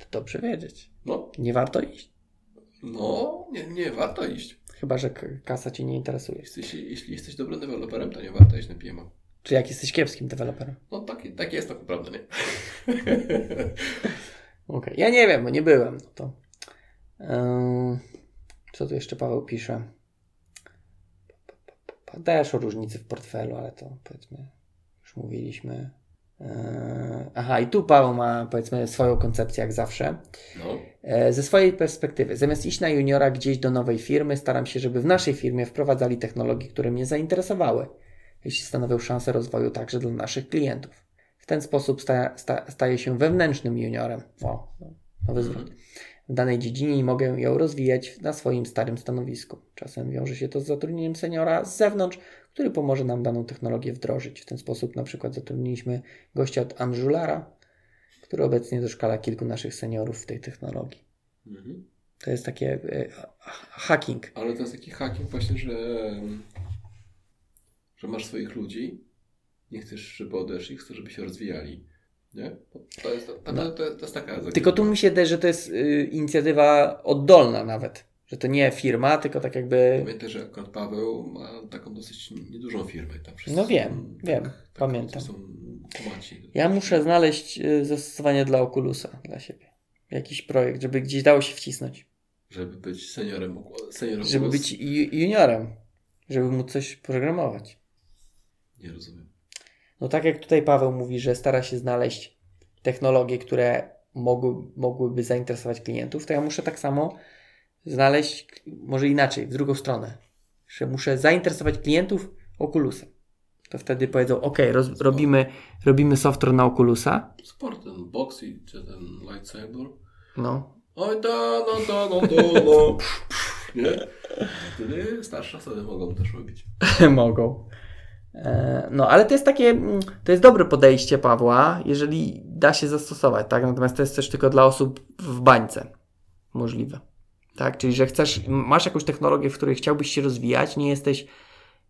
D: To dobrze wiedzieć.
C: No,
D: Nie warto iść.
C: no, nie, nie warto iść.
D: Chyba, że k- kasa cię nie interesuje.
C: Jesteś, jeśli jesteś dobrym deweloperem, to nie warto iść na pijema.
D: Czy jak jesteś kiepskim deweloperem?
C: No tak, tak jest tak naprawdę, nie?
D: Okej. Ja nie wiem, bo nie byłem. No to. Ym, Co tu jeszcze Paweł pisze? Też o różnicy w portfelu, ale to powiedzmy już mówiliśmy. Yy, Aha, i tu Paweł ma powiedzmy swoją koncepcję jak zawsze.
C: No,
D: E, Ze swojej perspektywy, zamiast iść na juniora gdzieś do nowej firmy, staram się, żeby w naszej firmie wprowadzali technologie, które mnie zainteresowały, jeśli stanowią szansę rozwoju także dla naszych klientów. W ten sposób sta, sta, staję się wewnętrznym juniorem. O, no, nowy zwrot. W danej dziedzinie i mogę ją rozwijać na swoim starym stanowisku. Czasem wiąże się to z zatrudnieniem seniora z zewnątrz, który pomoże nam daną technologię wdrożyć. W ten sposób na przykład zatrudniliśmy gościa od Anżulara, który obecnie doszkala kilku naszych seniorów w tej technologii.
C: Mhm.
D: To jest takie e, ha- hacking.
C: Ale to jest taki hacking właśnie, że, że masz swoich ludzi, nie chcesz, żeby odeszli, chcesz, żeby się rozwijali. Nie? To jest, to, to,
D: No.
C: to, to jest taka
D: Tylko tu mi się wydaje, że to jest y, inicjatywa oddolna nawet. Że to nie firma, tylko tak jakby.
C: Pamiętaj, że akurat Paweł ma taką dosyć niedużą firmę. Tam wszyscy
D: No wiem,
C: są- tak,
D: wiem, pamiętam.
C: to Są kumaci.
D: Ja muszę znaleźć y, zastosowanie dla Oculusa dla siebie. Jakiś projekt, żeby gdzieś dało się wcisnąć.
C: Żeby być seniorem, oku- seniorem
D: Żeby
C: głos-
D: być ju- juniorem. Żeby móc coś programować.
C: Nie rozumiem.
D: No tak jak tutaj Paweł mówi, że stara się znaleźć technologie, które mogły, mogłyby zainteresować klientów, to ja muszę tak samo znaleźć, może inaczej, w drugą stronę, że muszę zainteresować klientów Oculusem. To wtedy powiedzą, ok, roz, robimy, robimy software na Oculusa.
C: Sport, ten box i czy ten lightsaber.
D: No,
C: Oj, da, no, da, no, da, no. Psz, psz, Nie? Wtedy starsze osoby mogą też robić.
D: mogą. E, No, ale to jest takie, mm, to jest dobre podejście Pawła, jeżeli da się zastosować, tak? Natomiast to jest też tylko dla osób w bańce możliwe, tak? Czyli, że chcesz, masz jakąś technologię, w której chciałbyś się rozwijać, nie jesteś,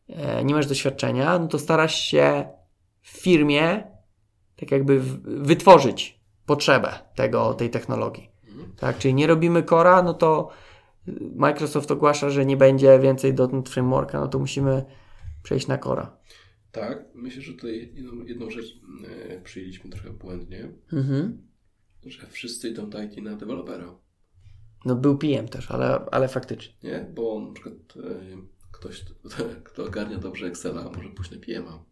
D: e, nie masz doświadczenia, no to starasz się w firmie tak jakby w- wytworzyć potrzebę tego, tej technologii,
C: Mhm.
D: tak? Czyli nie robimy Cora, no to y, Microsoft ogłasza, że nie będzie więcej .NET Frameworka, no to musimy przejść na Cora.
C: Tak, myślę, że tutaj jedną, jedną rzecz e, przyjęliśmy trochę błędnie,
D: Mhm.
C: że wszyscy idą do IT na dewelopera.
D: No był PM też, ale, ale faktycznie.
C: Nie? Bo na przykład e, ktoś, kto ogarnia dobrze Excela, może pójść na PM-a.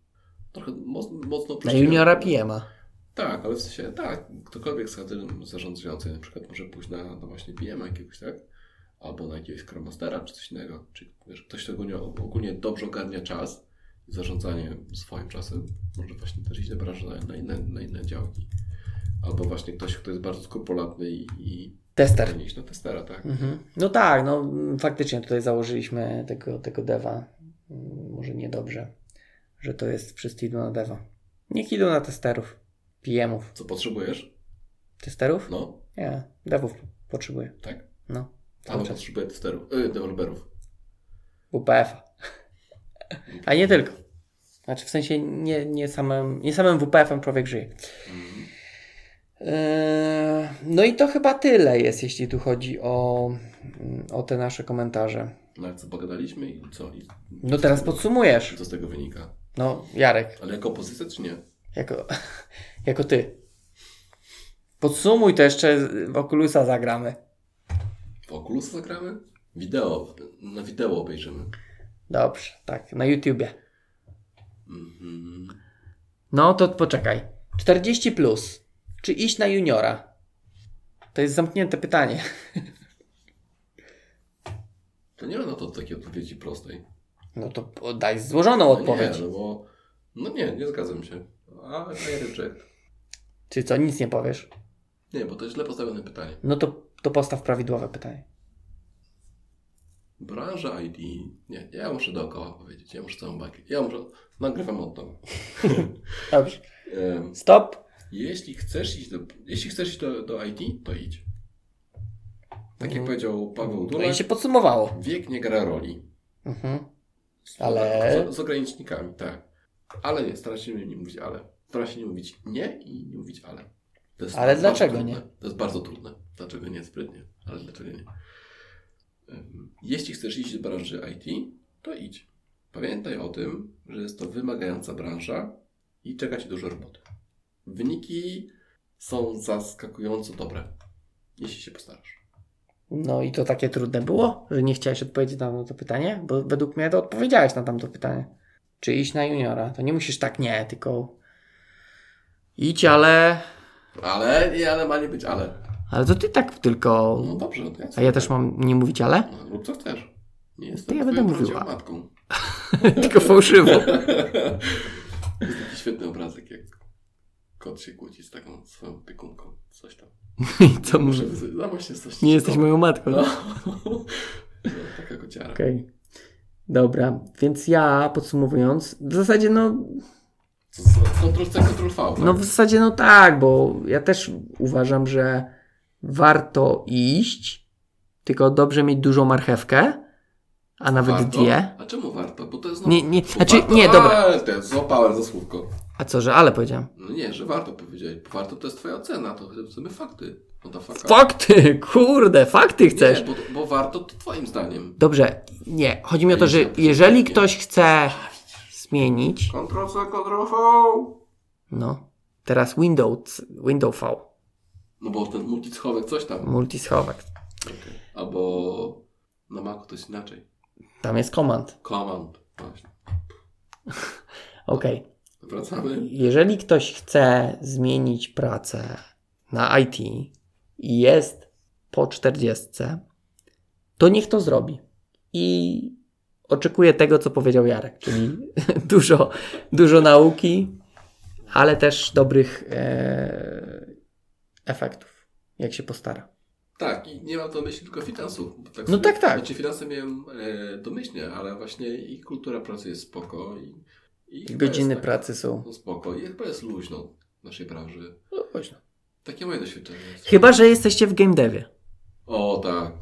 C: Trochę mocno, mocno
D: Na
C: uprościłem.
D: juniora PM-a.
C: Tak, ale w sensie, tak, ktokolwiek z kadry zarządzający na przykład może pójść na, na właśnie PM jakiegoś, tak? Albo na jakiegoś Chromastera czy coś innego. Czy wiesz, ktoś, kto ogólnie, ogólnie dobrze ogarnia czas i zarządzanie swoim czasem, może właśnie też iść na branżę na, na, inne, na inne działki. Albo właśnie ktoś, kto jest bardzo skrupulatny i, i
D: Tester.
C: powinien iść na testera, tak?
D: Mhm. No tak, no mm, faktycznie tutaj założyliśmy tego, tego deva. Mm, Może niedobrze, że to jest wszyscy idą na deva. Niech idą na testerów. PM-ów.
C: Co potrzebujesz?
D: Testerów?
C: No,
D: Nie, devów potrzebuję.
C: tak?
D: No,
C: Albo
D: cały czas.
C: potrzebuje testerów, y, deweloperów.
D: WPF-a. A nie tylko. Znaczy w sensie nie, nie samym, nie samym WPF-em człowiek żyje.
C: Mhm.
D: Eee, No i to chyba tyle jest, jeśli tu chodzi o, mm, o te nasze komentarze.
C: No jak co pogadaliśmy i co? I,
D: No teraz podsumujesz.
C: Co z tego wynika?
D: No, Jarek,
C: Ale jako opozycja czy nie?
D: jako, jako ty. Podsumuj to jeszcze w Oculusa zagramy.
C: W Oculusa zagramy? Wideo, na wideo obejrzymy.
D: Dobrze, tak, na YouTubie.
C: Mhm.
D: No to poczekaj. 40 plus. Czy iść na juniora? To jest zamknięte pytanie.
C: To nie ma na to takiej odpowiedzi prostej.
D: No to daj złożoną odpowiedź.
C: No nie, no bo... No nie, nie zgadzam się. A, a ja ryczek.
D: Czy co, nic nie powiesz?
C: Nie, bo to jest źle postawione pytanie.
D: No to, to postaw prawidłowe pytanie.
C: Branża IT... Nie, ja muszę dookoła powiedzieć. Ja muszę całą bakię. Ja muszę... Nagrywam od domu.
D: Dobrze.
C: Em,
D: Stop.
C: Jeśli chcesz iść do, jeśli chcesz iść do, do IT, to idź. Tak jak
D: Mhm.
C: powiedział Paweł
D: No i
C: Dulek,
D: się podsumowało.
C: wiek nie gra roli.
D: Mhm.
C: Z,
D: Ale-
C: No tak, z, z ogranicznikami, tak. Ale nie, staram się nie mówić ale. Staram się nie mówić nie i nie mówić ale. To jest
D: Ale
C: bardzo
D: dlaczego
C: trudne.
D: nie?
C: To jest bardzo trudne. Dlaczego nie? Sprytnie. Ale dlaczego nie? Ym, Jeśli chcesz iść do branży IT, to idź. Pamiętaj o tym, że jest to wymagająca branża i czeka Ci dużo roboty. Wyniki są zaskakująco dobre, jeśli się postarasz.
D: No i to takie trudne było, że nie chciałeś odpowiedzieć na to pytanie, bo według mnie to odpowiedziałeś na tamto pytanie. Czy iść na juniora? To nie musisz tak nie, tylko idź, ale...
C: Ale, nie, ale ma nie być ale.
D: Ale to ty tak tylko...
C: No dobrze, to ja
D: A ja też mam nie mówić ale?
C: No, rób co chcesz. Nie
D: To
C: jestem
D: ja
C: twoją
D: będę
C: prawdziwą
D: mówiła.
C: matką.
D: tylko fałszywo.
C: To jest taki świetny obrazek, jak kot się kłóci z taką swoją opiekunką. Coś tam.
D: I co
C: Muszę
D: muszę...
C: wyzwać. No właśnie coś.
D: Nie jesteś moją matką.
C: No. No, Taka kociara.
D: Okej. Dobra, więc ja podsumowując, w zasadzie no,
C: Ctrl C, Ctrl V. Tak?
D: no w zasadzie no tak, bo ja też uważam, że warto iść, tylko dobrze mieć dużą marchewkę, a nawet
C: warto?
D: dwie.
C: A czemu warto? Bo to jest
D: Nie, nie,
C: bo
D: znaczy,
C: warto-
D: nie, dobra.
C: A, te, złapałem za słówko.
D: A co, że ale powiedziałem.
C: No nie, że warto powiedzieć. Bo Warto to jest twoja ocena, to chcemy fakty. No to fakty.
D: Fakty, kurde, fakty chcesz.
C: Nie, bo, bo warto to twoim zdaniem.
D: Dobrze, nie, chodzi mi o to, że
C: Nie, nie,
D: jeżeli
C: nie.
D: ktoś chce zmienić,
C: Ctrl C, Ctrl V.
D: no, teraz Windows, Windows V,
C: No bo ten multischowek coś tam.
D: multischowek,
C: Albo na Macu to jest inaczej.
D: tam jest komand,
C: Command. Właśnie.
D: okej.
C: Wracamy.
D: Jeżeli ktoś chce zmienić pracę na IT i jest po 40, to niech to zrobi. I oczekuję tego, co powiedział Jarek, czyli dużo, dużo nauki, ale też dobrych e, efektów, jak się postara.
C: Tak, i nie mam to myśli tylko finansów. bo Tak
D: No tak, tak.
C: Znaczy finanse miałem e, domyślnie, ale właśnie i kultura pracy jest spoko. I, i chyba
D: Godziny
C: jest
D: pracy są.
C: No spoko. I chyba jest luźno w naszej branży.
D: No, luźno.
C: Takie moje doświadczenie. jest.
D: Chyba, że jesteście w game devie.
C: O tak.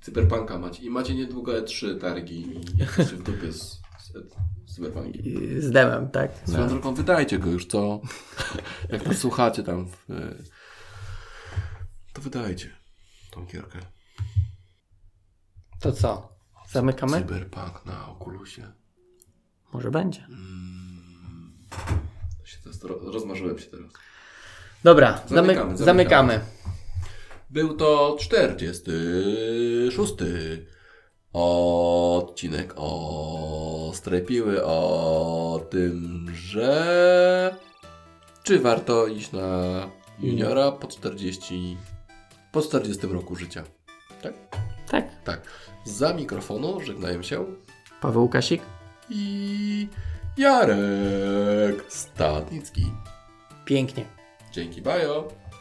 C: Cyberpunka macie. I macie niedługo E3 targi. I jesteście w dupie z, z, E- z cyberpunkiem.
D: I- Z demem, tak?
C: Swoją drogą, wydajcie go już, co? Jak nas słuchacie tam, w, y, to wydajcie tą gierkę.
D: To co? Zamykamy?
C: Cyberpunk na Oculusie.
D: Może będzie.
C: Mm. To się teraz, ro- rozmarzyłem się teraz.
D: Dobra, zamy-
C: Zamykamy,
D: zamykamy.
C: Był to 46 odcinek o strepiły o tym, że czy warto iść na juniora po 40 po 40 roku życia.
D: Tak.
C: Tak. Za mikrofonu żegnają się
D: Paweł Kasik,
C: i Jarek Stadnicki.
D: pięknie.
C: Dzięki, bajo.